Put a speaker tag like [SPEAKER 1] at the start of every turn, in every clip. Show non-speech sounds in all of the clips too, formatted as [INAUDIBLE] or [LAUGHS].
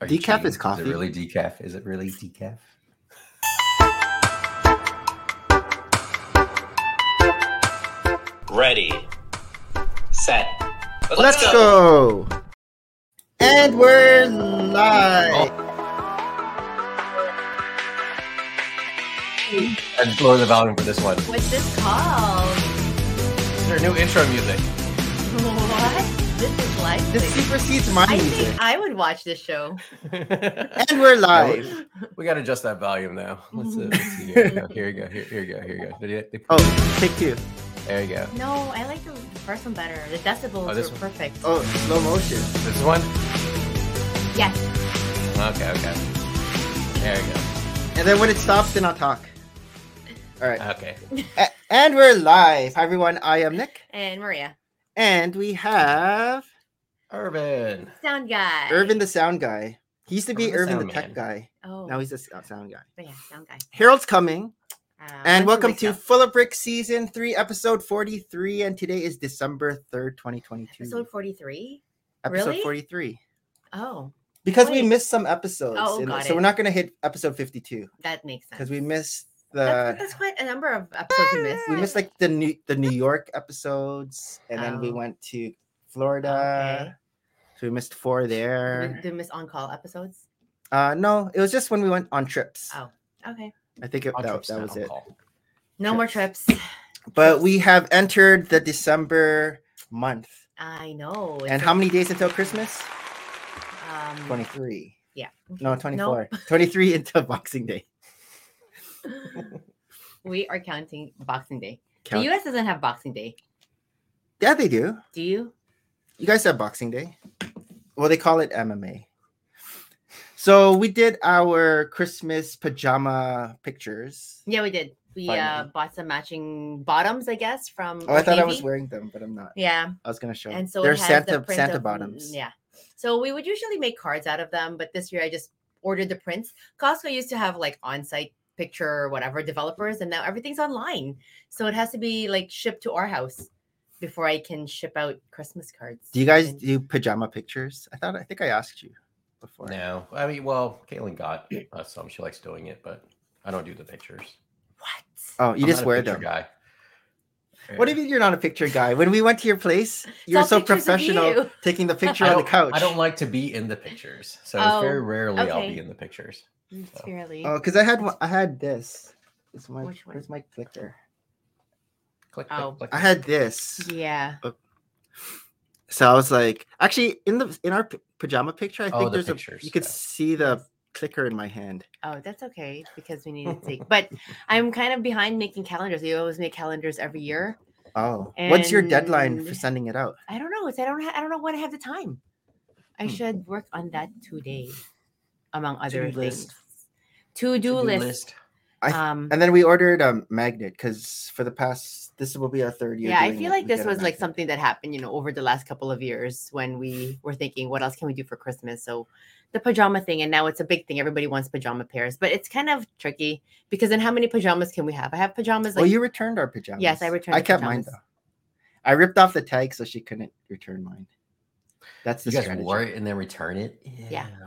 [SPEAKER 1] Are you
[SPEAKER 2] Decaf
[SPEAKER 1] cheating?
[SPEAKER 2] is coffee.
[SPEAKER 1] Is it really decaf? Is it really decaf?
[SPEAKER 3] Ready, set,
[SPEAKER 2] Let's go. And we're live.
[SPEAKER 1] Let's lower the volume for
[SPEAKER 4] [LAUGHS]
[SPEAKER 1] this one.
[SPEAKER 5] What's this called?
[SPEAKER 4] It's our new intro music.
[SPEAKER 5] What? This is life.
[SPEAKER 2] This supersedes my
[SPEAKER 5] I
[SPEAKER 2] music.
[SPEAKER 5] think I would watch this show.
[SPEAKER 2] And we're live.
[SPEAKER 4] we got to adjust that volume now. Let's, uh, let's see. Here we go. Here we go. Here, here we go. Here we go. Did it- they-
[SPEAKER 2] Oh, take two.
[SPEAKER 4] There you go.
[SPEAKER 5] No, I like the the first one better. The decibels
[SPEAKER 4] Oh, this
[SPEAKER 5] are
[SPEAKER 4] one?
[SPEAKER 5] perfect.
[SPEAKER 2] Oh, slow motion.
[SPEAKER 4] This one?
[SPEAKER 5] Yes.
[SPEAKER 4] Okay, okay. There we go.
[SPEAKER 2] And then when it stops, then I'll talk. All right.
[SPEAKER 4] Okay.
[SPEAKER 2] A- and we're live. Hi, everyone. I am Nick.
[SPEAKER 5] And Maria,
[SPEAKER 2] And we have
[SPEAKER 4] Urban.
[SPEAKER 5] sound guy.
[SPEAKER 2] Irvin the sound guy. He used to be
[SPEAKER 4] Irvin the
[SPEAKER 2] Irvin the
[SPEAKER 4] sound
[SPEAKER 2] tech
[SPEAKER 4] man.
[SPEAKER 2] guy.
[SPEAKER 5] Oh,
[SPEAKER 2] Now he's the s- uh, sound guy.
[SPEAKER 5] but yeah, sound guy.
[SPEAKER 2] Harold's coming.
[SPEAKER 5] Uh,
[SPEAKER 2] And
[SPEAKER 5] once a
[SPEAKER 2] welcome
[SPEAKER 5] week,
[SPEAKER 2] to
[SPEAKER 5] though.
[SPEAKER 2] Full of Brick Season 3, Episode 43. And today is December 3rd, 2022.
[SPEAKER 5] episode forty-three.
[SPEAKER 2] Episode
[SPEAKER 5] really?
[SPEAKER 2] 43.
[SPEAKER 5] Oh,
[SPEAKER 2] Because we
[SPEAKER 5] Wait.
[SPEAKER 2] missed some episodes.
[SPEAKER 5] Oh,
[SPEAKER 2] and
[SPEAKER 5] got
[SPEAKER 2] so
[SPEAKER 5] it.
[SPEAKER 2] we're not going to hit episode 52
[SPEAKER 5] that makes sense.
[SPEAKER 2] because we missed the.
[SPEAKER 5] that's, that's quite a number of episodes we missed.
[SPEAKER 2] We missed like the New the New York episodes, and then we
[SPEAKER 5] Oh.
[SPEAKER 2] went to Florida.
[SPEAKER 5] Okay.
[SPEAKER 2] So we missed four
[SPEAKER 5] Did
[SPEAKER 2] there.
[SPEAKER 5] we- did we miss on-call episodes?
[SPEAKER 2] Uh, no, it was just when we went on trips.
[SPEAKER 5] Oh. Okay.
[SPEAKER 2] I think it,
[SPEAKER 4] On
[SPEAKER 2] that,
[SPEAKER 4] trips,
[SPEAKER 2] that
[SPEAKER 4] not
[SPEAKER 2] was
[SPEAKER 4] on
[SPEAKER 2] it.
[SPEAKER 4] call.
[SPEAKER 5] No more trips.
[SPEAKER 2] But we have entered the December month.
[SPEAKER 5] I know. it's
[SPEAKER 2] And
[SPEAKER 5] so-
[SPEAKER 2] how many days until Christmas?
[SPEAKER 5] Um,
[SPEAKER 2] 23.
[SPEAKER 5] Mm. Yeah.
[SPEAKER 2] No, 24. 23 [LAUGHS] until Boxing Day.
[SPEAKER 5] we are counting Boxing Day.
[SPEAKER 2] Count.
[SPEAKER 5] The U.S. doesn't have Boxing Day.
[SPEAKER 2] Yeah, they do.
[SPEAKER 5] Do you?
[SPEAKER 2] You guys have Boxing Day. Well, they call it MMA. So we did our Christmas pajama pictures.
[SPEAKER 5] Yeah, we did. We uh,
[SPEAKER 2] Finally.
[SPEAKER 5] bought some matching bottoms, I guess, from.
[SPEAKER 2] Oh, I thought I was
[SPEAKER 5] Old Navy.
[SPEAKER 2] wearing them, but I'm not.
[SPEAKER 5] Yeah,
[SPEAKER 2] I was gonna show.
[SPEAKER 5] and so
[SPEAKER 2] they're
[SPEAKER 5] it has the
[SPEAKER 2] Santa
[SPEAKER 5] print
[SPEAKER 2] Santa
[SPEAKER 5] of- mm,
[SPEAKER 2] bottoms.
[SPEAKER 5] Yeah, so we would usually make cards out of them, but this year I just ordered the prints. Costco used to have like on-site picture or whatever developers, and now everything's online, so it has to be like shipped to our house before I can ship out Christmas cards.
[SPEAKER 2] Do you guys
[SPEAKER 5] And-
[SPEAKER 2] do pajama pictures? I thought I think I asked you before.
[SPEAKER 4] No. I mean, well, Caitlin got uh, some. She likes doing it, but I don't do the pictures.
[SPEAKER 5] what?
[SPEAKER 2] Oh, you
[SPEAKER 4] I'm
[SPEAKER 2] just
[SPEAKER 4] not a
[SPEAKER 2] wear
[SPEAKER 4] picture
[SPEAKER 2] them.
[SPEAKER 4] Guy.
[SPEAKER 2] What do
[SPEAKER 4] Yeah.
[SPEAKER 2] you mean you're not a picture guy? When we went to your place, you were
[SPEAKER 5] all
[SPEAKER 2] so
[SPEAKER 5] pictures of
[SPEAKER 2] professional
[SPEAKER 5] you.
[SPEAKER 2] taking
[SPEAKER 5] [LAUGHS]
[SPEAKER 2] the picture
[SPEAKER 4] I
[SPEAKER 2] on the
[SPEAKER 4] don't,
[SPEAKER 2] couch.
[SPEAKER 4] I don't like to be in the pictures. So
[SPEAKER 5] Oh,
[SPEAKER 4] very rarely I'll
[SPEAKER 5] okay.
[SPEAKER 4] be in the pictures.
[SPEAKER 5] It's really.
[SPEAKER 2] Oh, because I had one- I had this. It's my
[SPEAKER 5] Which one?
[SPEAKER 2] where's my clicker?
[SPEAKER 4] Click, click,
[SPEAKER 5] Oh.
[SPEAKER 4] click.
[SPEAKER 2] I had this.
[SPEAKER 5] Yeah.
[SPEAKER 2] So I was like, actually, in the in our p- pajama picture, I
[SPEAKER 4] Oh,
[SPEAKER 2] think
[SPEAKER 4] the
[SPEAKER 2] there's
[SPEAKER 4] pictures,
[SPEAKER 2] a you could
[SPEAKER 4] yeah.
[SPEAKER 2] see the clicker in my hand.
[SPEAKER 5] Oh, that's okay because we need to take. But I'm kind of behind making calendars. We always make calendars every year.
[SPEAKER 2] Oh, what's your deadline for
[SPEAKER 5] And-
[SPEAKER 2] sending it out?
[SPEAKER 5] I don't know. It's I don't. Ha- I don't know when I have the time. I
[SPEAKER 4] Hmm.
[SPEAKER 5] should work on that today, among other
[SPEAKER 4] To-do
[SPEAKER 5] things.
[SPEAKER 4] list.
[SPEAKER 5] To
[SPEAKER 4] To-do
[SPEAKER 5] do list.
[SPEAKER 2] I-
[SPEAKER 5] Um.
[SPEAKER 2] And then we ordered a magnet because for the past this will be our third year.
[SPEAKER 5] yeah, I
[SPEAKER 2] doing
[SPEAKER 5] feel
[SPEAKER 2] it.
[SPEAKER 5] like
[SPEAKER 2] We
[SPEAKER 5] this
[SPEAKER 2] get a
[SPEAKER 5] was like
[SPEAKER 2] magnet.
[SPEAKER 5] something that happened, you know, over the last couple of years when we were thinking, what else can we do for Christmas? So the pajama thing, and now it's a big thing. Everybody wants pajama pairs, but it's kind of tricky because then how many pajamas can we have? I have pajamas like
[SPEAKER 2] well, you returned our pajamas.
[SPEAKER 5] Yes, I returned
[SPEAKER 2] I
[SPEAKER 5] the
[SPEAKER 2] kept mine though.
[SPEAKER 5] pajamas.
[SPEAKER 2] I ripped off the tag so she couldn't return mine. That's the
[SPEAKER 4] You guys
[SPEAKER 2] strategy.
[SPEAKER 4] wore it and then return it?
[SPEAKER 5] Yeah.
[SPEAKER 4] Ew.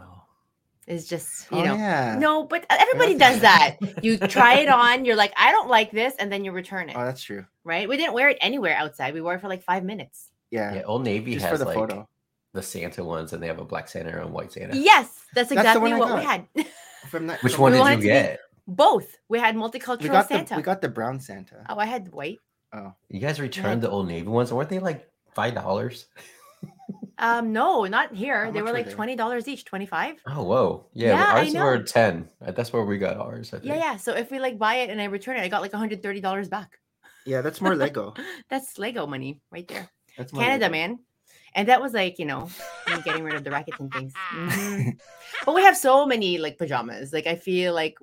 [SPEAKER 5] it's just, you
[SPEAKER 2] Oh,
[SPEAKER 5] know.
[SPEAKER 2] yeah.
[SPEAKER 5] No, but e, everybody does
[SPEAKER 2] [LAUGHS]
[SPEAKER 5] that.
[SPEAKER 4] [LAUGHS]
[SPEAKER 5] You try it on, you're like, I don't like this, and then you return it,
[SPEAKER 2] Oh, that's true.
[SPEAKER 5] right? We didn't wear it anywhere outside. We wore it for like five minutes.
[SPEAKER 2] Yeah.
[SPEAKER 4] Yeah, Old Navy
[SPEAKER 2] Just
[SPEAKER 4] has
[SPEAKER 2] for the
[SPEAKER 4] like
[SPEAKER 2] photo.
[SPEAKER 4] the Santa ones, and they have a black Santa and a white Santa.
[SPEAKER 5] Yes,
[SPEAKER 2] That's
[SPEAKER 5] that's
[SPEAKER 2] the one
[SPEAKER 5] exactly
[SPEAKER 2] I
[SPEAKER 5] what we had. [LAUGHS]
[SPEAKER 2] From that,
[SPEAKER 4] Which
[SPEAKER 2] from-
[SPEAKER 4] one
[SPEAKER 5] We
[SPEAKER 4] did
[SPEAKER 5] wanted
[SPEAKER 4] you
[SPEAKER 5] to be
[SPEAKER 4] get?
[SPEAKER 5] Both. We had multicultural
[SPEAKER 2] We got
[SPEAKER 5] Santa.
[SPEAKER 2] the we got the brown Santa.
[SPEAKER 5] oh, I had white.
[SPEAKER 4] You guys returned the Old Navy ones, weren't they like five dollars?
[SPEAKER 5] Um, no, not here.
[SPEAKER 2] How
[SPEAKER 5] they
[SPEAKER 2] much
[SPEAKER 5] were
[SPEAKER 2] were
[SPEAKER 5] like
[SPEAKER 2] they?
[SPEAKER 5] twenty dollars each, twenty five.
[SPEAKER 4] Oh, whoa, yeah,
[SPEAKER 5] Yeah, I
[SPEAKER 4] ours were ten. Uh, That's where we got ours. I think.
[SPEAKER 5] Yeah, yeah. So if we like buy it and I return it, I got like one hundred thirty dollars back. [GASPS]
[SPEAKER 2] Yeah, that's more Lego.
[SPEAKER 5] That's Lego money right there,
[SPEAKER 2] That's more
[SPEAKER 5] Canada
[SPEAKER 2] Lego.
[SPEAKER 5] man. And that was like you know me getting rid of the rackets
[SPEAKER 2] [LAUGHS]
[SPEAKER 5] and things. Mhm. but we have so many like pajamas. Like I feel like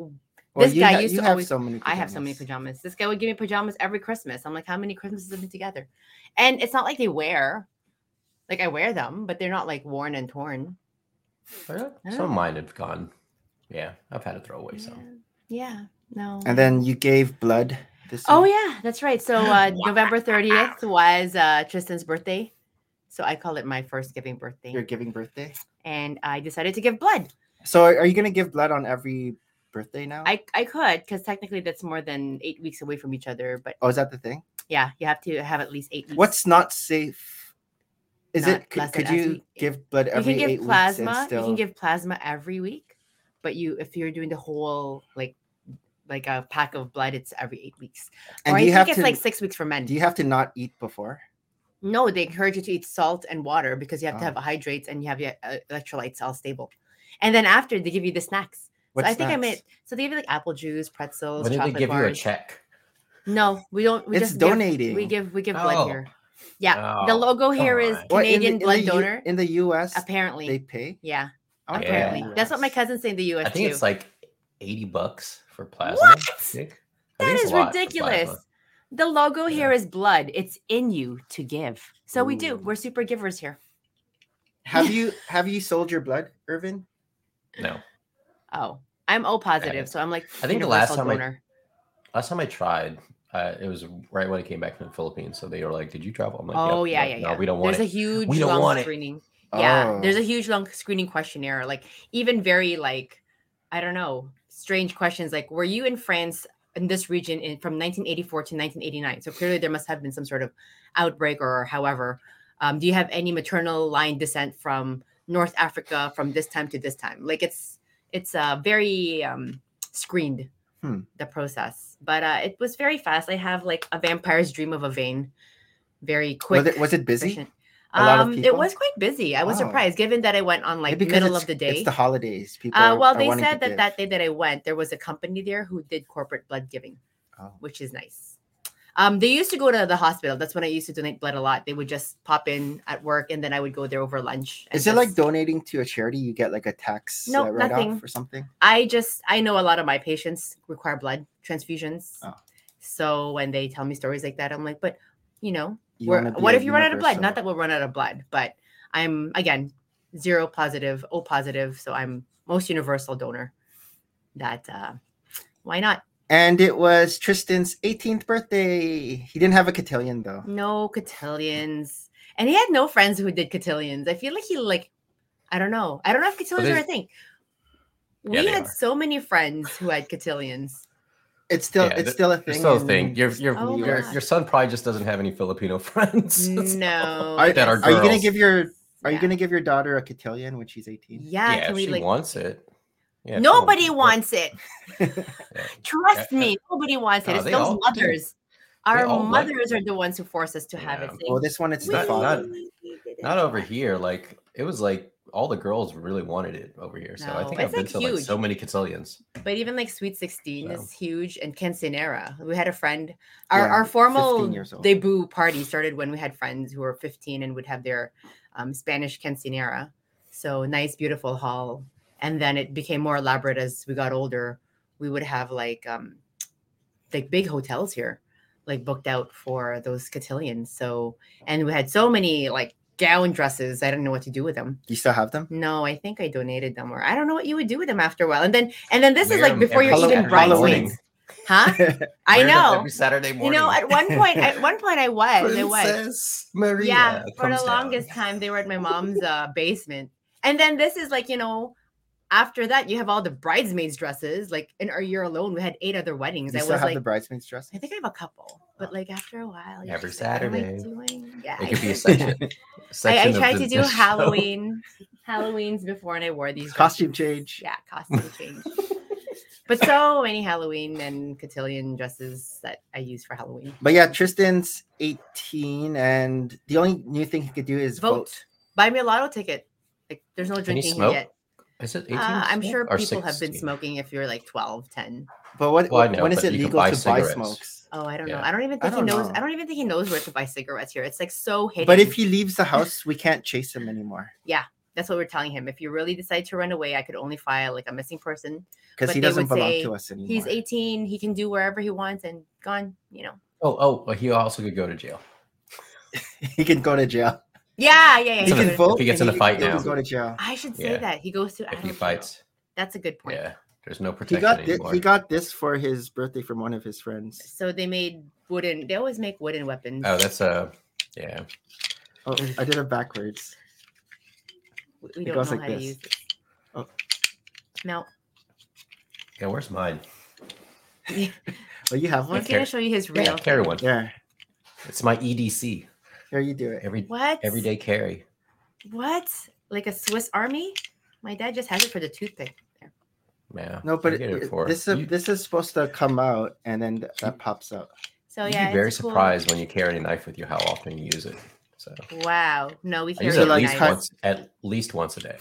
[SPEAKER 5] This
[SPEAKER 2] you
[SPEAKER 5] guy
[SPEAKER 2] ha-
[SPEAKER 5] used
[SPEAKER 2] you
[SPEAKER 5] to
[SPEAKER 2] have
[SPEAKER 5] always-
[SPEAKER 2] So many
[SPEAKER 5] I have so many pajamas. This guy would give me pajamas every Christmas. I'm like, how many Christmases have been together? And it's not like they wear, like I wear them, but they're not like worn and torn.
[SPEAKER 4] Uh, Some
[SPEAKER 5] I don't-
[SPEAKER 4] of mine have gone. Yeah, I've had to throw away some.
[SPEAKER 5] Yeah. No.
[SPEAKER 2] And then you gave blood this
[SPEAKER 5] Oh
[SPEAKER 2] year.
[SPEAKER 5] yeah, that's right. So uh, November 30th was uh, Tristan's birthday. So I call it my first giving birthday.
[SPEAKER 2] Your giving birthday?
[SPEAKER 5] and I decided to give blood.
[SPEAKER 2] So are are you gonna give blood on every birthday now?
[SPEAKER 5] I I could because technically that's more than eight weeks away from each other, but
[SPEAKER 2] oh, is that the thing?
[SPEAKER 5] yeah, you have to have at least eight weeks.
[SPEAKER 2] What's not safe? Is
[SPEAKER 5] Not
[SPEAKER 2] it could,
[SPEAKER 5] less
[SPEAKER 2] could
[SPEAKER 5] than
[SPEAKER 2] you
[SPEAKER 5] actually-
[SPEAKER 2] give blood
[SPEAKER 5] you
[SPEAKER 2] every
[SPEAKER 5] can give
[SPEAKER 2] eight weeks
[SPEAKER 5] plasma
[SPEAKER 2] and still
[SPEAKER 5] you can give plasma every week but you if you're doing the whole like like a pack of blood it's every eight weeks
[SPEAKER 2] and
[SPEAKER 5] or
[SPEAKER 2] do
[SPEAKER 5] i
[SPEAKER 2] you
[SPEAKER 5] think
[SPEAKER 2] have
[SPEAKER 5] it's
[SPEAKER 2] to
[SPEAKER 5] like six weeks for men
[SPEAKER 2] do you have to not eat before?
[SPEAKER 5] no they encourage you to eat salt and water because you have to
[SPEAKER 2] Oh.
[SPEAKER 5] have hydrates and you have your uh, electrolytes all stable and then after they give you the snacks
[SPEAKER 2] What
[SPEAKER 5] so i think i
[SPEAKER 2] snacks?
[SPEAKER 5] made so they give you like apple juice pretzels
[SPEAKER 4] Why didn't they
[SPEAKER 5] chocolate
[SPEAKER 4] give you a
[SPEAKER 5] bars
[SPEAKER 4] check?
[SPEAKER 5] no we don't we
[SPEAKER 2] It's
[SPEAKER 5] just give- we
[SPEAKER 2] donating.
[SPEAKER 5] give we give blood
[SPEAKER 4] Oh.
[SPEAKER 5] here yeah the
[SPEAKER 4] Oh,
[SPEAKER 5] logo here is
[SPEAKER 4] come
[SPEAKER 2] What, in the-
[SPEAKER 5] canadian
[SPEAKER 2] in the
[SPEAKER 5] blood
[SPEAKER 2] U-
[SPEAKER 5] donor
[SPEAKER 2] in the U.S.
[SPEAKER 5] apparently
[SPEAKER 2] they pay.
[SPEAKER 5] yeah
[SPEAKER 2] I wanna try
[SPEAKER 5] apparently.
[SPEAKER 2] the
[SPEAKER 5] That's what my
[SPEAKER 2] US.
[SPEAKER 5] cousins say in the US
[SPEAKER 4] I think
[SPEAKER 5] too.
[SPEAKER 4] it's like 80 bucks for plasma.
[SPEAKER 5] What?
[SPEAKER 4] I think. I
[SPEAKER 5] that
[SPEAKER 4] think it's
[SPEAKER 5] is
[SPEAKER 4] a lot for
[SPEAKER 5] ridiculous.
[SPEAKER 4] plasma.
[SPEAKER 5] The logo
[SPEAKER 4] Yeah.
[SPEAKER 5] here is blood. It's in you to give. So we do.
[SPEAKER 2] Ooh.
[SPEAKER 5] We're super givers here. [LAUGHS]
[SPEAKER 2] Have you have you sold your blood, Irvin?
[SPEAKER 4] No.
[SPEAKER 5] Oh, I'm O positive, so I'm like
[SPEAKER 4] I think the last
[SPEAKER 5] universal
[SPEAKER 4] time I-
[SPEAKER 5] donor.
[SPEAKER 4] Last time I tried, uh, it was right when I came back from the Philippines. So they were like, "Did you travel?" I'm like,
[SPEAKER 5] oh
[SPEAKER 4] "Yep."
[SPEAKER 5] yeah,
[SPEAKER 4] They're
[SPEAKER 5] yeah,
[SPEAKER 4] like,
[SPEAKER 5] yeah.
[SPEAKER 4] No, we don't want
[SPEAKER 5] There's
[SPEAKER 4] it. [LAUGHS]
[SPEAKER 5] a huge
[SPEAKER 4] We don't
[SPEAKER 5] long
[SPEAKER 4] want it.
[SPEAKER 5] screening. Yeah, there's a
[SPEAKER 2] Oh.
[SPEAKER 5] huge long screening questionnaire. Like even very like I don't know strange questions. Like were you in France in this region in from 1984 to 1989? So clearly there must have been some sort of outbreak or however. Um, do you have any maternal line descent from North Africa from this time to this time? Like it's it's uh, very um, screened
[SPEAKER 2] Hmm.
[SPEAKER 5] the process, but uh, it was very fast. I have like a vampire's dream of a vein, very quick.
[SPEAKER 2] Was it, was it busy?
[SPEAKER 5] efficient.
[SPEAKER 2] A lot of
[SPEAKER 5] Um, it
[SPEAKER 2] people?
[SPEAKER 5] was quite busy. I was
[SPEAKER 2] Wow.
[SPEAKER 5] surprised, given that I went on like
[SPEAKER 2] Maybe because
[SPEAKER 5] middle
[SPEAKER 2] it's-
[SPEAKER 5] of the day.
[SPEAKER 2] It's the holidays. People.
[SPEAKER 5] uh,
[SPEAKER 2] are-
[SPEAKER 5] well,
[SPEAKER 2] are
[SPEAKER 5] they
[SPEAKER 2] wanting to
[SPEAKER 5] said that
[SPEAKER 2] give.
[SPEAKER 5] that day that I went, there was a company there who did corporate blood giving,
[SPEAKER 2] Oh.
[SPEAKER 5] which is nice. Um, they used to go to the hospital. That's when I used to donate blood a lot. They would just pop in at work, and then I would go there over lunch. and
[SPEAKER 2] Is it like
[SPEAKER 5] just-
[SPEAKER 2] donating to a charity? You get like a tax
[SPEAKER 5] Nope,
[SPEAKER 2] uh, write
[SPEAKER 5] nothing.
[SPEAKER 2] off or something?
[SPEAKER 5] I just I know a lot of my patients require blood transfusions.
[SPEAKER 2] Oh.
[SPEAKER 5] So when they tell me stories like that, I'm like, but you know,
[SPEAKER 2] You
[SPEAKER 5] We're-
[SPEAKER 2] wanna be
[SPEAKER 5] what
[SPEAKER 2] a
[SPEAKER 5] if you run out of blood?
[SPEAKER 2] universal-
[SPEAKER 5] Not that we'll run out of blood, but I'm again zero positive, O positive, so I'm most universal donor. That uh, why not?
[SPEAKER 2] And it was Tristan's 18th birthday. He didn't have a cotillion though.
[SPEAKER 5] No cotillions, and he had no friends who did cotillions. I feel like he like I don't know. I don't know if cotillions are a
[SPEAKER 4] there's-
[SPEAKER 5] thing.
[SPEAKER 4] Yeah,
[SPEAKER 5] we
[SPEAKER 4] they
[SPEAKER 5] had
[SPEAKER 4] are.
[SPEAKER 5] so many friends who had cotillions.
[SPEAKER 4] [LAUGHS]
[SPEAKER 2] It's still
[SPEAKER 4] Yeah,
[SPEAKER 2] it's
[SPEAKER 4] th-
[SPEAKER 2] still a thing.
[SPEAKER 4] It's still a
[SPEAKER 2] in-
[SPEAKER 4] thing. Your your,
[SPEAKER 5] Oh my
[SPEAKER 4] your,
[SPEAKER 5] God.
[SPEAKER 4] your son probably just doesn't have any Filipino [LAUGHS] friends.
[SPEAKER 5] No,
[SPEAKER 2] Are-
[SPEAKER 4] That are
[SPEAKER 5] that's-
[SPEAKER 2] Are you gonna
[SPEAKER 4] girls.
[SPEAKER 2] give your Are you
[SPEAKER 5] Yeah.
[SPEAKER 2] gonna give your daughter a cotillion when she's 18?
[SPEAKER 5] Yeah,
[SPEAKER 4] yeah,
[SPEAKER 5] can
[SPEAKER 4] if
[SPEAKER 5] we
[SPEAKER 4] she
[SPEAKER 5] like?
[SPEAKER 4] wants it. Yeah, if she
[SPEAKER 5] Nobody
[SPEAKER 4] wants
[SPEAKER 5] wants it.
[SPEAKER 4] Yeah.
[SPEAKER 5] [LAUGHS] Trust
[SPEAKER 4] Yeah.
[SPEAKER 5] me, nobody wants it.
[SPEAKER 4] No,
[SPEAKER 5] It's
[SPEAKER 4] they
[SPEAKER 5] those
[SPEAKER 4] all do.
[SPEAKER 5] mothers. Our
[SPEAKER 4] all like
[SPEAKER 5] mothers are the ones who force us to have it.
[SPEAKER 4] Yeah.
[SPEAKER 5] They-
[SPEAKER 2] Well, Oh, this one it's the
[SPEAKER 4] Not-
[SPEAKER 2] father.
[SPEAKER 4] it. Not over here. Like it was like all the girls really wanted it over here. So I
[SPEAKER 5] No,
[SPEAKER 4] think
[SPEAKER 5] it's,
[SPEAKER 4] I've been
[SPEAKER 5] like,
[SPEAKER 4] to like so
[SPEAKER 5] huge.
[SPEAKER 4] many cotillions.
[SPEAKER 5] But even like Sweet 16
[SPEAKER 4] No.
[SPEAKER 5] is huge and Quinceanera. We had a friend. Our,
[SPEAKER 2] Yeah,
[SPEAKER 5] our
[SPEAKER 2] 15
[SPEAKER 5] formal
[SPEAKER 2] years old.
[SPEAKER 5] debut party started when we had friends who were 15 and would have their um, Spanish Quinceanera. So nice, beautiful hall. And then it became more elaborate as we got older. We would have like um, like big hotels here, like booked out for those cotillions. So and we had so many like gown dresses. I didn't know what to do with them.
[SPEAKER 2] You still have
[SPEAKER 5] [LAUGHS]
[SPEAKER 2] them?
[SPEAKER 5] No, I think I donated them, or I don't know what you would do with them after a while. And then, and then this is
[SPEAKER 4] Wear
[SPEAKER 5] like
[SPEAKER 4] them
[SPEAKER 5] before
[SPEAKER 4] every
[SPEAKER 5] you're even
[SPEAKER 4] Saturday morning.
[SPEAKER 5] bridesmaids, huh?
[SPEAKER 4] [LAUGHS]
[SPEAKER 2] [LAUGHS]
[SPEAKER 5] I
[SPEAKER 4] Wear them
[SPEAKER 5] know.
[SPEAKER 4] Every Saturday
[SPEAKER 5] You
[SPEAKER 4] morning.
[SPEAKER 5] know, at one
[SPEAKER 4] [LAUGHS]
[SPEAKER 5] point, at one point, I was, I was,
[SPEAKER 4] Princess Maria.
[SPEAKER 5] Oh, yeah. For
[SPEAKER 4] comes
[SPEAKER 5] the
[SPEAKER 4] down.
[SPEAKER 5] longest time, they were at my mom's uh, basement, and then this is like you know, after that, you have all the bridesmaids' dresses. Like, and are you alone? We had eight other
[SPEAKER 2] You
[SPEAKER 5] weddings. I
[SPEAKER 2] still
[SPEAKER 5] was
[SPEAKER 2] have
[SPEAKER 5] like,
[SPEAKER 2] the bridesmaids dress?
[SPEAKER 5] I think I have a couple, but like after a while, you're
[SPEAKER 4] Every
[SPEAKER 5] just like, what am I
[SPEAKER 4] Saturday.
[SPEAKER 5] doing? Yeah,
[SPEAKER 4] It
[SPEAKER 5] I
[SPEAKER 4] could be a
[SPEAKER 5] [LAUGHS] guess.
[SPEAKER 4] section.
[SPEAKER 5] I, I
[SPEAKER 4] section of
[SPEAKER 5] tried
[SPEAKER 4] the-
[SPEAKER 5] to
[SPEAKER 4] the
[SPEAKER 5] do
[SPEAKER 4] [LAUGHS] show.
[SPEAKER 5] Halloween, Halloween's before, and I wore these
[SPEAKER 2] Costume
[SPEAKER 5] dresses.
[SPEAKER 2] change.
[SPEAKER 5] Yeah, costume change.
[SPEAKER 2] [LAUGHS]
[SPEAKER 5] but so many Halloween and cotillion dresses that I use for Halloween.
[SPEAKER 2] But yeah, Tristan's 18, and the only new thing he could do is
[SPEAKER 5] Vote.
[SPEAKER 2] vote.
[SPEAKER 5] Buy me a lotto ticket. Like, there's no
[SPEAKER 4] Can you
[SPEAKER 5] drinking
[SPEAKER 4] smoke?
[SPEAKER 5] yet.
[SPEAKER 4] Is it 18?
[SPEAKER 5] Uh, I'm
[SPEAKER 4] still?
[SPEAKER 5] sure
[SPEAKER 4] Or
[SPEAKER 5] people have been
[SPEAKER 4] 16?
[SPEAKER 5] smoking if you're like 12, 10.
[SPEAKER 2] But what?
[SPEAKER 4] Well, I know,
[SPEAKER 2] when is
[SPEAKER 4] but
[SPEAKER 2] it
[SPEAKER 4] you can
[SPEAKER 2] legal
[SPEAKER 4] buy
[SPEAKER 2] to buy
[SPEAKER 4] cigarettes.
[SPEAKER 2] smokes?
[SPEAKER 5] Oh, I don't know.
[SPEAKER 4] Yeah.
[SPEAKER 5] I don't even
[SPEAKER 2] I
[SPEAKER 5] think
[SPEAKER 2] don't
[SPEAKER 5] he knows.
[SPEAKER 2] know.
[SPEAKER 5] I don't even think he knows where to buy cigarettes here. It's like so hidden.
[SPEAKER 2] But if he leaves the house, we can't chase him anymore
[SPEAKER 5] that's what we're telling him. If you really decide to run away, I could only file like a missing person.
[SPEAKER 2] because
[SPEAKER 5] But
[SPEAKER 2] he
[SPEAKER 5] they
[SPEAKER 2] doesn't
[SPEAKER 5] would
[SPEAKER 2] belong
[SPEAKER 5] say
[SPEAKER 2] to us anymore.
[SPEAKER 5] He's 18. He can do wherever he wants and gone, you know.
[SPEAKER 4] Oh, oh, well, he also could go to jail.
[SPEAKER 2] [LAUGHS] He can go to jail.
[SPEAKER 5] Yeah, yeah, yeah.
[SPEAKER 2] He
[SPEAKER 4] If he
[SPEAKER 2] can
[SPEAKER 5] sure.
[SPEAKER 2] vote.
[SPEAKER 4] if he gets
[SPEAKER 2] and
[SPEAKER 4] in a fight
[SPEAKER 2] he can
[SPEAKER 4] now.
[SPEAKER 2] go to jail.
[SPEAKER 5] I should say
[SPEAKER 4] Yeah.
[SPEAKER 5] that. He goes to
[SPEAKER 4] If he
[SPEAKER 5] Adam's funeral.
[SPEAKER 4] fights,
[SPEAKER 5] That's a good point.
[SPEAKER 4] yeah, there's no
[SPEAKER 2] He
[SPEAKER 4] protection
[SPEAKER 2] got this,
[SPEAKER 4] anymore.
[SPEAKER 2] he got this for his birthday from one of his friends.
[SPEAKER 5] So they made wooden. They always make wooden weapons.
[SPEAKER 4] oh, that's uh, yeah.
[SPEAKER 2] Oh, I did it backwards.
[SPEAKER 5] We- We
[SPEAKER 2] It
[SPEAKER 5] don't know
[SPEAKER 2] goes like
[SPEAKER 5] how
[SPEAKER 2] this.
[SPEAKER 5] to use this.
[SPEAKER 2] Oh.
[SPEAKER 5] No,
[SPEAKER 2] [LAUGHS]
[SPEAKER 4] Yeah, where's mine?
[SPEAKER 5] [LAUGHS]
[SPEAKER 2] Oh, you have one?
[SPEAKER 5] he's
[SPEAKER 4] Okay.
[SPEAKER 5] gonna show you his
[SPEAKER 4] Yeah,
[SPEAKER 5] real.
[SPEAKER 4] carry one.
[SPEAKER 2] Yeah.
[SPEAKER 4] It's my EDC.
[SPEAKER 2] Here you do it.
[SPEAKER 4] Every
[SPEAKER 5] What?
[SPEAKER 4] everyday carry.
[SPEAKER 5] What? Like a Swiss Army? My dad just has it for the toothpick.
[SPEAKER 4] Yeah.
[SPEAKER 2] No, but
[SPEAKER 4] I
[SPEAKER 2] it,
[SPEAKER 4] get
[SPEAKER 2] it-
[SPEAKER 4] for
[SPEAKER 2] this
[SPEAKER 4] you,
[SPEAKER 2] is this is supposed to come out and then th- that pops up.
[SPEAKER 5] So
[SPEAKER 4] you'd
[SPEAKER 5] Oh, yeah,
[SPEAKER 4] be very
[SPEAKER 5] it's a cool-
[SPEAKER 4] surprised when you carry a knife with you how often you use it. So
[SPEAKER 5] Wow. No, we
[SPEAKER 4] I
[SPEAKER 5] carry
[SPEAKER 4] use
[SPEAKER 5] a
[SPEAKER 4] it at
[SPEAKER 2] like
[SPEAKER 4] least
[SPEAKER 5] knife.
[SPEAKER 2] cut-
[SPEAKER 4] once at least once a day.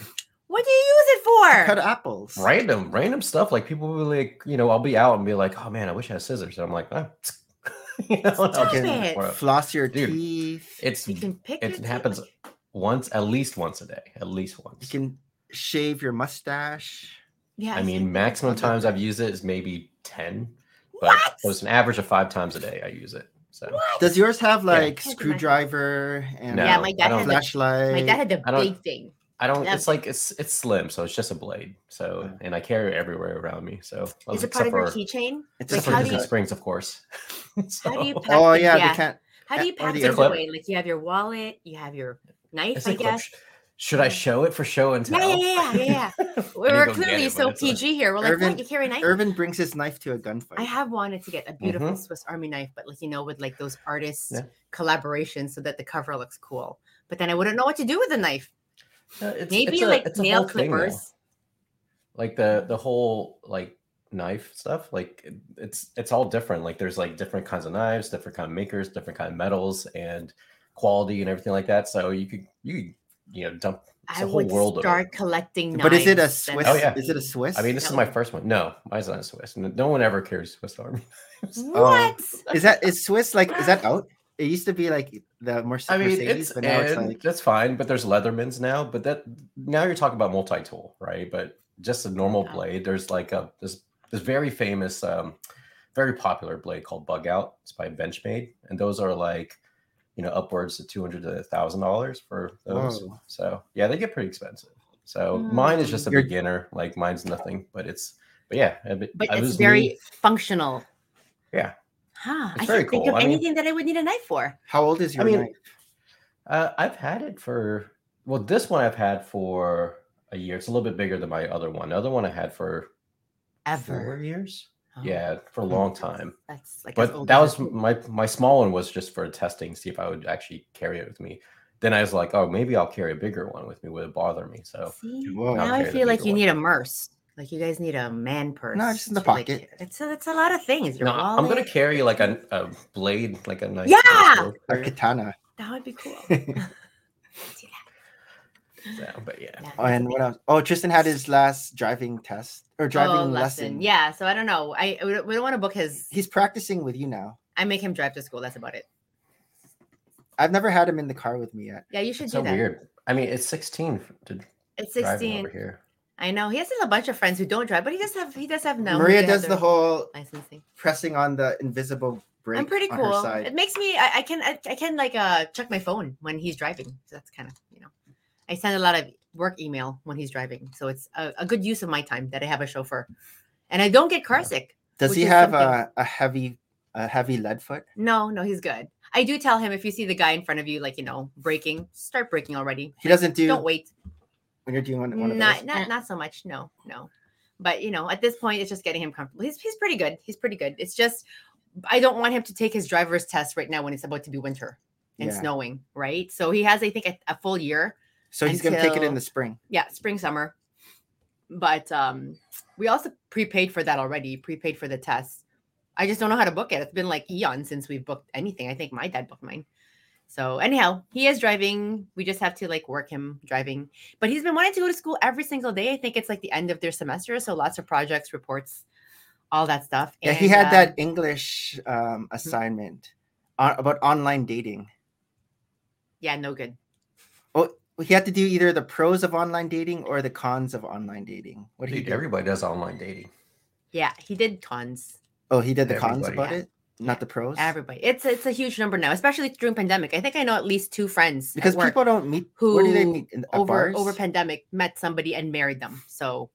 [SPEAKER 5] What do you use it for?
[SPEAKER 2] Cut apples.
[SPEAKER 4] Random, random stuff. Like people will be like, you know, I'll be out and be like, oh man, I wish I had scissors. And I'm like, ah, [LAUGHS] you know, and I'll
[SPEAKER 5] Stop
[SPEAKER 4] just
[SPEAKER 5] it.
[SPEAKER 4] pour out.
[SPEAKER 2] Floss your
[SPEAKER 4] Dude.
[SPEAKER 2] teeth.
[SPEAKER 4] It's
[SPEAKER 5] You can pick.
[SPEAKER 4] it
[SPEAKER 5] your teeth
[SPEAKER 4] happens
[SPEAKER 5] like-
[SPEAKER 4] once at least once a day. At least
[SPEAKER 2] You
[SPEAKER 4] once.
[SPEAKER 2] can shave your mustache.
[SPEAKER 5] Yeah.
[SPEAKER 4] I
[SPEAKER 5] it's
[SPEAKER 4] mean,
[SPEAKER 5] like-
[SPEAKER 4] maximum
[SPEAKER 2] Okay.
[SPEAKER 4] times I've used it is maybe ten, but
[SPEAKER 5] What?
[SPEAKER 4] it's an average of five times a day I use it. So
[SPEAKER 5] What?
[SPEAKER 2] Does yours have
[SPEAKER 4] Yeah.
[SPEAKER 2] like
[SPEAKER 5] Has a
[SPEAKER 2] screwdriver and
[SPEAKER 4] No,
[SPEAKER 5] yeah, my
[SPEAKER 4] I
[SPEAKER 5] dad
[SPEAKER 4] don't-
[SPEAKER 5] had the,
[SPEAKER 2] flashlight?
[SPEAKER 5] my dad had the
[SPEAKER 4] I don't-
[SPEAKER 5] big thing.
[SPEAKER 4] I don't.
[SPEAKER 5] Yeah.
[SPEAKER 4] It's like it's it's slim, so it's just a blade. So
[SPEAKER 2] Yeah.
[SPEAKER 4] and I carry it everywhere around me. So well,
[SPEAKER 5] Is it
[SPEAKER 4] except
[SPEAKER 5] part of your
[SPEAKER 4] for
[SPEAKER 5] keychain?
[SPEAKER 4] except
[SPEAKER 2] It's
[SPEAKER 5] Like,
[SPEAKER 2] just
[SPEAKER 4] for
[SPEAKER 5] how
[SPEAKER 2] like
[SPEAKER 5] do
[SPEAKER 4] Disney
[SPEAKER 5] you-
[SPEAKER 4] Springs, of course. [LAUGHS] so,
[SPEAKER 5] How do you pack
[SPEAKER 2] Oh
[SPEAKER 5] things?
[SPEAKER 2] yeah, they can't.
[SPEAKER 5] How do you
[SPEAKER 2] or
[SPEAKER 5] pack
[SPEAKER 2] the
[SPEAKER 5] things
[SPEAKER 4] clip.
[SPEAKER 5] away? Like you have your wallet, you have your knife,
[SPEAKER 4] it's
[SPEAKER 5] I
[SPEAKER 4] like, look,
[SPEAKER 5] guess.
[SPEAKER 4] sh- should I
[SPEAKER 5] Yeah.
[SPEAKER 4] show it for show and tell?
[SPEAKER 5] Yeah, yeah, yeah,
[SPEAKER 4] [LAUGHS]
[SPEAKER 5] yeah, yeah.
[SPEAKER 4] I need to
[SPEAKER 5] We're
[SPEAKER 4] go get
[SPEAKER 5] clearly
[SPEAKER 4] it,
[SPEAKER 5] so
[SPEAKER 4] but it's a-
[SPEAKER 5] PG here. We're like,
[SPEAKER 2] Irvin-
[SPEAKER 5] what? You carry a knife?
[SPEAKER 2] Irvin brings his knife to a gunfight.
[SPEAKER 5] I have wanted to get a beautiful Swiss Army knife, but like you know, with like those artists
[SPEAKER 4] Mm-hmm. Yeah.
[SPEAKER 5] collaborations, so that the cover looks cool. But then I wouldn't know what to do with the knife.
[SPEAKER 4] Uh, it's-
[SPEAKER 5] Maybe
[SPEAKER 4] it's a-
[SPEAKER 5] like
[SPEAKER 4] it's a
[SPEAKER 5] nail
[SPEAKER 4] whole thing, though.
[SPEAKER 5] clippers.
[SPEAKER 4] like the the whole like knife stuff like it- it's it's all different like there's like different kinds of knives different kind of makers different kind of metals and quality and everything like that so you could you could, you know dump it's
[SPEAKER 5] I
[SPEAKER 4] a whole
[SPEAKER 5] would
[SPEAKER 4] world of it.
[SPEAKER 5] start collecting knives.
[SPEAKER 2] But is it a
[SPEAKER 5] and-
[SPEAKER 2] Swiss?
[SPEAKER 4] Oh, yeah.
[SPEAKER 2] Is it a Swiss?
[SPEAKER 4] i mean this
[SPEAKER 2] [LAUGHS]
[SPEAKER 4] is my
[SPEAKER 5] No.
[SPEAKER 4] first one no mine's not a swiss N- no one ever carries swiss army knives.
[SPEAKER 5] What?
[SPEAKER 2] is that is Swiss like is that out? It used to be like the Merce-
[SPEAKER 4] i mean
[SPEAKER 2] Mercedes,
[SPEAKER 4] it's,
[SPEAKER 2] but now it's
[SPEAKER 4] and
[SPEAKER 2] like
[SPEAKER 4] that's fine but there's leathermans now but that now you're talking about multi-tool right but just a normal
[SPEAKER 5] Yeah.
[SPEAKER 4] blade there's like a this this very famous um very popular blade called bug out it's by benchmade and those are like you know upwards to 200 to 1000 dollars for those
[SPEAKER 2] Whoa. Hmm.
[SPEAKER 4] so yeah they get pretty expensive so mine is
[SPEAKER 5] Mm.
[SPEAKER 4] just a
[SPEAKER 2] You're-
[SPEAKER 4] beginner like mine's nothing but it's but yeah I mean,
[SPEAKER 5] But
[SPEAKER 4] I
[SPEAKER 5] it's
[SPEAKER 4] was
[SPEAKER 5] very
[SPEAKER 4] me-
[SPEAKER 5] functional.
[SPEAKER 4] Yeah.
[SPEAKER 5] Huh.
[SPEAKER 4] It's
[SPEAKER 5] I
[SPEAKER 4] very
[SPEAKER 5] can't think
[SPEAKER 4] cool.
[SPEAKER 5] of
[SPEAKER 4] I mean-
[SPEAKER 5] anything that I would need a knife for.
[SPEAKER 2] how old is
[SPEAKER 4] I
[SPEAKER 2] your
[SPEAKER 4] mean,
[SPEAKER 2] knife?
[SPEAKER 4] Uh, I've had it for well, this one I've had for a year. It's a little bit bigger than my other one. The other one I had for four
[SPEAKER 5] Ever.
[SPEAKER 4] years.
[SPEAKER 5] Oh,
[SPEAKER 4] Yeah, for a long time.
[SPEAKER 5] That's like as
[SPEAKER 4] But
[SPEAKER 5] old
[SPEAKER 4] that
[SPEAKER 5] as-
[SPEAKER 4] was my my small one was just for testing, see if I would actually carry it with me. Then I was like, oh, maybe I'll carry a bigger one with me. Would it bother me? So
[SPEAKER 5] See?
[SPEAKER 2] Whoa.
[SPEAKER 4] I'll
[SPEAKER 5] Now I
[SPEAKER 4] carry the
[SPEAKER 5] feel like
[SPEAKER 4] bigger
[SPEAKER 5] you
[SPEAKER 4] one.
[SPEAKER 5] need a merce. Like you guys need a man purse.
[SPEAKER 2] just in the
[SPEAKER 5] to, like,
[SPEAKER 2] pocket.
[SPEAKER 5] it's a, it's a lot of things. Your
[SPEAKER 4] No,
[SPEAKER 5] wallet.
[SPEAKER 4] I'm gonna carry like a, a blade, like a knife.
[SPEAKER 5] Yeah!
[SPEAKER 2] A katana.
[SPEAKER 5] That would be cool.
[SPEAKER 2] [LAUGHS]
[SPEAKER 5] See that?
[SPEAKER 4] [LAUGHS] So, but yeah.
[SPEAKER 5] Yeah,
[SPEAKER 2] Oh,
[SPEAKER 5] that's
[SPEAKER 2] and
[SPEAKER 5] a
[SPEAKER 2] what else? Oh, Tristan had his last driving test or driving
[SPEAKER 5] Oh,
[SPEAKER 2] lesson.
[SPEAKER 5] Yeah. So I don't know. I we don't, we don't want to book his.
[SPEAKER 2] He's practicing with you now.
[SPEAKER 5] I make him drive to school. That's about it.
[SPEAKER 2] I've never had him in the car with me yet.
[SPEAKER 5] Yeah, you should
[SPEAKER 4] So
[SPEAKER 5] do that.
[SPEAKER 4] weird. I mean, it's 16 to driving
[SPEAKER 5] It's sixteen.
[SPEAKER 4] over here.
[SPEAKER 5] I know he has a bunch of friends who don't drive, but he does have he does have no.
[SPEAKER 2] Maria does the whole
[SPEAKER 5] licensing.
[SPEAKER 2] pressing on the invisible brake.
[SPEAKER 5] I'm pretty
[SPEAKER 2] on her
[SPEAKER 5] cool.
[SPEAKER 2] side.
[SPEAKER 5] It makes me I, I can I, I can like uh check my phone when he's driving. So that's kind of you know I send a lot of work email when he's driving, so it's a, a good use of my time that I have a chauffeur, and I don't get car
[SPEAKER 4] Yeah.
[SPEAKER 5] sick.
[SPEAKER 2] Does
[SPEAKER 5] which
[SPEAKER 2] he
[SPEAKER 5] is
[SPEAKER 2] have
[SPEAKER 5] something.
[SPEAKER 2] a, a heavy a heavy lead foot?
[SPEAKER 5] No, no, he's good. I do tell him if you see the guy in front of you, like you know, braking, start braking already.
[SPEAKER 2] He doesn't do
[SPEAKER 5] Don't wait.
[SPEAKER 2] when you're doing one, one of
[SPEAKER 5] Not
[SPEAKER 2] those.
[SPEAKER 5] not not so much. No, no. But you know, at this point, it's just getting him comfortable. He's he's pretty good. He's pretty good. It's just I don't want him to take his driver's test right now when it's about to be winter and
[SPEAKER 2] Yeah.
[SPEAKER 5] snowing, right? So he has, I think, a, a full year.
[SPEAKER 2] So he's gonna take it in
[SPEAKER 5] until-
[SPEAKER 2] the spring.
[SPEAKER 5] Yeah, spring summer. But um, we also prepaid for that already. Prepaid for the test. I just don't know how to book it. It's been like eon since we've booked anything. I think my dad booked mine. So anyhow, he is driving. We just have to like work him driving. But he's been wanting to go to school every single day. I think it's like the end of their semester, so lots of projects, reports, all that stuff.
[SPEAKER 2] Yeah, he
[SPEAKER 5] And, Mm-hmm.
[SPEAKER 2] had
[SPEAKER 5] uh,
[SPEAKER 2] that English um, assignment on, about online dating. Oh,
[SPEAKER 5] Yeah, no good.
[SPEAKER 2] He had to do either the pros of online dating or the cons of online dating. What did he
[SPEAKER 4] Dude,
[SPEAKER 2] do?
[SPEAKER 4] everybody does online dating.
[SPEAKER 5] Yeah, he did cons.
[SPEAKER 2] oh, he did the cons
[SPEAKER 4] everybody.
[SPEAKER 2] about
[SPEAKER 5] Yeah.
[SPEAKER 2] it, not the pros.
[SPEAKER 5] Everybody, it's it's a huge number now, especially during pandemic. I think I know at least two friends at
[SPEAKER 2] because
[SPEAKER 5] work
[SPEAKER 2] people don't meet. where do they
[SPEAKER 5] who
[SPEAKER 2] meet? In, at
[SPEAKER 5] over
[SPEAKER 2] bars?
[SPEAKER 5] over pandemic met somebody and married them. So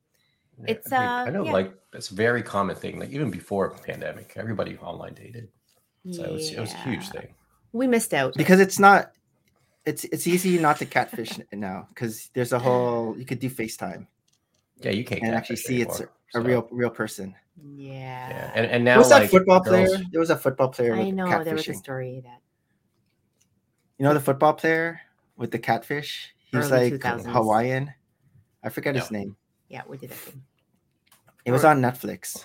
[SPEAKER 4] Yeah,
[SPEAKER 5] It's,
[SPEAKER 4] dude,
[SPEAKER 5] uh,
[SPEAKER 4] I know,
[SPEAKER 5] yeah.
[SPEAKER 4] like it's a very common thing. Like even before pandemic, everybody online dated, so it, was, it was a huge
[SPEAKER 5] yeah,
[SPEAKER 4] thing.
[SPEAKER 5] We missed out.
[SPEAKER 2] because it's not It's it's easy not to catfish now because there's a whole you could do FaceTime
[SPEAKER 4] Yeah, you can't
[SPEAKER 2] and
[SPEAKER 4] catfish
[SPEAKER 2] actually see it's a,
[SPEAKER 4] anymore,
[SPEAKER 2] a
[SPEAKER 4] so,
[SPEAKER 2] real real person.
[SPEAKER 5] Yeah.
[SPEAKER 4] Yeah, and, and now
[SPEAKER 2] What's that
[SPEAKER 4] like,
[SPEAKER 2] football player?
[SPEAKER 4] girls-
[SPEAKER 2] There was a football player with
[SPEAKER 5] I know there was a
[SPEAKER 2] catfishing.
[SPEAKER 5] story that
[SPEAKER 2] You know the football player with the catfish? He was
[SPEAKER 5] Early
[SPEAKER 2] like
[SPEAKER 5] 2000s.
[SPEAKER 2] Hawaiian. I forget his name.
[SPEAKER 5] yeah, we did that thing.
[SPEAKER 2] It was on Netflix.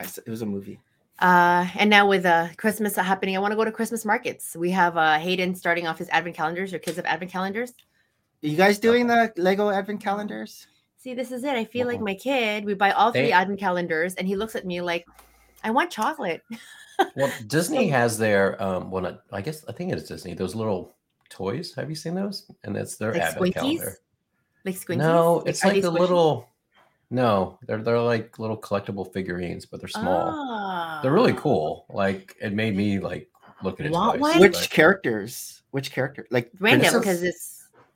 [SPEAKER 2] I s it was a movie.
[SPEAKER 5] Uh, and now with uh, Christmas happening, I want to go to Christmas markets. We have uh, Hayden starting off his advent calendars. Your kids have advent calendars.
[SPEAKER 2] Are you guys doing the Lego advent calendars?
[SPEAKER 5] See, this is it. I feel
[SPEAKER 2] Uh-huh.
[SPEAKER 5] like
[SPEAKER 4] Mhm.
[SPEAKER 5] my kid. We buy all three
[SPEAKER 4] They-
[SPEAKER 5] advent calendars, and he looks at me like, "I want chocolate."
[SPEAKER 4] Well, Disney
[SPEAKER 2] Oh.
[SPEAKER 4] has their um. Well, not, I guess I think it is Disney. Those little toys. Have you seen those? And that's their
[SPEAKER 5] Like
[SPEAKER 4] advent
[SPEAKER 5] squinkies?
[SPEAKER 4] calendar.
[SPEAKER 5] Like squinties.
[SPEAKER 4] No, it's
[SPEAKER 5] are
[SPEAKER 4] like
[SPEAKER 5] they
[SPEAKER 4] the
[SPEAKER 5] squishy?
[SPEAKER 4] little. No, they're they're like little collectible figurines, but they're small. They're really
[SPEAKER 5] Ah.
[SPEAKER 4] cool. Like it made me like look at it.
[SPEAKER 5] Want
[SPEAKER 4] twice,
[SPEAKER 5] one?
[SPEAKER 2] Which
[SPEAKER 4] but
[SPEAKER 2] characters? Which character? Like
[SPEAKER 5] Random
[SPEAKER 4] Princess?
[SPEAKER 5] because it's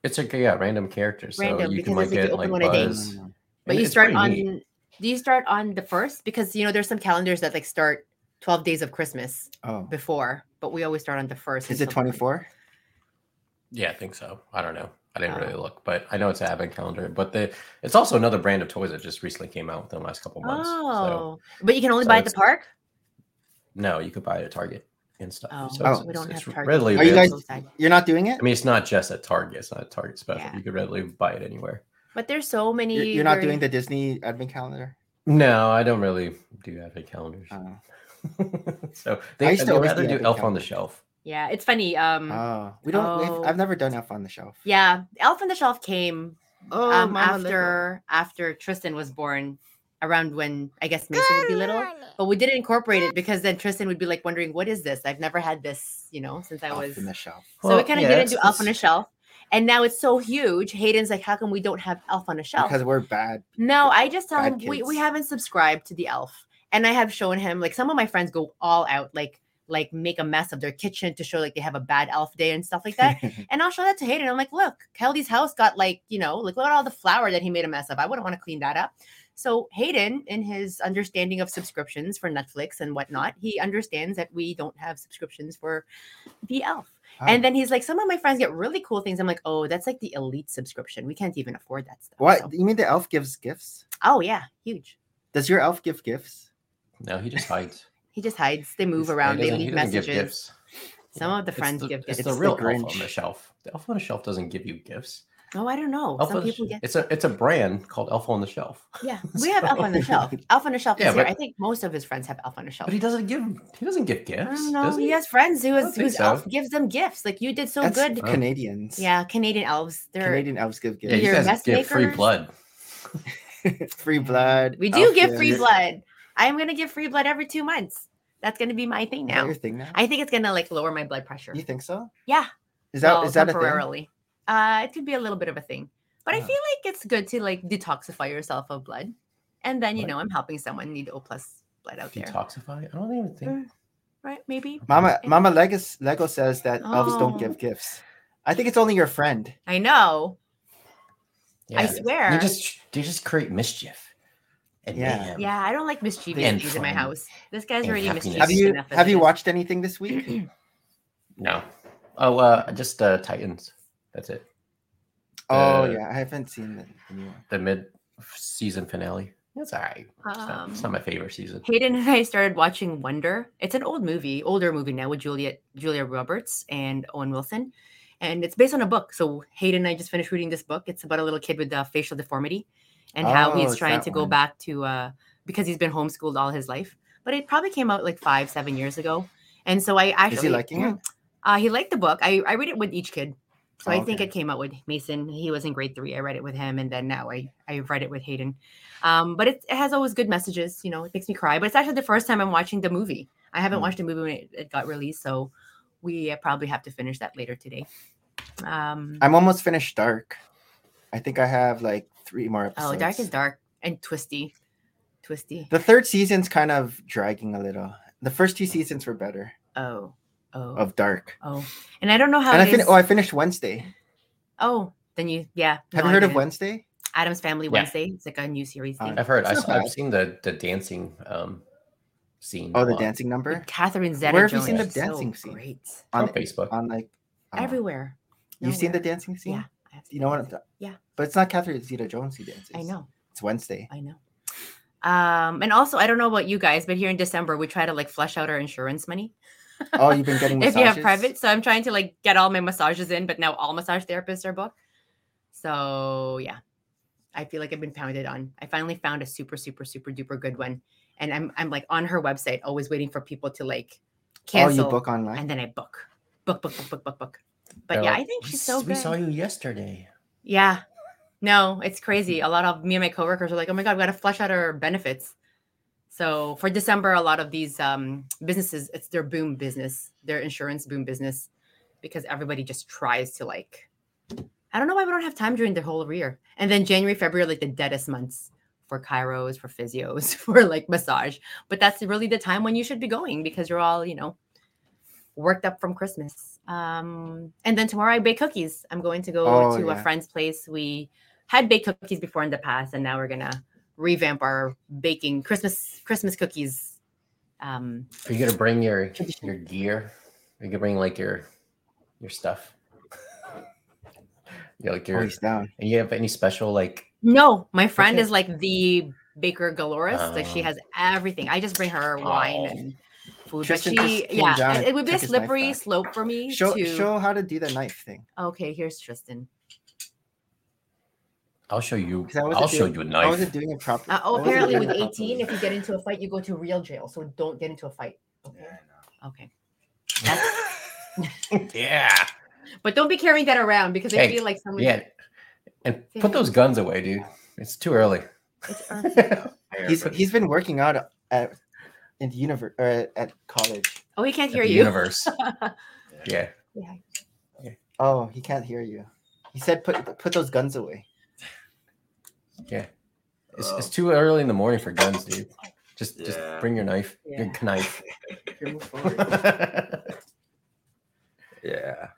[SPEAKER 4] It's a yeah, random characters.
[SPEAKER 5] Random,
[SPEAKER 4] so you can
[SPEAKER 5] because
[SPEAKER 4] like
[SPEAKER 5] it's like you
[SPEAKER 4] get
[SPEAKER 5] open
[SPEAKER 4] like
[SPEAKER 5] one a day.
[SPEAKER 4] buzz.
[SPEAKER 2] Mm.
[SPEAKER 5] but
[SPEAKER 4] And
[SPEAKER 5] you
[SPEAKER 4] it's
[SPEAKER 5] start
[SPEAKER 4] pretty
[SPEAKER 5] on.
[SPEAKER 4] neat.
[SPEAKER 5] Do you start on the first? Because you know there's some calendars that like start twelve days of Christmas
[SPEAKER 2] Oh,
[SPEAKER 5] before, but we always start on the first.
[SPEAKER 2] is it
[SPEAKER 5] until the
[SPEAKER 2] 24?
[SPEAKER 4] Yeah, I think so. I don't know. I didn't really
[SPEAKER 5] Oh.
[SPEAKER 4] look, but I know it's an advent calendar. But the it's also another brand of toys that just recently came out within the last couple months. So
[SPEAKER 5] Oh, but you can only
[SPEAKER 4] so
[SPEAKER 5] buy at the
[SPEAKER 4] it's-
[SPEAKER 5] park.
[SPEAKER 4] no, you could buy it at Target and stuff.
[SPEAKER 5] Oh,
[SPEAKER 4] so
[SPEAKER 5] we don't have Target.
[SPEAKER 4] readily
[SPEAKER 2] Are you guys-
[SPEAKER 4] available.
[SPEAKER 5] Outside.
[SPEAKER 2] You're not doing it?
[SPEAKER 4] I mean, it's not just at Target. It's not a Target special.
[SPEAKER 5] Yeah.
[SPEAKER 4] You could readily buy it anywhere.
[SPEAKER 5] But there's so many.
[SPEAKER 2] You're, you're not
[SPEAKER 5] very-
[SPEAKER 2] doing the Disney advent calendar?
[SPEAKER 4] No, I don't really do advent calendars.
[SPEAKER 2] Oh.
[SPEAKER 4] [LAUGHS] so
[SPEAKER 2] I
[SPEAKER 4] they,
[SPEAKER 2] used to
[SPEAKER 4] they
[SPEAKER 2] always
[SPEAKER 4] rather
[SPEAKER 2] do
[SPEAKER 4] do
[SPEAKER 2] advent
[SPEAKER 4] Elf on
[SPEAKER 2] calendar.
[SPEAKER 4] the Shelf.
[SPEAKER 5] Yeah, it's funny. Um,
[SPEAKER 2] Oh, we don't. we've-
[SPEAKER 5] Oh.
[SPEAKER 2] I've never done Elf on the Shelf.
[SPEAKER 5] yeah, Elf on the Shelf came
[SPEAKER 2] Oh,
[SPEAKER 5] um,
[SPEAKER 2] Mama Lego.
[SPEAKER 5] after after Tristan was born, around when I guess Mason would be little. But we didn't incorporate it because then Tristan would be like wondering, "What is this? I've never had this, you know, since I
[SPEAKER 2] Elf
[SPEAKER 5] was."
[SPEAKER 2] on the Shelf.
[SPEAKER 5] so we
[SPEAKER 4] Well,
[SPEAKER 5] kind of
[SPEAKER 4] yeah,
[SPEAKER 5] didn't
[SPEAKER 4] it's-
[SPEAKER 5] do Elf on a
[SPEAKER 4] it's-
[SPEAKER 5] Shelf, and now it's so huge. Hayden's like, "How come we don't have Elf on a Shelf?"
[SPEAKER 2] Because we're bad.
[SPEAKER 5] No, I just tell him
[SPEAKER 2] bad
[SPEAKER 5] we, we
[SPEAKER 2] kids.
[SPEAKER 5] haven't subscribed to the elf. And I have shown him like some of my friends go all out, like like make a mess of their kitchen to show like they have a bad elf day and stuff like
[SPEAKER 2] [LAUGHS]
[SPEAKER 5] that. and I'll show that to Hayden. I'm like, look, Kelly's house got like, you know, like look at all the flour that he made a mess of. I wouldn't want to clean that up. So Hayden, in his understanding of subscriptions for Netflix and whatnot, he understands that we don't have subscriptions for the elf. And then he's like, some of my friends get really cool things. I'm like, oh, that's like the elite subscription. We can't even afford that stuff.
[SPEAKER 2] what?
[SPEAKER 5] So-
[SPEAKER 2] You mean the elf gives gifts?
[SPEAKER 5] oh yeah, huge.
[SPEAKER 2] Does your elf give gifts?
[SPEAKER 4] [LAUGHS] No, he
[SPEAKER 5] [LAUGHS]
[SPEAKER 4] just hides.
[SPEAKER 5] He just hides. They
[SPEAKER 4] He's-
[SPEAKER 5] move
[SPEAKER 4] he
[SPEAKER 5] around. They
[SPEAKER 4] doesn't- he
[SPEAKER 5] leave
[SPEAKER 4] doesn't give
[SPEAKER 5] messages.
[SPEAKER 4] gifts.
[SPEAKER 5] Some of the
[SPEAKER 4] It's
[SPEAKER 5] friends
[SPEAKER 4] the-
[SPEAKER 5] give
[SPEAKER 4] It's
[SPEAKER 5] gifts.
[SPEAKER 4] the
[SPEAKER 2] It's the
[SPEAKER 4] real Elf on the
[SPEAKER 2] Grinch.
[SPEAKER 4] Shelf. The Elf on the Shelf doesn't give you gifts.
[SPEAKER 5] Oh, I don't know.
[SPEAKER 4] Elf
[SPEAKER 5] Some
[SPEAKER 4] on the
[SPEAKER 5] people
[SPEAKER 4] Sh-
[SPEAKER 5] get. Oh.
[SPEAKER 4] it's a it's a brand called Elf on the Shelf,
[SPEAKER 5] Yeah, we have Elf on the Shelf. Elf on the Shelf
[SPEAKER 4] Yeah,
[SPEAKER 5] is here.
[SPEAKER 4] but-
[SPEAKER 5] I think most of his friends have Elf on the Shelf.
[SPEAKER 4] but he doesn't give he doesn't give
[SPEAKER 5] I
[SPEAKER 4] gifts.
[SPEAKER 5] don't know.
[SPEAKER 4] does
[SPEAKER 5] He?
[SPEAKER 4] he?
[SPEAKER 5] has friends who
[SPEAKER 4] don't
[SPEAKER 5] is
[SPEAKER 4] think
[SPEAKER 5] whose elf
[SPEAKER 4] so.
[SPEAKER 5] gives them gifts. Like you did so
[SPEAKER 2] That's
[SPEAKER 5] good.
[SPEAKER 2] Canadians.
[SPEAKER 5] Yeah, Canadian elves. They're
[SPEAKER 2] Canadian elves give
[SPEAKER 4] yeah,
[SPEAKER 2] gifts.
[SPEAKER 4] you
[SPEAKER 5] They're
[SPEAKER 4] guys
[SPEAKER 5] mess
[SPEAKER 4] give free
[SPEAKER 5] makers.
[SPEAKER 4] blood.
[SPEAKER 2] [LAUGHS] free blood.
[SPEAKER 5] we do
[SPEAKER 2] elf
[SPEAKER 5] give
[SPEAKER 2] gifts.
[SPEAKER 5] free
[SPEAKER 2] Is
[SPEAKER 5] blood. I'm gonna give free blood every two months. That's gonna be my thing
[SPEAKER 2] that
[SPEAKER 5] now.
[SPEAKER 2] your thing now?
[SPEAKER 5] I think it's gonna like lower my blood pressure.
[SPEAKER 2] you think so?
[SPEAKER 5] Yeah.
[SPEAKER 2] Is that is
[SPEAKER 5] well,
[SPEAKER 2] that a thing?
[SPEAKER 5] temporarily? Uh, it could be a little bit of a thing, but I
[SPEAKER 2] Yeah.
[SPEAKER 5] feel like it's good to like detoxify yourself of blood, and then you know I'm helping someone need O plus blood out there,
[SPEAKER 4] Detoxify? I don't even
[SPEAKER 5] Mm.
[SPEAKER 4] think.
[SPEAKER 5] right? Maybe
[SPEAKER 2] Mama Mama Legos, Lego says that elves
[SPEAKER 5] Oh.
[SPEAKER 2] don't give gifts. I think it's only your friend.
[SPEAKER 5] I know. I
[SPEAKER 4] Yeah.
[SPEAKER 5] swear.
[SPEAKER 4] They just they just create mischief. And
[SPEAKER 2] Yeah.
[SPEAKER 4] mayhem.
[SPEAKER 5] yeah, I don't like mischievous
[SPEAKER 4] And
[SPEAKER 5] things in my
[SPEAKER 4] fun.
[SPEAKER 5] house. This guy's
[SPEAKER 4] And
[SPEAKER 5] already
[SPEAKER 4] happiness.
[SPEAKER 5] mischievous.
[SPEAKER 2] Have you
[SPEAKER 5] enough as
[SPEAKER 2] have
[SPEAKER 5] it
[SPEAKER 2] you
[SPEAKER 5] is.
[SPEAKER 2] watched anything this
[SPEAKER 5] [CLEARS THROAT]
[SPEAKER 2] week?
[SPEAKER 4] No. Oh, uh, just uh, Titans. That's it.
[SPEAKER 2] oh
[SPEAKER 4] Uh,
[SPEAKER 2] yeah, I haven't seen the the new one.
[SPEAKER 4] The mid season finale. It's all right. It's, not, it's not
[SPEAKER 5] Um,
[SPEAKER 4] my favorite season.
[SPEAKER 5] Hayden and I started watching Wonder. It's an old movie, older movie now with Juliet Julia Roberts and Owen Wilson. And it's based on a book. So Hayden and I just finished reading this book. It's about a little kid with uh, facial deformity and how
[SPEAKER 2] Oh,
[SPEAKER 5] he's
[SPEAKER 2] it's
[SPEAKER 5] trying
[SPEAKER 2] that
[SPEAKER 5] to go
[SPEAKER 2] one.
[SPEAKER 5] back to uh, because he's been homeschooled all his life. But it probably came out like five, seven years ago. And so I actually
[SPEAKER 2] Is he liking it?
[SPEAKER 5] Uh, he liked the book. I, I read it with each kid. So
[SPEAKER 2] Oh,
[SPEAKER 5] I think
[SPEAKER 2] okay.
[SPEAKER 5] it came out with Mason. He was in grade three. I read it with him, and then now I I read it with Hayden. Um, but it, it has always good messages. You know, it makes me cry. But it's actually the first time I'm watching the movie. I haven't
[SPEAKER 2] Hmm.
[SPEAKER 5] watched the movie when it, it got released, so we uh, probably have to finish that later today. Um,
[SPEAKER 2] I'm almost finished Dark. I think I have like three more episodes.
[SPEAKER 5] oh, dark is dark and twisty, twisty.
[SPEAKER 2] The third season's kind of dragging a little. The first two seasons were better
[SPEAKER 5] Oh, oh,
[SPEAKER 2] of Dark.
[SPEAKER 5] oh. And I don't know how.
[SPEAKER 2] And I
[SPEAKER 5] it
[SPEAKER 2] fin-
[SPEAKER 5] is-
[SPEAKER 2] oh, I finished Wednesday.
[SPEAKER 5] oh, then you yeah.
[SPEAKER 2] Have
[SPEAKER 5] no,
[SPEAKER 2] you
[SPEAKER 5] I
[SPEAKER 2] heard of
[SPEAKER 5] didn't.
[SPEAKER 2] Wednesday?
[SPEAKER 5] Adam's Family
[SPEAKER 4] Yeah.
[SPEAKER 5] Wednesday? It's like a new series
[SPEAKER 2] Oh,
[SPEAKER 5] thing.
[SPEAKER 4] I've heard. I,
[SPEAKER 2] It's not
[SPEAKER 4] have
[SPEAKER 2] bad.
[SPEAKER 4] seen the the dancing um scene.
[SPEAKER 2] Oh,
[SPEAKER 4] a
[SPEAKER 2] the
[SPEAKER 4] lot
[SPEAKER 2] dancing number
[SPEAKER 5] Catherine Zeta.
[SPEAKER 2] Where have you seen
[SPEAKER 4] the
[SPEAKER 5] Jones,
[SPEAKER 2] dancing
[SPEAKER 5] so
[SPEAKER 2] scene?
[SPEAKER 5] Great.
[SPEAKER 4] on
[SPEAKER 2] on
[SPEAKER 4] Facebook.
[SPEAKER 2] on like I don't know.
[SPEAKER 5] Everywhere.
[SPEAKER 2] You've seen the
[SPEAKER 5] nowhere.
[SPEAKER 2] dancing scene?
[SPEAKER 5] Yeah, I have
[SPEAKER 2] You know what I'm
[SPEAKER 5] seen it.
[SPEAKER 2] talking
[SPEAKER 5] Yeah.
[SPEAKER 2] But it's not Catherine Zeta Jones who dances.
[SPEAKER 5] I know.
[SPEAKER 2] It's Wednesday.
[SPEAKER 5] I know. Um, and also, I don't know about you guys, but here in December, we try to like flush out our insurance money.
[SPEAKER 2] Oh, you've been getting
[SPEAKER 5] [LAUGHS] if you have
[SPEAKER 2] massages?
[SPEAKER 5] private. So I'm trying to like get all my massages in, but now all massage therapists are booked. So yeah, I feel like I've been pounded on. I finally found a super, super, super duper good one, and I'm I'm like on her website, always waiting for people to like
[SPEAKER 2] Oh,
[SPEAKER 5] cancel,
[SPEAKER 2] you book online.
[SPEAKER 5] and then I book, book, book, book, book, book, book. But
[SPEAKER 4] They're
[SPEAKER 5] yeah,
[SPEAKER 4] like,
[SPEAKER 5] I think
[SPEAKER 4] "We
[SPEAKER 5] she's
[SPEAKER 4] s-
[SPEAKER 5] so
[SPEAKER 4] We
[SPEAKER 5] good.
[SPEAKER 4] saw you yesterday.
[SPEAKER 5] Yeah. No, it's crazy. A lot of me and my coworkers are like, oh my God, we got to flush out our benefits. So for December, a lot of these um, businesses, it's their boom business, their insurance boom business, because everybody just tries to like, I don't know why we don't have time during the whole year. And then January, February, are, like the deadest months for chiros, for physios, [LAUGHS] for like massage. But that's really the time when you should be going because you're all, you know, worked up from Christmas. Um, and then tomorrow I bake cookies. I'm going to go
[SPEAKER 2] Oh,
[SPEAKER 5] to
[SPEAKER 2] yeah.
[SPEAKER 5] a friend's place. We had baked cookies before in the past, and now we're gonna revamp our baking Christmas Christmas cookies. Um,
[SPEAKER 4] Are you gonna bring your
[SPEAKER 5] Tradition.
[SPEAKER 4] your gear? Are you gonna bring like your your stuff? [LAUGHS] yeah, like
[SPEAKER 2] Oh,
[SPEAKER 4] your.
[SPEAKER 2] he's down.
[SPEAKER 4] And you have any special like?
[SPEAKER 5] no, my friend
[SPEAKER 4] Okay.
[SPEAKER 5] is like the baker galorist. like she
[SPEAKER 4] Oh.
[SPEAKER 5] has everything. I just bring her wine
[SPEAKER 4] Oh.
[SPEAKER 5] and food. But
[SPEAKER 2] Tristan just
[SPEAKER 5] she,
[SPEAKER 2] came down
[SPEAKER 5] yeah,
[SPEAKER 2] and
[SPEAKER 5] it, it would be a
[SPEAKER 2] took his knife
[SPEAKER 5] slippery
[SPEAKER 2] back.
[SPEAKER 5] slope for me
[SPEAKER 2] Show
[SPEAKER 5] to.
[SPEAKER 2] show how to do the knife thing.
[SPEAKER 5] Okay, here's Tristan.
[SPEAKER 4] I'll show you.
[SPEAKER 2] 'Cause I wasn't
[SPEAKER 4] I'll show
[SPEAKER 2] doing-
[SPEAKER 4] you a
[SPEAKER 2] I
[SPEAKER 4] knife.
[SPEAKER 2] wasn't doing it properly.
[SPEAKER 5] Uh,
[SPEAKER 2] I
[SPEAKER 5] oh,
[SPEAKER 2] wasn't
[SPEAKER 5] apparently
[SPEAKER 2] doing
[SPEAKER 5] with
[SPEAKER 2] it properly.
[SPEAKER 5] 18, if you get into a fight, you go to real jail. So don't get into a fight. Okay.
[SPEAKER 4] [LAUGHS]
[SPEAKER 5] Okay.
[SPEAKER 4] yeah.
[SPEAKER 5] But don't be carrying that around because I
[SPEAKER 4] Hey,
[SPEAKER 5] feel like someone.
[SPEAKER 4] Yeah. And put those guns away, dude. It's too early.
[SPEAKER 5] It's uh,
[SPEAKER 2] he's he's been working out at in the universe or at, at college.
[SPEAKER 5] Oh, he can't hear
[SPEAKER 4] the
[SPEAKER 5] you.
[SPEAKER 4] universe. yeah.
[SPEAKER 5] [LAUGHS] Yeah.
[SPEAKER 2] Oh, he can't hear you. He said put put those guns away.
[SPEAKER 4] It's, it's too early in the morning for guns, dude. Just just
[SPEAKER 6] Yeah.
[SPEAKER 4] bring your knife. Your
[SPEAKER 5] Yeah.
[SPEAKER 4] knife. [LAUGHS]
[SPEAKER 2] Here, move forward.
[SPEAKER 4] H-
[SPEAKER 6] Yeah.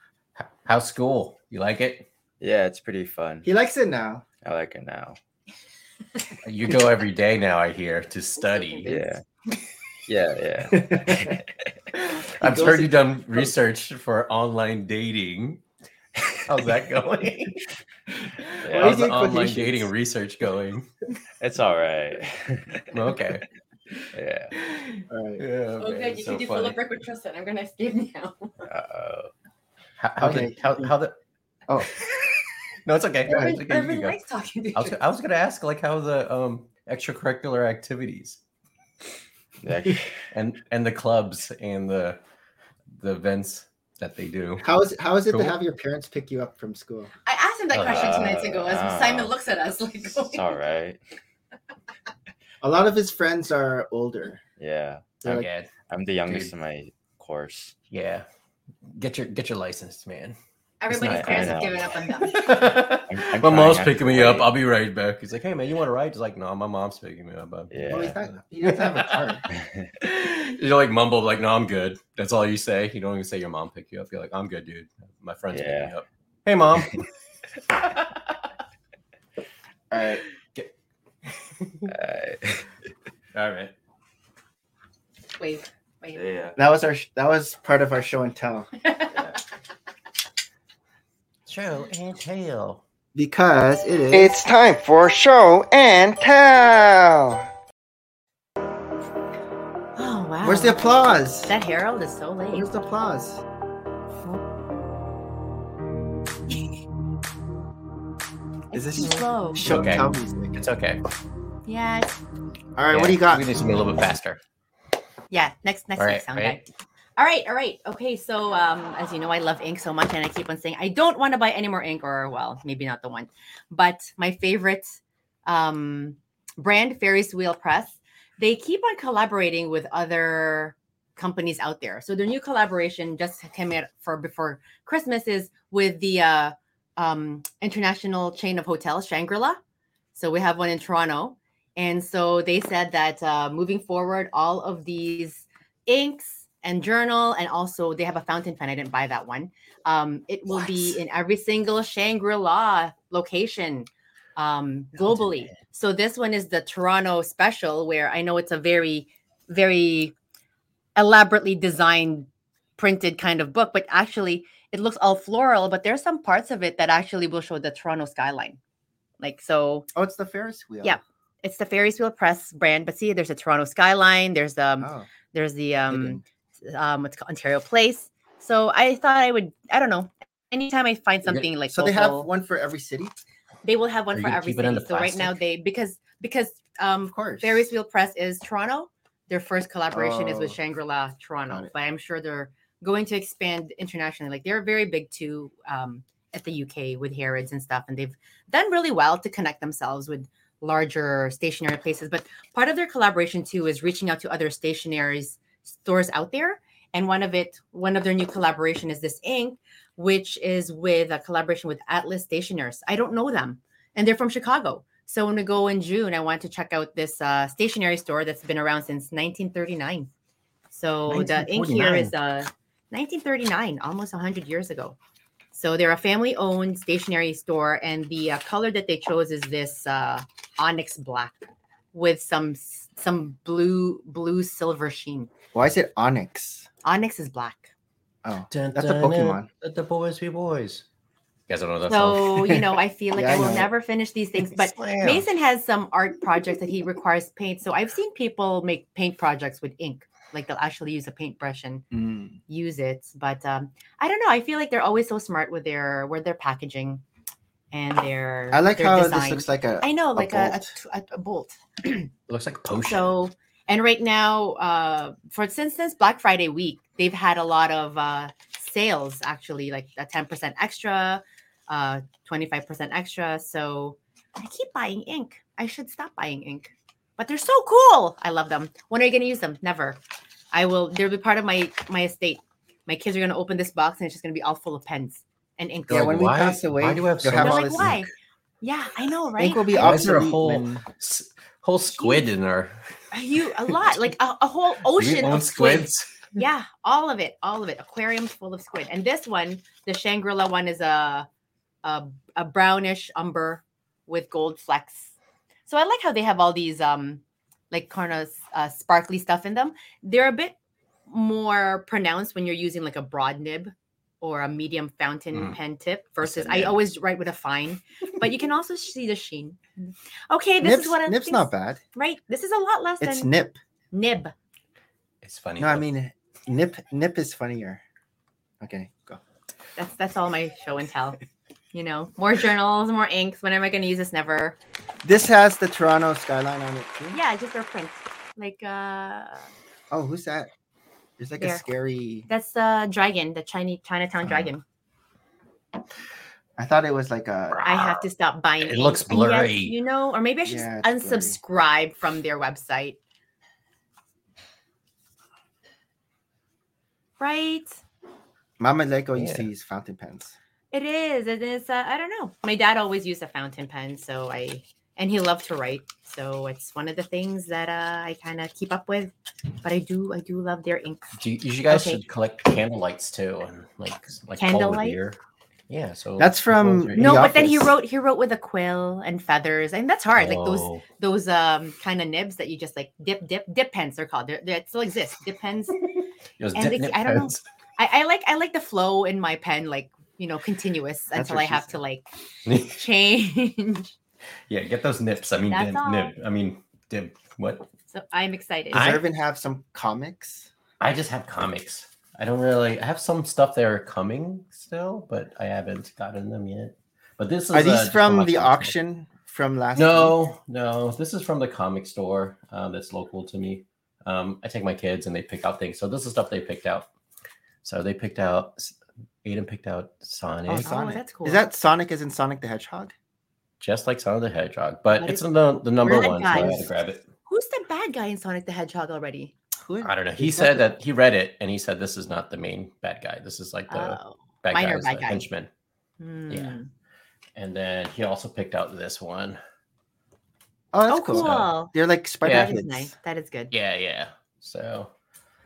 [SPEAKER 4] How's school? You like it?
[SPEAKER 6] Yeah, it's pretty fun.
[SPEAKER 2] he likes it now.
[SPEAKER 6] I like it now.
[SPEAKER 4] You go every day now, I hear,
[SPEAKER 5] [LAUGHS]
[SPEAKER 4] to study.
[SPEAKER 6] Yeah. Yeah,
[SPEAKER 2] [LAUGHS] yeah,
[SPEAKER 4] I've
[SPEAKER 2] goes
[SPEAKER 4] heard
[SPEAKER 2] to-
[SPEAKER 4] you've done research for online dating. How's that [LAUGHS] going?
[SPEAKER 6] Yeah.
[SPEAKER 4] How's
[SPEAKER 2] Raising
[SPEAKER 4] the online
[SPEAKER 2] quotations.
[SPEAKER 4] dating research [LAUGHS] going?
[SPEAKER 6] yeah. It's all right. [LAUGHS]
[SPEAKER 4] Okay.
[SPEAKER 6] yeah.
[SPEAKER 4] Yeah,
[SPEAKER 2] Alright.
[SPEAKER 5] Oh,
[SPEAKER 4] man,
[SPEAKER 5] good.
[SPEAKER 4] it's
[SPEAKER 5] You
[SPEAKER 4] so
[SPEAKER 5] can do
[SPEAKER 4] funny.
[SPEAKER 5] full of record Tristan. I'm going to escape now.
[SPEAKER 4] [LAUGHS]
[SPEAKER 6] Uh-oh.
[SPEAKER 4] How, how
[SPEAKER 2] Okay.
[SPEAKER 4] did how, how the
[SPEAKER 2] Oh.
[SPEAKER 4] [LAUGHS] no, it's okay.
[SPEAKER 2] Urban-
[SPEAKER 4] It's okay, you can go.
[SPEAKER 5] likes talking to
[SPEAKER 4] I was, I was gonna ask like how the um extracurricular activities
[SPEAKER 6] Yeah.
[SPEAKER 4] and and the clubs and the the events that they do.
[SPEAKER 2] How is how is it
[SPEAKER 4] Cool.
[SPEAKER 2] to have your parents pick you up from school?
[SPEAKER 5] I asked
[SPEAKER 4] Oh,
[SPEAKER 5] him that question two nights ago as
[SPEAKER 6] Uh,
[SPEAKER 5] Simon looks at us
[SPEAKER 4] [LAUGHS]
[SPEAKER 5] like, [LAUGHS]
[SPEAKER 6] It's all right.
[SPEAKER 2] A lot of his friends are older.
[SPEAKER 6] Yeah.
[SPEAKER 2] They're like,
[SPEAKER 4] Okay.
[SPEAKER 6] I'm the youngest
[SPEAKER 4] Dude.
[SPEAKER 6] in my course.
[SPEAKER 4] Yeah. Get your get your license,
[SPEAKER 2] [LAUGHS]
[SPEAKER 4] man.
[SPEAKER 5] everybody's
[SPEAKER 6] not-
[SPEAKER 5] parents
[SPEAKER 6] I
[SPEAKER 5] have
[SPEAKER 6] know.
[SPEAKER 5] given up on them.
[SPEAKER 6] I'm,
[SPEAKER 4] My
[SPEAKER 6] I'm
[SPEAKER 4] mom's
[SPEAKER 6] trying
[SPEAKER 4] picking me
[SPEAKER 6] actually.
[SPEAKER 4] up. I'll be right back. He's like, "Hey, man, you want to ride?" He's like, "No, my mom's picking me up." I'll be-
[SPEAKER 2] oh, he's
[SPEAKER 6] Yeah.
[SPEAKER 2] not, he doesn't have a car.
[SPEAKER 4] [LAUGHS] you know, like mumble, like, "No, I'm good." That's all you say. You don't even say your mom picked you up. You're like, "I'm good, dude. My friends picked
[SPEAKER 6] Yeah.
[SPEAKER 4] me up." Hey,
[SPEAKER 2] [LAUGHS]
[SPEAKER 4] mom.
[SPEAKER 2] [LAUGHS] All right.
[SPEAKER 6] Uh,
[SPEAKER 4] all right.
[SPEAKER 5] Wait, wait.
[SPEAKER 6] yeah.
[SPEAKER 2] That was our sh- that was part of our show and tell
[SPEAKER 4] Show and tail.
[SPEAKER 2] because it is
[SPEAKER 7] It's time for show and tell.
[SPEAKER 5] [GASPS] Oh, wow.
[SPEAKER 2] Where's the applause?
[SPEAKER 5] That Harold is so late.
[SPEAKER 2] Where's the applause? Is
[SPEAKER 5] It's
[SPEAKER 2] this
[SPEAKER 5] slow.
[SPEAKER 2] show
[SPEAKER 4] Okay.
[SPEAKER 2] and tell music?
[SPEAKER 4] It's okay.
[SPEAKER 5] Yeah, it's-
[SPEAKER 2] All right, what do you got?
[SPEAKER 4] We need something a little bit faster.
[SPEAKER 5] yeah. Next, next
[SPEAKER 4] all
[SPEAKER 5] week,
[SPEAKER 4] right.
[SPEAKER 5] sound guy.
[SPEAKER 4] right?
[SPEAKER 5] All right, all right. Okay, so um, as you know, I love ink so much, and I keep on saying I don't want to buy any more ink, or well, maybe not the one, but my favorite um, brand, Ferris Wheel Press. They keep on collaborating with other companies out there. So their new collaboration just came out for before Christmas is with the uh, um, international chain of hotels, Shangri La. So we have one in Toronto, and so they said that uh, moving forward, all of these inks and journal and also they have a fountain pen i didn't buy that one um it will be in every single shangri-la location um globally so this one is the toronto special where i know it's a very very elaborately designed printed kind of book, but actually it looks all floral, but there's some parts of it that actually will show the Toronto skyline. Like so
[SPEAKER 2] Oh, it's the Ferris wheel.
[SPEAKER 5] Yeah. it's the Ferris Wheel Press brand, but see there's a Toronto skyline, there's the um,
[SPEAKER 2] Oh,
[SPEAKER 5] there's the
[SPEAKER 2] hidden.
[SPEAKER 5] um um what's it called Ontario Place. So I thought I would I don't know. Anytime I find something like
[SPEAKER 2] so they have
[SPEAKER 5] local-
[SPEAKER 2] one for every city.
[SPEAKER 5] they will have one
[SPEAKER 4] Are you
[SPEAKER 5] for
[SPEAKER 4] gonna
[SPEAKER 5] every
[SPEAKER 4] keep it in
[SPEAKER 5] city.
[SPEAKER 4] the
[SPEAKER 5] So right now
[SPEAKER 4] plastic?
[SPEAKER 5] they because because um
[SPEAKER 2] Of course.
[SPEAKER 5] Ferris Wheel Press is Toronto. Their first collaboration is with
[SPEAKER 2] Oh.
[SPEAKER 5] Shangri La
[SPEAKER 2] Got
[SPEAKER 5] Toronto,
[SPEAKER 2] it.
[SPEAKER 5] but I'm sure they're going to expand internationally. Like they're very big too um, at the UK with Harrods and stuff, and they've done really well to connect themselves with larger stationary places. But part of their collaboration too is reaching out to other stationaries stores out there. And one of it, one of their new collaboration is this ink, which is with a collaboration with Atlas Stationers. I don't know them, and they're from Chicago. So when we go in June, I want to check out this uh, stationery store that's been around since 1939. So the ink here is uh, 1939, almost 100 years ago. So they're a family-owned stationery store, and the uh, color that they chose is this uh, onyx black with some s- some blue blue silver sheen.
[SPEAKER 2] Why is it Onyx?
[SPEAKER 5] Onyx is black.
[SPEAKER 2] Oh,
[SPEAKER 4] Dun,
[SPEAKER 2] That's a
[SPEAKER 4] dun, dun,
[SPEAKER 2] Pokemon.
[SPEAKER 4] Let the boys be boys. You guys don't know that
[SPEAKER 5] So
[SPEAKER 4] song.
[SPEAKER 5] you know, I
[SPEAKER 2] [LAUGHS]
[SPEAKER 5] feel like
[SPEAKER 2] Yeah, I
[SPEAKER 5] I will
[SPEAKER 2] know.
[SPEAKER 5] never finish these things, but
[SPEAKER 4] Slam.
[SPEAKER 5] Mason has some art projects that he requires paint. So I've seen people make paint projects with ink, like they'll actually use a paintbrush and
[SPEAKER 2] Mm.
[SPEAKER 5] use it. But um, I don't know. I feel like they're always so smart with their with their packaging and their.
[SPEAKER 2] I like
[SPEAKER 5] their
[SPEAKER 2] how this
[SPEAKER 5] design.
[SPEAKER 2] looks like a.
[SPEAKER 5] I know, like a, a,
[SPEAKER 2] bolt.
[SPEAKER 5] t- a, a bolt.
[SPEAKER 4] It looks like potion.
[SPEAKER 5] So, and right now, uh, for instance, Black Friday week, they've had a lot of uh, sales actually, like a 10% extra, uh, 25% extra. So I keep buying ink. I should stop buying ink, but they're so cool. I love them. When are you going to use them? Never. I will, they'll be part of my my estate. My kids are going to open this box and it's just going to be all full of pens and ink.
[SPEAKER 2] Yeah,
[SPEAKER 4] Like,
[SPEAKER 2] when we
[SPEAKER 4] why-
[SPEAKER 2] pass away,
[SPEAKER 4] why do I have
[SPEAKER 2] you'll
[SPEAKER 4] so
[SPEAKER 5] They're
[SPEAKER 2] have
[SPEAKER 4] much
[SPEAKER 2] all
[SPEAKER 5] like,
[SPEAKER 2] this
[SPEAKER 5] why? Yeah, I know, right?
[SPEAKER 2] Ink will be
[SPEAKER 4] Why is there a
[SPEAKER 2] obsolete
[SPEAKER 4] whole
[SPEAKER 2] when-
[SPEAKER 4] s- whole squid in our
[SPEAKER 5] you a lot, like a, a whole ocean
[SPEAKER 4] own
[SPEAKER 5] of squid.
[SPEAKER 4] squids?
[SPEAKER 5] Yeah, all of it, all of it. Aquariums full of squid. And this one, the Shangri-La one, is a a, a brownish umber with gold flecks. So I like how they have all these um like kind of uh, sparkly stuff in them. They're a bit more pronounced when you're using like a broad nib or a medium fountain
[SPEAKER 4] Mm.
[SPEAKER 5] pen tip versus
[SPEAKER 4] a
[SPEAKER 5] I
[SPEAKER 4] nib.
[SPEAKER 5] always write with a fine,
[SPEAKER 2] [LAUGHS]
[SPEAKER 5] but you can also see the sheen. Okay, this
[SPEAKER 2] Nip's,
[SPEAKER 5] is what I
[SPEAKER 2] nip's
[SPEAKER 5] think-
[SPEAKER 2] not bad.
[SPEAKER 5] Right, this is a lot less
[SPEAKER 2] It's
[SPEAKER 5] than
[SPEAKER 2] nip.
[SPEAKER 5] nib.
[SPEAKER 4] It's funny.
[SPEAKER 2] No, I
[SPEAKER 4] though.
[SPEAKER 2] mean nip. Nip is funnier. Okay, go.
[SPEAKER 5] That's that's all my show and tell. You know, more journals, more inks. When am I going to use this? Never.
[SPEAKER 2] This has the Toronto skyline on it too.
[SPEAKER 5] Yeah, just their print. Like uh,
[SPEAKER 2] Oh, who's that? There's like
[SPEAKER 5] There.
[SPEAKER 2] a scary.
[SPEAKER 5] that's the uh, dragon, the Chinese
[SPEAKER 4] Mm.
[SPEAKER 5] Chinatown dragon.
[SPEAKER 2] I thought it was like a.
[SPEAKER 5] I have to stop buying.
[SPEAKER 4] It
[SPEAKER 5] ink.
[SPEAKER 4] looks
[SPEAKER 5] And yes,
[SPEAKER 4] blurry.
[SPEAKER 5] you know, or maybe I should
[SPEAKER 2] Yeah, it's
[SPEAKER 5] just
[SPEAKER 2] blurry.
[SPEAKER 5] unsubscribe from their website. Right.
[SPEAKER 2] Mama Lego used to
[SPEAKER 4] Yeah.
[SPEAKER 2] use fountain pens.
[SPEAKER 5] It is. It is. Uh, I don't know. My dad always used a fountain pen, so I and he loved to write. So it's one of the things that uh, I kind of keep up with. But I do, I do love their ink.
[SPEAKER 4] Do you, you guys
[SPEAKER 5] Okay.
[SPEAKER 4] should collect candle lights too, and like like call it a
[SPEAKER 5] Candlelight?
[SPEAKER 4] year. Yeah, so
[SPEAKER 2] That's from-
[SPEAKER 4] those are-
[SPEAKER 2] In
[SPEAKER 5] No,
[SPEAKER 2] the
[SPEAKER 5] but then he
[SPEAKER 2] office.
[SPEAKER 5] wrote, he wrote with a quill and feathers, and that's hard. Like
[SPEAKER 2] Oh.
[SPEAKER 5] those,
[SPEAKER 4] Whoa.
[SPEAKER 5] those um kind of nibs that you just like dip, dip, dip pens. They're called. They're, they still exist. Dip pens.
[SPEAKER 4] It was
[SPEAKER 5] and
[SPEAKER 4] dip
[SPEAKER 5] the-
[SPEAKER 4] nip
[SPEAKER 5] I don't know.
[SPEAKER 4] pens.
[SPEAKER 5] I, I like, I like the flow in my pen, like you know, continuous until
[SPEAKER 2] what
[SPEAKER 5] I
[SPEAKER 2] she
[SPEAKER 5] have
[SPEAKER 2] said.
[SPEAKER 5] to like change.
[SPEAKER 4] [LAUGHS]
[SPEAKER 5] [LAUGHS]
[SPEAKER 4] yeah, get those nips. I mean,
[SPEAKER 5] That's
[SPEAKER 4] dib,
[SPEAKER 5] all.
[SPEAKER 4] nib. I mean, dib. What?
[SPEAKER 5] so I'm excited.
[SPEAKER 2] Does
[SPEAKER 4] I-
[SPEAKER 2] Irvin have some comics?
[SPEAKER 4] I just have comics. I don't really. I have some stuff that are coming still, but I haven't gotten them yet. But this is
[SPEAKER 2] Are
[SPEAKER 4] uh,
[SPEAKER 2] these
[SPEAKER 4] just
[SPEAKER 2] from
[SPEAKER 4] my
[SPEAKER 2] the
[SPEAKER 4] personal-
[SPEAKER 2] auction from last? week?
[SPEAKER 4] No, no. This is from the comic store um, that's local to me. Um, I take my kids and they pick out things. So this is stuff they picked out. So they picked out. Aiden picked out Sonic,
[SPEAKER 2] Oh, Sonic.
[SPEAKER 5] that's cool.
[SPEAKER 2] Is that Sonic? Is in Sonic the Hedgehog?
[SPEAKER 4] just like Sonic the Hedgehog, but
[SPEAKER 5] What
[SPEAKER 4] it's
[SPEAKER 5] is-
[SPEAKER 4] the, the number
[SPEAKER 5] Where's that
[SPEAKER 4] one. So I
[SPEAKER 5] guy?
[SPEAKER 4] had to grab it.
[SPEAKER 5] Who's the bad guy in Sonic the Hedgehog already?
[SPEAKER 2] Who?
[SPEAKER 4] I don't know. He
[SPEAKER 2] He's
[SPEAKER 4] said
[SPEAKER 2] not the-
[SPEAKER 4] that he read it and he said this is not the main bad guy. This is like the
[SPEAKER 5] Oh,
[SPEAKER 4] bad
[SPEAKER 5] minor
[SPEAKER 4] guy, is
[SPEAKER 5] bad
[SPEAKER 4] the
[SPEAKER 5] guy.
[SPEAKER 4] henchman.
[SPEAKER 5] hmm.
[SPEAKER 4] And then he also picked out this one.
[SPEAKER 2] Oh, that's
[SPEAKER 5] Oh, cool.
[SPEAKER 2] cool. They're like spider
[SPEAKER 4] Yeah.
[SPEAKER 5] That is
[SPEAKER 2] kids.
[SPEAKER 5] nice. That is good.
[SPEAKER 4] Yeah, yeah.
[SPEAKER 5] [LAUGHS]
[SPEAKER 4] So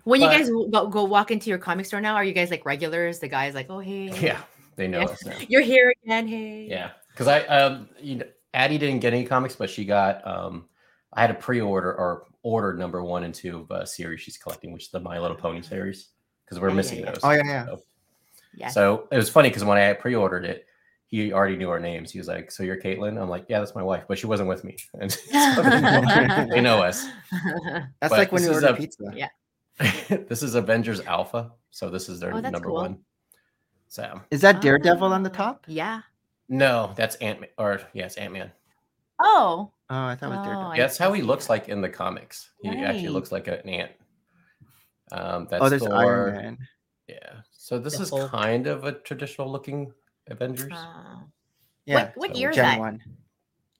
[SPEAKER 5] When
[SPEAKER 4] But-
[SPEAKER 5] you guys w- go, go walk into your comic store now, are you guys like regulars? The guy's like,
[SPEAKER 4] [LAUGHS]
[SPEAKER 5] oh, hey.
[SPEAKER 4] yeah, they know
[SPEAKER 5] Yeah.
[SPEAKER 4] us now.
[SPEAKER 5] You're here again. Hey.
[SPEAKER 4] Yeah, because I um, you know, Addie didn't get any comics, but she got um, I had a pre-order or ordered number one and two of a series she's collecting, which is the My Little Pony series. because we're
[SPEAKER 5] Yeah, yeah,
[SPEAKER 4] missing
[SPEAKER 5] yeah.
[SPEAKER 4] those.
[SPEAKER 2] Oh, yeah, yeah.
[SPEAKER 4] So,
[SPEAKER 5] Yes. [LAUGHS]
[SPEAKER 4] so it was funny because when I pre-ordered it, he already knew our names. He was like, "So you're Caitlin?" I'm like, "Yeah, that's my wife," but she wasn't with me. And [LAUGHS] so they know- they know us. But
[SPEAKER 2] That's like when
[SPEAKER 4] this
[SPEAKER 2] you
[SPEAKER 4] is
[SPEAKER 2] order
[SPEAKER 4] a-
[SPEAKER 2] pizza.
[SPEAKER 5] Yeah.
[SPEAKER 4] this is Avengers Alpha, so this is their
[SPEAKER 5] Oh, that's
[SPEAKER 4] number
[SPEAKER 5] cool.
[SPEAKER 4] one. So
[SPEAKER 2] Is [LAUGHS] that Daredevil
[SPEAKER 5] [LAUGHS]
[SPEAKER 2] on the
[SPEAKER 5] Ah,
[SPEAKER 2] top?
[SPEAKER 5] Yeah.
[SPEAKER 4] no, that's Ant Man, or yes, Ant Man.
[SPEAKER 2] Oh,
[SPEAKER 5] Oh.
[SPEAKER 2] I thought it was
[SPEAKER 5] Oh,
[SPEAKER 2] Daredevil.
[SPEAKER 5] I
[SPEAKER 4] That's how he
[SPEAKER 5] see
[SPEAKER 4] looks
[SPEAKER 5] that.
[SPEAKER 4] like in the comics. He actually
[SPEAKER 5] Right.
[SPEAKER 4] looks like an ant. Um, that's
[SPEAKER 2] Oh, there's
[SPEAKER 4] Thor.
[SPEAKER 2] Iron Man.
[SPEAKER 4] Yeah. So this
[SPEAKER 5] The
[SPEAKER 4] is
[SPEAKER 5] Hulk.
[SPEAKER 4] kind of a traditional looking Avengers.
[SPEAKER 5] Ah.
[SPEAKER 2] Yeah.
[SPEAKER 5] What, what
[SPEAKER 4] so
[SPEAKER 5] year is
[SPEAKER 2] Gen
[SPEAKER 5] that?
[SPEAKER 2] 1,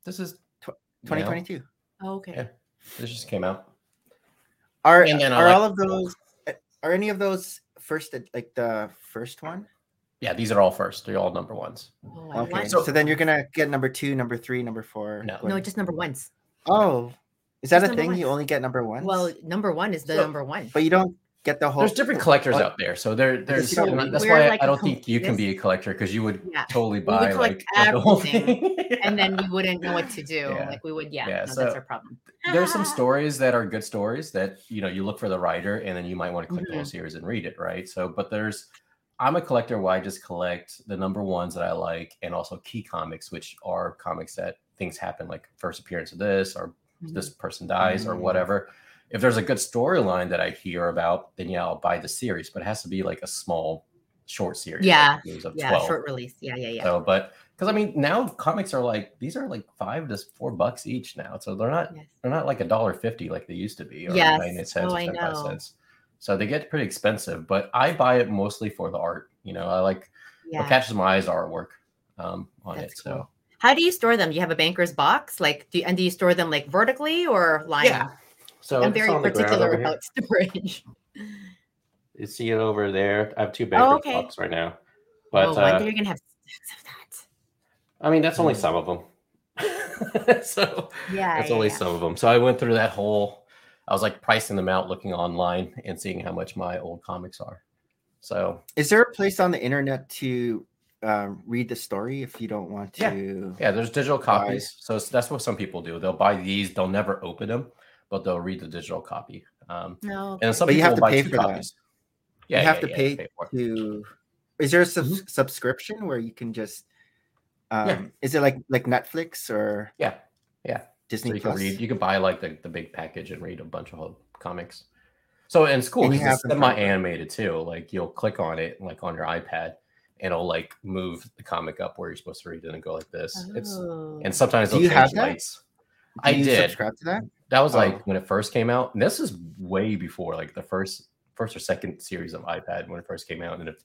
[SPEAKER 4] this is you know,
[SPEAKER 2] 2022.
[SPEAKER 5] Oh, okay.
[SPEAKER 4] Yeah. this just came out.
[SPEAKER 2] Are
[SPEAKER 4] And then I
[SPEAKER 2] are
[SPEAKER 4] like-
[SPEAKER 2] all of those eh, are any of those first eh, like the first one?
[SPEAKER 4] Yeah, these are all first. They're all number ones.
[SPEAKER 5] Oh, I
[SPEAKER 2] Okay.
[SPEAKER 5] want-
[SPEAKER 2] So,
[SPEAKER 4] So-
[SPEAKER 2] then you're gonna get number two, number three, number four.
[SPEAKER 4] No.
[SPEAKER 5] no,
[SPEAKER 2] going-
[SPEAKER 5] just number ones.
[SPEAKER 2] oh, is that
[SPEAKER 5] just
[SPEAKER 2] a
[SPEAKER 5] number
[SPEAKER 2] thing? You
[SPEAKER 5] ones.
[SPEAKER 2] only get number one.
[SPEAKER 5] Well, number one is the
[SPEAKER 4] So-
[SPEAKER 5] number one.
[SPEAKER 2] but you don't get the whole.
[SPEAKER 4] There's different collectors
[SPEAKER 2] What?
[SPEAKER 4] out there. So there there's
[SPEAKER 2] you don't
[SPEAKER 4] and
[SPEAKER 2] need-
[SPEAKER 4] that's
[SPEAKER 5] We're
[SPEAKER 4] why
[SPEAKER 5] like
[SPEAKER 4] I
[SPEAKER 5] a
[SPEAKER 4] don't think you can
[SPEAKER 5] completist.
[SPEAKER 4] be a collector because you would
[SPEAKER 5] Yeah.
[SPEAKER 4] totally
[SPEAKER 5] would
[SPEAKER 4] buy
[SPEAKER 5] collect
[SPEAKER 4] like the whole
[SPEAKER 5] everything.
[SPEAKER 4] thing.
[SPEAKER 5] and then we wouldn't know what to do.
[SPEAKER 4] Yeah.
[SPEAKER 5] Like we would, yeah,
[SPEAKER 4] Yeah,
[SPEAKER 5] no,
[SPEAKER 4] so
[SPEAKER 5] that's our problem.
[SPEAKER 4] there's
[SPEAKER 5] [LAUGHS]
[SPEAKER 4] some stories that are good stories that you know you look for the writer and then you might want to click the
[SPEAKER 5] Mm-hmm.
[SPEAKER 4] whole series and read it right so but there's i'm a collector where i just collect the number ones that i like and also key comics which are comics that things happen like first appearance of this or
[SPEAKER 5] Mm-hmm.
[SPEAKER 4] this person dies or
[SPEAKER 2] Mm.
[SPEAKER 4] whatever if there's a good storyline that i hear about then yeah i'll buy the series but it has to be like a small short series like
[SPEAKER 5] Yeah,
[SPEAKER 4] series of
[SPEAKER 5] Yeah,
[SPEAKER 4] 12
[SPEAKER 5] short release. Yeah, yeah, yeah.
[SPEAKER 4] so but because i mean now comics are like these are like five to four bucks each now so they're not
[SPEAKER 5] Yes.
[SPEAKER 4] they're not like a dollar fifty like they used to be, or
[SPEAKER 5] Yes.
[SPEAKER 4] ninety-eight cents
[SPEAKER 5] Oh,
[SPEAKER 4] or
[SPEAKER 5] I
[SPEAKER 4] seventy-five
[SPEAKER 5] know.
[SPEAKER 4] cents. So they get pretty expensive, but I buy it mostly for the art. You know, I like
[SPEAKER 5] Yeah.
[SPEAKER 4] what catches my eyes are artwork um, on
[SPEAKER 5] That's
[SPEAKER 4] it.
[SPEAKER 5] cool. How do you store them? Do you have a banker's box? Like, do and do you store them like vertically or lying?
[SPEAKER 4] Yeah. So so
[SPEAKER 5] I'm
[SPEAKER 4] it's
[SPEAKER 5] very
[SPEAKER 4] on the ground
[SPEAKER 5] particular
[SPEAKER 4] over here.
[SPEAKER 5] about [LAUGHS] storage.
[SPEAKER 4] You see it over there. I have two
[SPEAKER 5] Oh,
[SPEAKER 4] bankers'
[SPEAKER 5] okay.
[SPEAKER 4] box right now, but
[SPEAKER 5] oh,
[SPEAKER 4] uh,
[SPEAKER 5] one day you're gonna have stacks of that.
[SPEAKER 4] I mean that's only some of them. [LAUGHS] so
[SPEAKER 5] Yeah,
[SPEAKER 4] that's
[SPEAKER 5] yeah,
[SPEAKER 4] only
[SPEAKER 5] yeah.
[SPEAKER 4] some of them. So I went through that whole. I was like pricing them out, looking online, and seeing how much my old comics are. So
[SPEAKER 2] Is there a place on the internet to um, read the story if you don't want
[SPEAKER 4] Yeah.
[SPEAKER 2] to?
[SPEAKER 4] Yeah, there's digital
[SPEAKER 2] Buy.
[SPEAKER 4] copies. So s- that's what some people do. They'll buy these, they'll never open them, but they'll read the digital copy. Um,
[SPEAKER 5] No.
[SPEAKER 4] and some
[SPEAKER 2] But you
[SPEAKER 4] people
[SPEAKER 2] have to
[SPEAKER 4] will buy
[SPEAKER 2] pay
[SPEAKER 4] two
[SPEAKER 2] for that.
[SPEAKER 4] copies. Yeah,
[SPEAKER 2] you have
[SPEAKER 4] yeah,
[SPEAKER 2] to
[SPEAKER 4] yeah,
[SPEAKER 2] pay,
[SPEAKER 4] for it.
[SPEAKER 2] to. Is there a sub- subscription where you can just? Um,
[SPEAKER 4] Mm-hmm. Yeah.
[SPEAKER 2] Is it like like Netflix or
[SPEAKER 4] Yeah, yeah. So
[SPEAKER 2] Disney
[SPEAKER 4] you can
[SPEAKER 2] Plus?
[SPEAKER 4] read, you can buy like the, the big package and read a bunch of whole comics. So in school,
[SPEAKER 2] And you
[SPEAKER 4] because it's
[SPEAKER 2] have them
[SPEAKER 4] semi
[SPEAKER 2] forever.
[SPEAKER 4] animated too. Like you'll click on it, like on your iPad, and it'll like move the comic up where you're supposed to read it and go like this. It's
[SPEAKER 5] Oh.
[SPEAKER 4] and sometimes
[SPEAKER 2] Oh. Do
[SPEAKER 4] they'll
[SPEAKER 2] you
[SPEAKER 4] change
[SPEAKER 2] have that?
[SPEAKER 4] lights. I
[SPEAKER 2] Do you
[SPEAKER 4] did.
[SPEAKER 2] subscribe to that.
[SPEAKER 4] That was like
[SPEAKER 2] Oh.
[SPEAKER 4] when it first came out. And this is way before like the first first or second series of iPad when it first came out. And if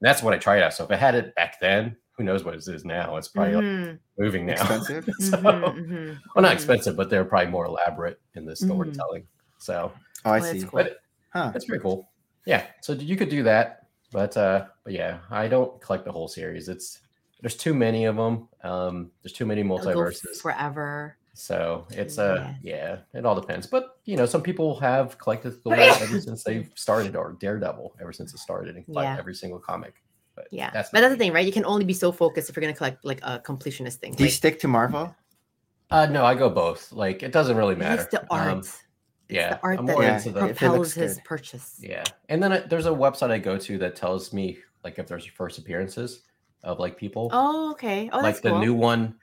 [SPEAKER 4] that's when I tried it out. So if I had it back then, who knows what it is now? It's probably like,
[SPEAKER 5] Mhm,
[SPEAKER 4] moving now.
[SPEAKER 2] Expensive.
[SPEAKER 4] [LAUGHS] so well
[SPEAKER 5] mhm, mhm.
[SPEAKER 4] not expensive, but they're probably more elaborate in the storytelling. So
[SPEAKER 2] Oh, I
[SPEAKER 5] Well, that's
[SPEAKER 2] see.
[SPEAKER 5] cool.
[SPEAKER 4] But-
[SPEAKER 2] Huh.
[SPEAKER 4] that's pretty cool. Yeah. So you could do that. But uh but yeah, I don't collect the whole series. It's there's too many of them. Um there's too many
[SPEAKER 5] It'll go
[SPEAKER 4] multiverses.
[SPEAKER 5] forever.
[SPEAKER 4] So it's a
[SPEAKER 5] Yes.
[SPEAKER 4] yeah, it all depends. But you know, some people have collected
[SPEAKER 5] [LAUGHS]
[SPEAKER 4] the web ever since they started, or Daredevil ever since it started, and collect
[SPEAKER 5] Yeah.
[SPEAKER 4] every single comic. But
[SPEAKER 5] Yeah,
[SPEAKER 4] that's
[SPEAKER 5] but
[SPEAKER 4] not
[SPEAKER 5] that's the
[SPEAKER 4] me.
[SPEAKER 5] thing, right? You can only be so focused if you're gonna collect like a completionist thing.
[SPEAKER 2] Do you
[SPEAKER 5] like,
[SPEAKER 2] stick to Marvel?
[SPEAKER 4] Uh, no, I go both. Like it doesn't really
[SPEAKER 5] he
[SPEAKER 4] matter.
[SPEAKER 5] likes the art.
[SPEAKER 4] Um, yeah,
[SPEAKER 5] the art
[SPEAKER 4] I'm
[SPEAKER 5] that-
[SPEAKER 4] more
[SPEAKER 2] Yeah.
[SPEAKER 4] into the
[SPEAKER 2] If it looks
[SPEAKER 5] propels his
[SPEAKER 2] good.
[SPEAKER 5] purchase.
[SPEAKER 4] yeah. And then I, there's a website I go to that tells me like if there's first appearances of like people.
[SPEAKER 5] Oh, okay. Oh,
[SPEAKER 4] like
[SPEAKER 5] that's
[SPEAKER 4] the
[SPEAKER 5] cool.
[SPEAKER 4] new one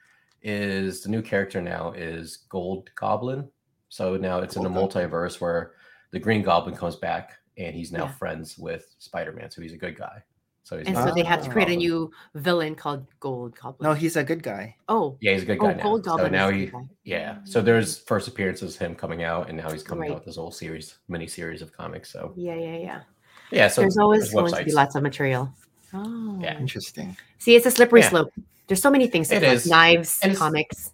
[SPEAKER 4] is the new character now is Gold Goblin. So now it's in the
[SPEAKER 2] Gold
[SPEAKER 4] multiverse where the Green Goblin comes back and he's now
[SPEAKER 5] Yeah.
[SPEAKER 4] friends with Spider Man. So he's a good guy. So he's
[SPEAKER 5] and
[SPEAKER 4] not
[SPEAKER 5] so they have to
[SPEAKER 4] Green
[SPEAKER 5] create a
[SPEAKER 4] Goblin.
[SPEAKER 5] new villain called Gold Goblin.
[SPEAKER 2] No, he's a good guy.
[SPEAKER 5] oh,
[SPEAKER 4] Yeah, he's a good guy
[SPEAKER 5] oh,
[SPEAKER 4] now.
[SPEAKER 5] Gold Goblin.
[SPEAKER 4] so
[SPEAKER 5] is
[SPEAKER 4] now
[SPEAKER 5] the
[SPEAKER 4] he,
[SPEAKER 5] good Mm-hmm. guy.
[SPEAKER 4] yeah. So there's first appearances him coming out, and now he's coming
[SPEAKER 5] Right.
[SPEAKER 4] out with this whole series, mini series of comics. So
[SPEAKER 5] Yeah, yeah, yeah.
[SPEAKER 4] yeah, so
[SPEAKER 5] there's always going to be
[SPEAKER 4] websites.
[SPEAKER 5] lots of material. Oh,
[SPEAKER 4] Yeah.
[SPEAKER 2] Interesting.
[SPEAKER 5] See, it's a slippery
[SPEAKER 4] Yeah.
[SPEAKER 5] slope. There's so many things. To
[SPEAKER 4] It
[SPEAKER 5] collect.
[SPEAKER 4] is.
[SPEAKER 5] Knives,
[SPEAKER 4] And it's-
[SPEAKER 5] comics.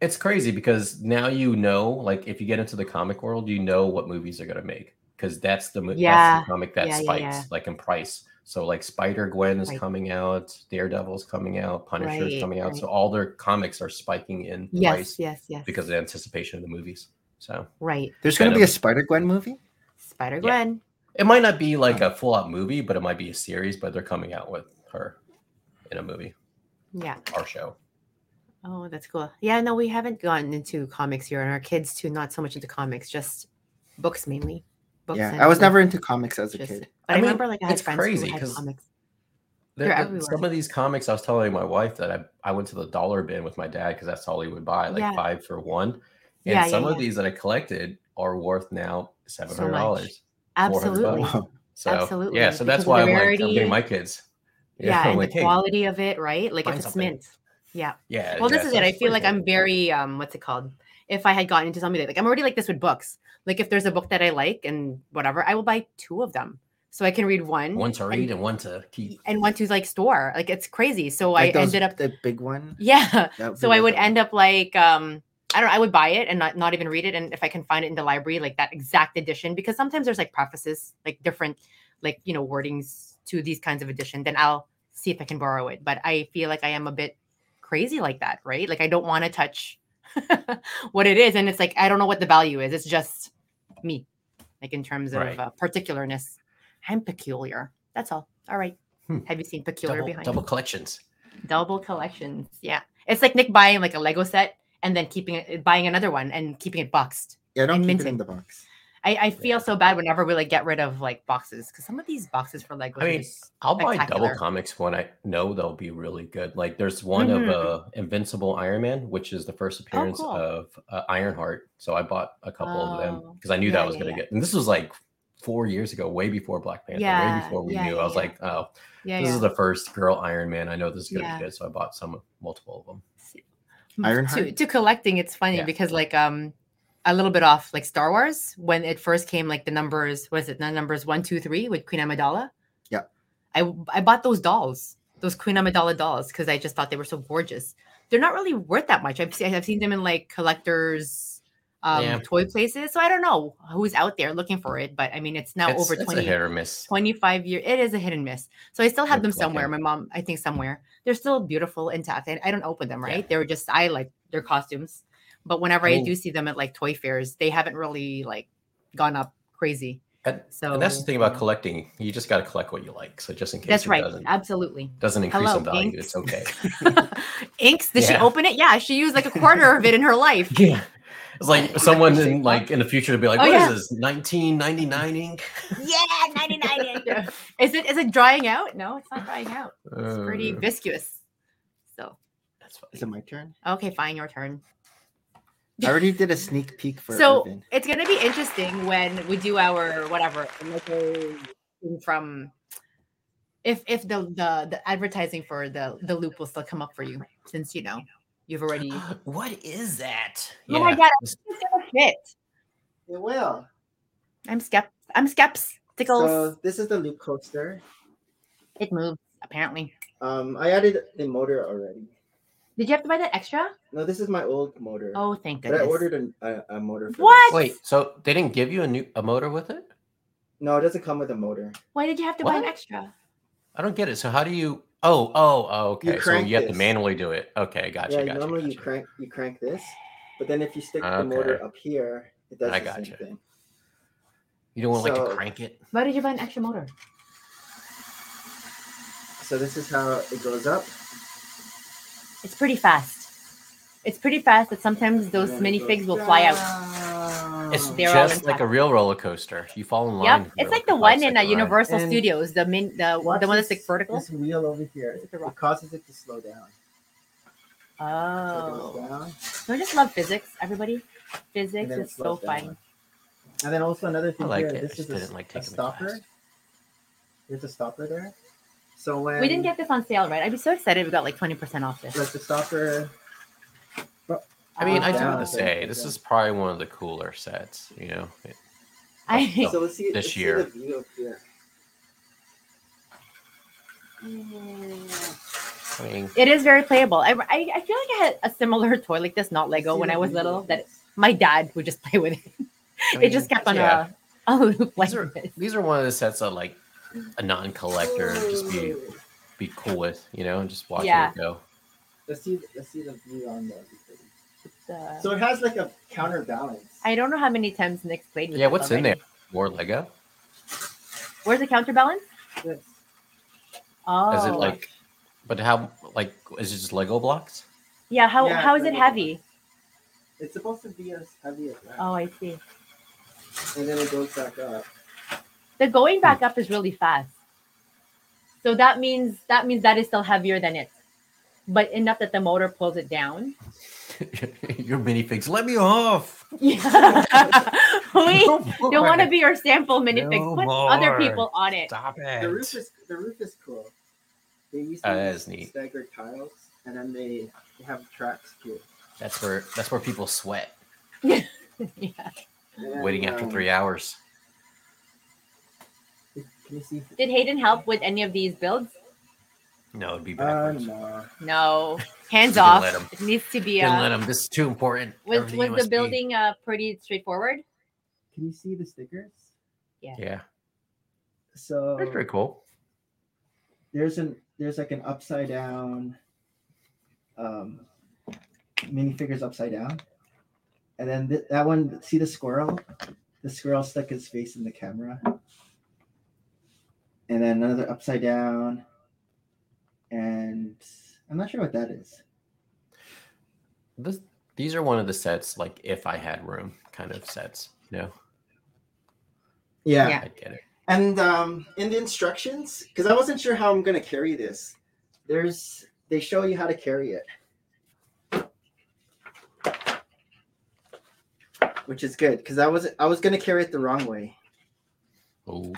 [SPEAKER 4] It's crazy because now you know, like, if you get into the comic world, you know what movies they're gonna make because that's the mo-
[SPEAKER 5] Yeah.
[SPEAKER 4] that's the comic that
[SPEAKER 5] Yeah, yeah,
[SPEAKER 4] spikes
[SPEAKER 5] yeah.
[SPEAKER 4] like in price. So like Spider Gwen is
[SPEAKER 5] Right.
[SPEAKER 4] coming out, Daredevil's coming out, Punisher's
[SPEAKER 5] Right,
[SPEAKER 4] coming out.
[SPEAKER 5] right.
[SPEAKER 4] So all their comics are spiking in
[SPEAKER 5] Yes,
[SPEAKER 4] price
[SPEAKER 5] yes, yes.
[SPEAKER 4] because of the anticipation of the movies. So
[SPEAKER 5] right,
[SPEAKER 2] There's going to be a
[SPEAKER 4] Venom.
[SPEAKER 2] Spider Gwen movie.
[SPEAKER 5] Spider Gwen.
[SPEAKER 4] it might not be like a full out movie, but it might be a series. But they're coming out with her in a movie
[SPEAKER 5] Yeah.
[SPEAKER 4] or show.
[SPEAKER 5] Oh, that's cool. Yeah, no, we haven't gotten into comics here, and our kids too. Not so much into comics, just books mainly. books.
[SPEAKER 2] yeah,
[SPEAKER 5] and
[SPEAKER 2] I was
[SPEAKER 5] stuff.
[SPEAKER 2] never into comics as a
[SPEAKER 5] Just-
[SPEAKER 2] kid.
[SPEAKER 5] But I,
[SPEAKER 4] I mean,
[SPEAKER 5] remember like I had
[SPEAKER 4] it's
[SPEAKER 5] friends
[SPEAKER 4] crazy
[SPEAKER 5] who had
[SPEAKER 4] 'cause
[SPEAKER 5] comics.
[SPEAKER 4] There-
[SPEAKER 5] They're
[SPEAKER 4] there-
[SPEAKER 5] everywhere.
[SPEAKER 4] some of these comics, I was telling my wife that I, I went to the dollar bin with my dad because that's all he would buy, like
[SPEAKER 5] Yeah.
[SPEAKER 4] five for one. And
[SPEAKER 5] Yeah, yeah,
[SPEAKER 4] some of
[SPEAKER 5] yeah.
[SPEAKER 4] these that I collected are worth now seven hundred dollars.
[SPEAKER 5] Absolutely.
[SPEAKER 4] bucks.
[SPEAKER 2] Wow.
[SPEAKER 4] So
[SPEAKER 5] Absolutely,
[SPEAKER 4] yeah, so
[SPEAKER 5] because
[SPEAKER 4] that's
[SPEAKER 5] of
[SPEAKER 4] why
[SPEAKER 5] the
[SPEAKER 4] I'm like I'm
[SPEAKER 5] rarity.
[SPEAKER 4] getting my kids. [LAUGHS]
[SPEAKER 5] Yeah, and the quality of it, right? Like if
[SPEAKER 4] find
[SPEAKER 5] it's
[SPEAKER 4] something.
[SPEAKER 5] mint. Yeah.
[SPEAKER 4] yeah.
[SPEAKER 5] Well, this
[SPEAKER 4] yeah,
[SPEAKER 5] is
[SPEAKER 4] so
[SPEAKER 5] it. I
[SPEAKER 4] it's
[SPEAKER 5] feel
[SPEAKER 4] pretty
[SPEAKER 5] like I'm very um what's it called? If I had gotten into something like I'm already like this with books. Like if there's a book that I like and whatever, I will buy two of them. So I can read
[SPEAKER 4] cool.
[SPEAKER 5] one
[SPEAKER 4] one to
[SPEAKER 5] and-
[SPEAKER 4] read and one to keep.
[SPEAKER 5] and one to like store. Like it's crazy. So
[SPEAKER 2] Like
[SPEAKER 5] I
[SPEAKER 2] those-
[SPEAKER 5] ended up
[SPEAKER 2] the big one.
[SPEAKER 5] yeah.
[SPEAKER 2] That
[SPEAKER 5] So I would end up like um I don't know, I would buy it and not, not even read it. And if I can find it in the library, like that exact edition, because sometimes there's like prefaces, like different like you know, wordings to these kinds of edition, then I'll see if I can borrow it. But I feel like I am a bit crazy like that, right? Like I don't want to touch [LAUGHS] what it is. And it's like I don't know what the value is. It's just me. Like in terms of
[SPEAKER 4] Right.
[SPEAKER 5] uh, particularness. I'm peculiar. That's all. All right.
[SPEAKER 4] Hmm.
[SPEAKER 5] Have you seen peculiar
[SPEAKER 4] Double,
[SPEAKER 5] behind?
[SPEAKER 4] double collections.
[SPEAKER 5] double collections. Yeah, it's like Nick buying like a Lego set and then keeping it, buying another one and keeping it boxed.
[SPEAKER 2] Yeah, I don't
[SPEAKER 5] and
[SPEAKER 2] keep it
[SPEAKER 5] minting.
[SPEAKER 2] in the box.
[SPEAKER 5] I, I feel so bad whenever we like get rid of like boxes because some of these boxes for Legos.
[SPEAKER 4] I
[SPEAKER 5] are
[SPEAKER 4] mean,
[SPEAKER 5] just-
[SPEAKER 4] I'll buy double
[SPEAKER 5] spectacular.
[SPEAKER 4] comics when I know they'll be really good. Like there's one
[SPEAKER 5] Mhm.
[SPEAKER 4] of uh, Invincible Iron Man, which is the first appearance
[SPEAKER 5] Oh, cool.
[SPEAKER 4] of uh, Ironheart. So I bought a couple of them
[SPEAKER 5] Oh,
[SPEAKER 4] because I knew
[SPEAKER 5] yeah,
[SPEAKER 4] that was
[SPEAKER 5] yeah,
[SPEAKER 4] going to
[SPEAKER 5] yeah.
[SPEAKER 4] get. And this was like four years ago, way before Black Panther,
[SPEAKER 5] Yeah,
[SPEAKER 4] way before we
[SPEAKER 5] yeah,
[SPEAKER 4] knew.
[SPEAKER 5] yeah,
[SPEAKER 4] I was
[SPEAKER 5] yeah.
[SPEAKER 4] like, oh,
[SPEAKER 5] yeah,
[SPEAKER 4] this
[SPEAKER 5] yeah.
[SPEAKER 4] is the first girl Iron Man. I know this is going to
[SPEAKER 5] Yeah.
[SPEAKER 4] be good. So I bought some, multiple of them.
[SPEAKER 5] Mm,
[SPEAKER 2] Ironheart?
[SPEAKER 5] To, to collecting, it's funny
[SPEAKER 4] Yeah.
[SPEAKER 5] because like um a little bit off like Star Wars when it first came like the numbers was it the numbers one two three with Queen Amidala.
[SPEAKER 2] Yeah.
[SPEAKER 5] I I bought those dolls, those Queen Amidala dolls because I just thought they were so gorgeous. They're not really worth that much. I've seen I've seen them in like collectors. Um,
[SPEAKER 4] Yeah.
[SPEAKER 5] toy places so i don't know who's out there looking for it but i mean it's now
[SPEAKER 4] it's,
[SPEAKER 5] over
[SPEAKER 4] it's
[SPEAKER 5] 20
[SPEAKER 4] a hit or miss.
[SPEAKER 5] 25 year it is a hit and miss so i still have
[SPEAKER 4] Good
[SPEAKER 5] them somewhere my
[SPEAKER 4] collecting.
[SPEAKER 5] mom i think somewhere they're still beautiful intact and i don't open them
[SPEAKER 4] Yeah.
[SPEAKER 5] right they were just i like their costumes but whenever i,
[SPEAKER 4] mean-
[SPEAKER 5] do see them at like toy fairs they haven't really like gone up crazy
[SPEAKER 4] And-
[SPEAKER 5] so
[SPEAKER 4] and that's the thing about collecting. You just got to collect what you like. So just in case
[SPEAKER 5] Oh. that's
[SPEAKER 4] it
[SPEAKER 5] right
[SPEAKER 4] doesn't, [LAUGHS]
[SPEAKER 5] absolutely [LAUGHS]
[SPEAKER 4] doesn't increase
[SPEAKER 5] Hello,
[SPEAKER 4] in value,
[SPEAKER 5] thanks.
[SPEAKER 4] it's okay.
[SPEAKER 5] inks did she
[SPEAKER 4] Yeah.
[SPEAKER 5] open it yeah she used like a quarter of it in her
[SPEAKER 4] [LAUGHS]
[SPEAKER 5] life
[SPEAKER 4] Yeah. It's like someone in
[SPEAKER 5] Appreciate
[SPEAKER 4] like in the future to be like,
[SPEAKER 5] Oh,
[SPEAKER 4] what is this?
[SPEAKER 5] yeah.
[SPEAKER 4] 1999 ink?
[SPEAKER 5] yeah 99 ink. [LAUGHS] is it is it drying out no it's not drying out it's pretty
[SPEAKER 4] Uh,
[SPEAKER 5] viscous so
[SPEAKER 4] that's
[SPEAKER 2] Is
[SPEAKER 4] funny.
[SPEAKER 2] it my
[SPEAKER 5] [LAUGHS]
[SPEAKER 2] turn?
[SPEAKER 5] okay fine your turn
[SPEAKER 2] I already did a sneak peek for
[SPEAKER 5] so
[SPEAKER 2] Irvin.
[SPEAKER 5] it's gonna be interesting when we do our whatever local thing from if if the, the the advertising for the the loop will still come up for you since you know you've
[SPEAKER 2] [GASPS]
[SPEAKER 5] already
[SPEAKER 4] [GASPS] What is that?
[SPEAKER 5] Oh my God,
[SPEAKER 4] this-
[SPEAKER 5] It's gonna fit.
[SPEAKER 2] It will.
[SPEAKER 5] I'm skept I'm skeptical.
[SPEAKER 2] So this is the loop coaster.
[SPEAKER 5] it moves apparently.
[SPEAKER 2] Um, I added the motor already.
[SPEAKER 5] Did you have to buy that extra?
[SPEAKER 2] No, this is my old motor.
[SPEAKER 5] Oh, thank
[SPEAKER 2] but I
[SPEAKER 5] goodness.
[SPEAKER 2] ordered a, a, a motor. for
[SPEAKER 5] What?
[SPEAKER 2] this.
[SPEAKER 4] Wait, so they didn't give you a new a motor with it?
[SPEAKER 2] No, it doesn't come with a motor.
[SPEAKER 5] Why did you have to buy an
[SPEAKER 4] What?
[SPEAKER 5] extra?
[SPEAKER 4] I don't get it. So how do you oh oh oh okay. so
[SPEAKER 2] crank
[SPEAKER 4] you have
[SPEAKER 2] this.
[SPEAKER 4] to manually do it. Okay, gotcha,
[SPEAKER 2] yeah,
[SPEAKER 4] gotcha.
[SPEAKER 2] normally you
[SPEAKER 4] gotcha.
[SPEAKER 2] crank you crank this, but then if you stick the motor
[SPEAKER 4] Okay.
[SPEAKER 2] up here, it does
[SPEAKER 4] I
[SPEAKER 2] the same
[SPEAKER 4] gotcha.
[SPEAKER 2] thing.
[SPEAKER 4] You don't want like
[SPEAKER 2] so-
[SPEAKER 4] to crank it.
[SPEAKER 5] Why did you buy an extra motor?
[SPEAKER 2] So this is how it goes up.
[SPEAKER 5] It's pretty fast. It's pretty fast that sometimes those minifigs will fly out.
[SPEAKER 2] out.
[SPEAKER 4] It's
[SPEAKER 5] They're all
[SPEAKER 4] just like a
[SPEAKER 5] intact.
[SPEAKER 4] real roller coaster. You fall in line.
[SPEAKER 5] Yep,
[SPEAKER 4] with
[SPEAKER 5] it's
[SPEAKER 4] real-
[SPEAKER 5] like the one in
[SPEAKER 4] second
[SPEAKER 5] uh,
[SPEAKER 4] ride.
[SPEAKER 5] Universal
[SPEAKER 2] And
[SPEAKER 5] Studios, the min, the the one that's like vertical.
[SPEAKER 2] This wheel over here,
[SPEAKER 5] It's
[SPEAKER 2] it
[SPEAKER 5] a rock.
[SPEAKER 2] causes it to slow down. So it
[SPEAKER 5] Oh,
[SPEAKER 2] goes down,
[SPEAKER 5] do I just love physics, everybody? Physics
[SPEAKER 2] and then it
[SPEAKER 5] is so
[SPEAKER 2] slows down.
[SPEAKER 5] fun.
[SPEAKER 2] And then also another
[SPEAKER 4] I
[SPEAKER 2] thing
[SPEAKER 4] liked
[SPEAKER 2] here,
[SPEAKER 4] it. I
[SPEAKER 2] this is
[SPEAKER 4] just
[SPEAKER 2] a,
[SPEAKER 4] didn't like
[SPEAKER 2] a
[SPEAKER 4] taking the
[SPEAKER 2] stopper.
[SPEAKER 4] class.
[SPEAKER 2] There's a stopper there. So when
[SPEAKER 5] We didn't get this on sale, right? I'd be so excited. We got like twenty percent off this.
[SPEAKER 2] like the stopper,
[SPEAKER 4] I mean, I do
[SPEAKER 2] Yeah.
[SPEAKER 4] have to say, this is probably one of the cooler sets, you know. It-
[SPEAKER 5] I
[SPEAKER 2] so let's see
[SPEAKER 4] This
[SPEAKER 2] let's see
[SPEAKER 4] year.
[SPEAKER 2] the view up here.
[SPEAKER 4] I mean,
[SPEAKER 5] it is very playable. I, I I feel like I had a similar [LAUGHS] toy like this, not Lego,
[SPEAKER 2] See
[SPEAKER 5] when
[SPEAKER 2] the
[SPEAKER 5] I was
[SPEAKER 2] view
[SPEAKER 5] little.
[SPEAKER 2] up
[SPEAKER 5] That
[SPEAKER 2] here.
[SPEAKER 5] my dad would just play with it.
[SPEAKER 4] I
[SPEAKER 5] [LAUGHS] it just
[SPEAKER 4] mean,
[SPEAKER 5] kept on
[SPEAKER 4] yeah.
[SPEAKER 5] a, a loop like
[SPEAKER 4] These are-
[SPEAKER 5] this.
[SPEAKER 4] these are one of the sets that like a non-collector would just be
[SPEAKER 2] Ooh.
[SPEAKER 4] be cool with, you know, and just watching
[SPEAKER 5] Yeah.
[SPEAKER 4] it go.
[SPEAKER 2] Let's see let's see the view on the
[SPEAKER 5] Uh,
[SPEAKER 2] So it has like a counterbalance.
[SPEAKER 5] I don't know how many times Nick's played with.
[SPEAKER 4] Yeah,
[SPEAKER 5] this
[SPEAKER 4] what's in
[SPEAKER 5] already.
[SPEAKER 4] there? More Lego?
[SPEAKER 5] Where's the counterbalance?
[SPEAKER 2] This.
[SPEAKER 5] Oh,
[SPEAKER 4] Is it like? But how? Like, is it just Lego blocks? [LAUGHS]
[SPEAKER 5] yeah? How
[SPEAKER 2] Yeah,
[SPEAKER 5] how
[SPEAKER 2] it's
[SPEAKER 5] is it
[SPEAKER 2] Lego.
[SPEAKER 5] heavy?
[SPEAKER 2] It's supposed to be as heavy as that.
[SPEAKER 5] Oh, I see.
[SPEAKER 2] and then it goes back up.
[SPEAKER 5] The going
[SPEAKER 4] Hmm.
[SPEAKER 5] back up is really fast. So that means that means that is still heavier than it, but enough that the motor pulls it
[SPEAKER 4] [LAUGHS]
[SPEAKER 5] down. [LAUGHS]
[SPEAKER 4] Your minifigs, let me off.
[SPEAKER 5] Yeah.
[SPEAKER 4] [LAUGHS]
[SPEAKER 5] we
[SPEAKER 4] No
[SPEAKER 5] don't want to
[SPEAKER 4] more.
[SPEAKER 5] be your sample minifigs.
[SPEAKER 4] No
[SPEAKER 5] Put other
[SPEAKER 4] more.
[SPEAKER 5] people on it.
[SPEAKER 4] Stop
[SPEAKER 2] The roof
[SPEAKER 4] it.
[SPEAKER 2] is the roof is cool. They used
[SPEAKER 4] Uh, that
[SPEAKER 2] use
[SPEAKER 4] is neat.
[SPEAKER 2] staggered tiles, and then they they have tracks too.
[SPEAKER 4] That's where that's where people sweat
[SPEAKER 5] [LAUGHS] Yeah.
[SPEAKER 2] And then,
[SPEAKER 4] waiting after
[SPEAKER 2] um,
[SPEAKER 4] three hours.
[SPEAKER 2] Can you see?
[SPEAKER 5] Did Hayden help with any of these builds?
[SPEAKER 4] No, it'd be
[SPEAKER 2] Uh,
[SPEAKER 4] backwards.
[SPEAKER 2] no.
[SPEAKER 4] [LAUGHS]
[SPEAKER 5] No. Hands
[SPEAKER 4] Didn't
[SPEAKER 5] off.
[SPEAKER 4] let 'em.
[SPEAKER 5] It needs to be.
[SPEAKER 4] Didn't
[SPEAKER 5] Uh,
[SPEAKER 4] let them. This is too important.
[SPEAKER 5] was
[SPEAKER 4] Everything
[SPEAKER 5] was the
[SPEAKER 4] USB.
[SPEAKER 5] building uh, pretty straightforward?
[SPEAKER 2] Can you see the stickers?
[SPEAKER 4] Yeah,
[SPEAKER 2] So
[SPEAKER 4] that's pretty cool.
[SPEAKER 2] there's an there's like an upside down um minifigures upside down and then th- that one see the squirrel the squirrel stuck his face in the camera and then another upside down and i'm not sure what that is
[SPEAKER 4] This, these are one of the sets, like if I had room, kind of sets. You know,
[SPEAKER 2] yeah,
[SPEAKER 5] Yeah.
[SPEAKER 4] I get it.
[SPEAKER 2] and um in the instructions because i wasn't sure how i'm gonna carry this there's they show you how to carry it which is good because i was i was gonna carry it the wrong way
[SPEAKER 4] Oh,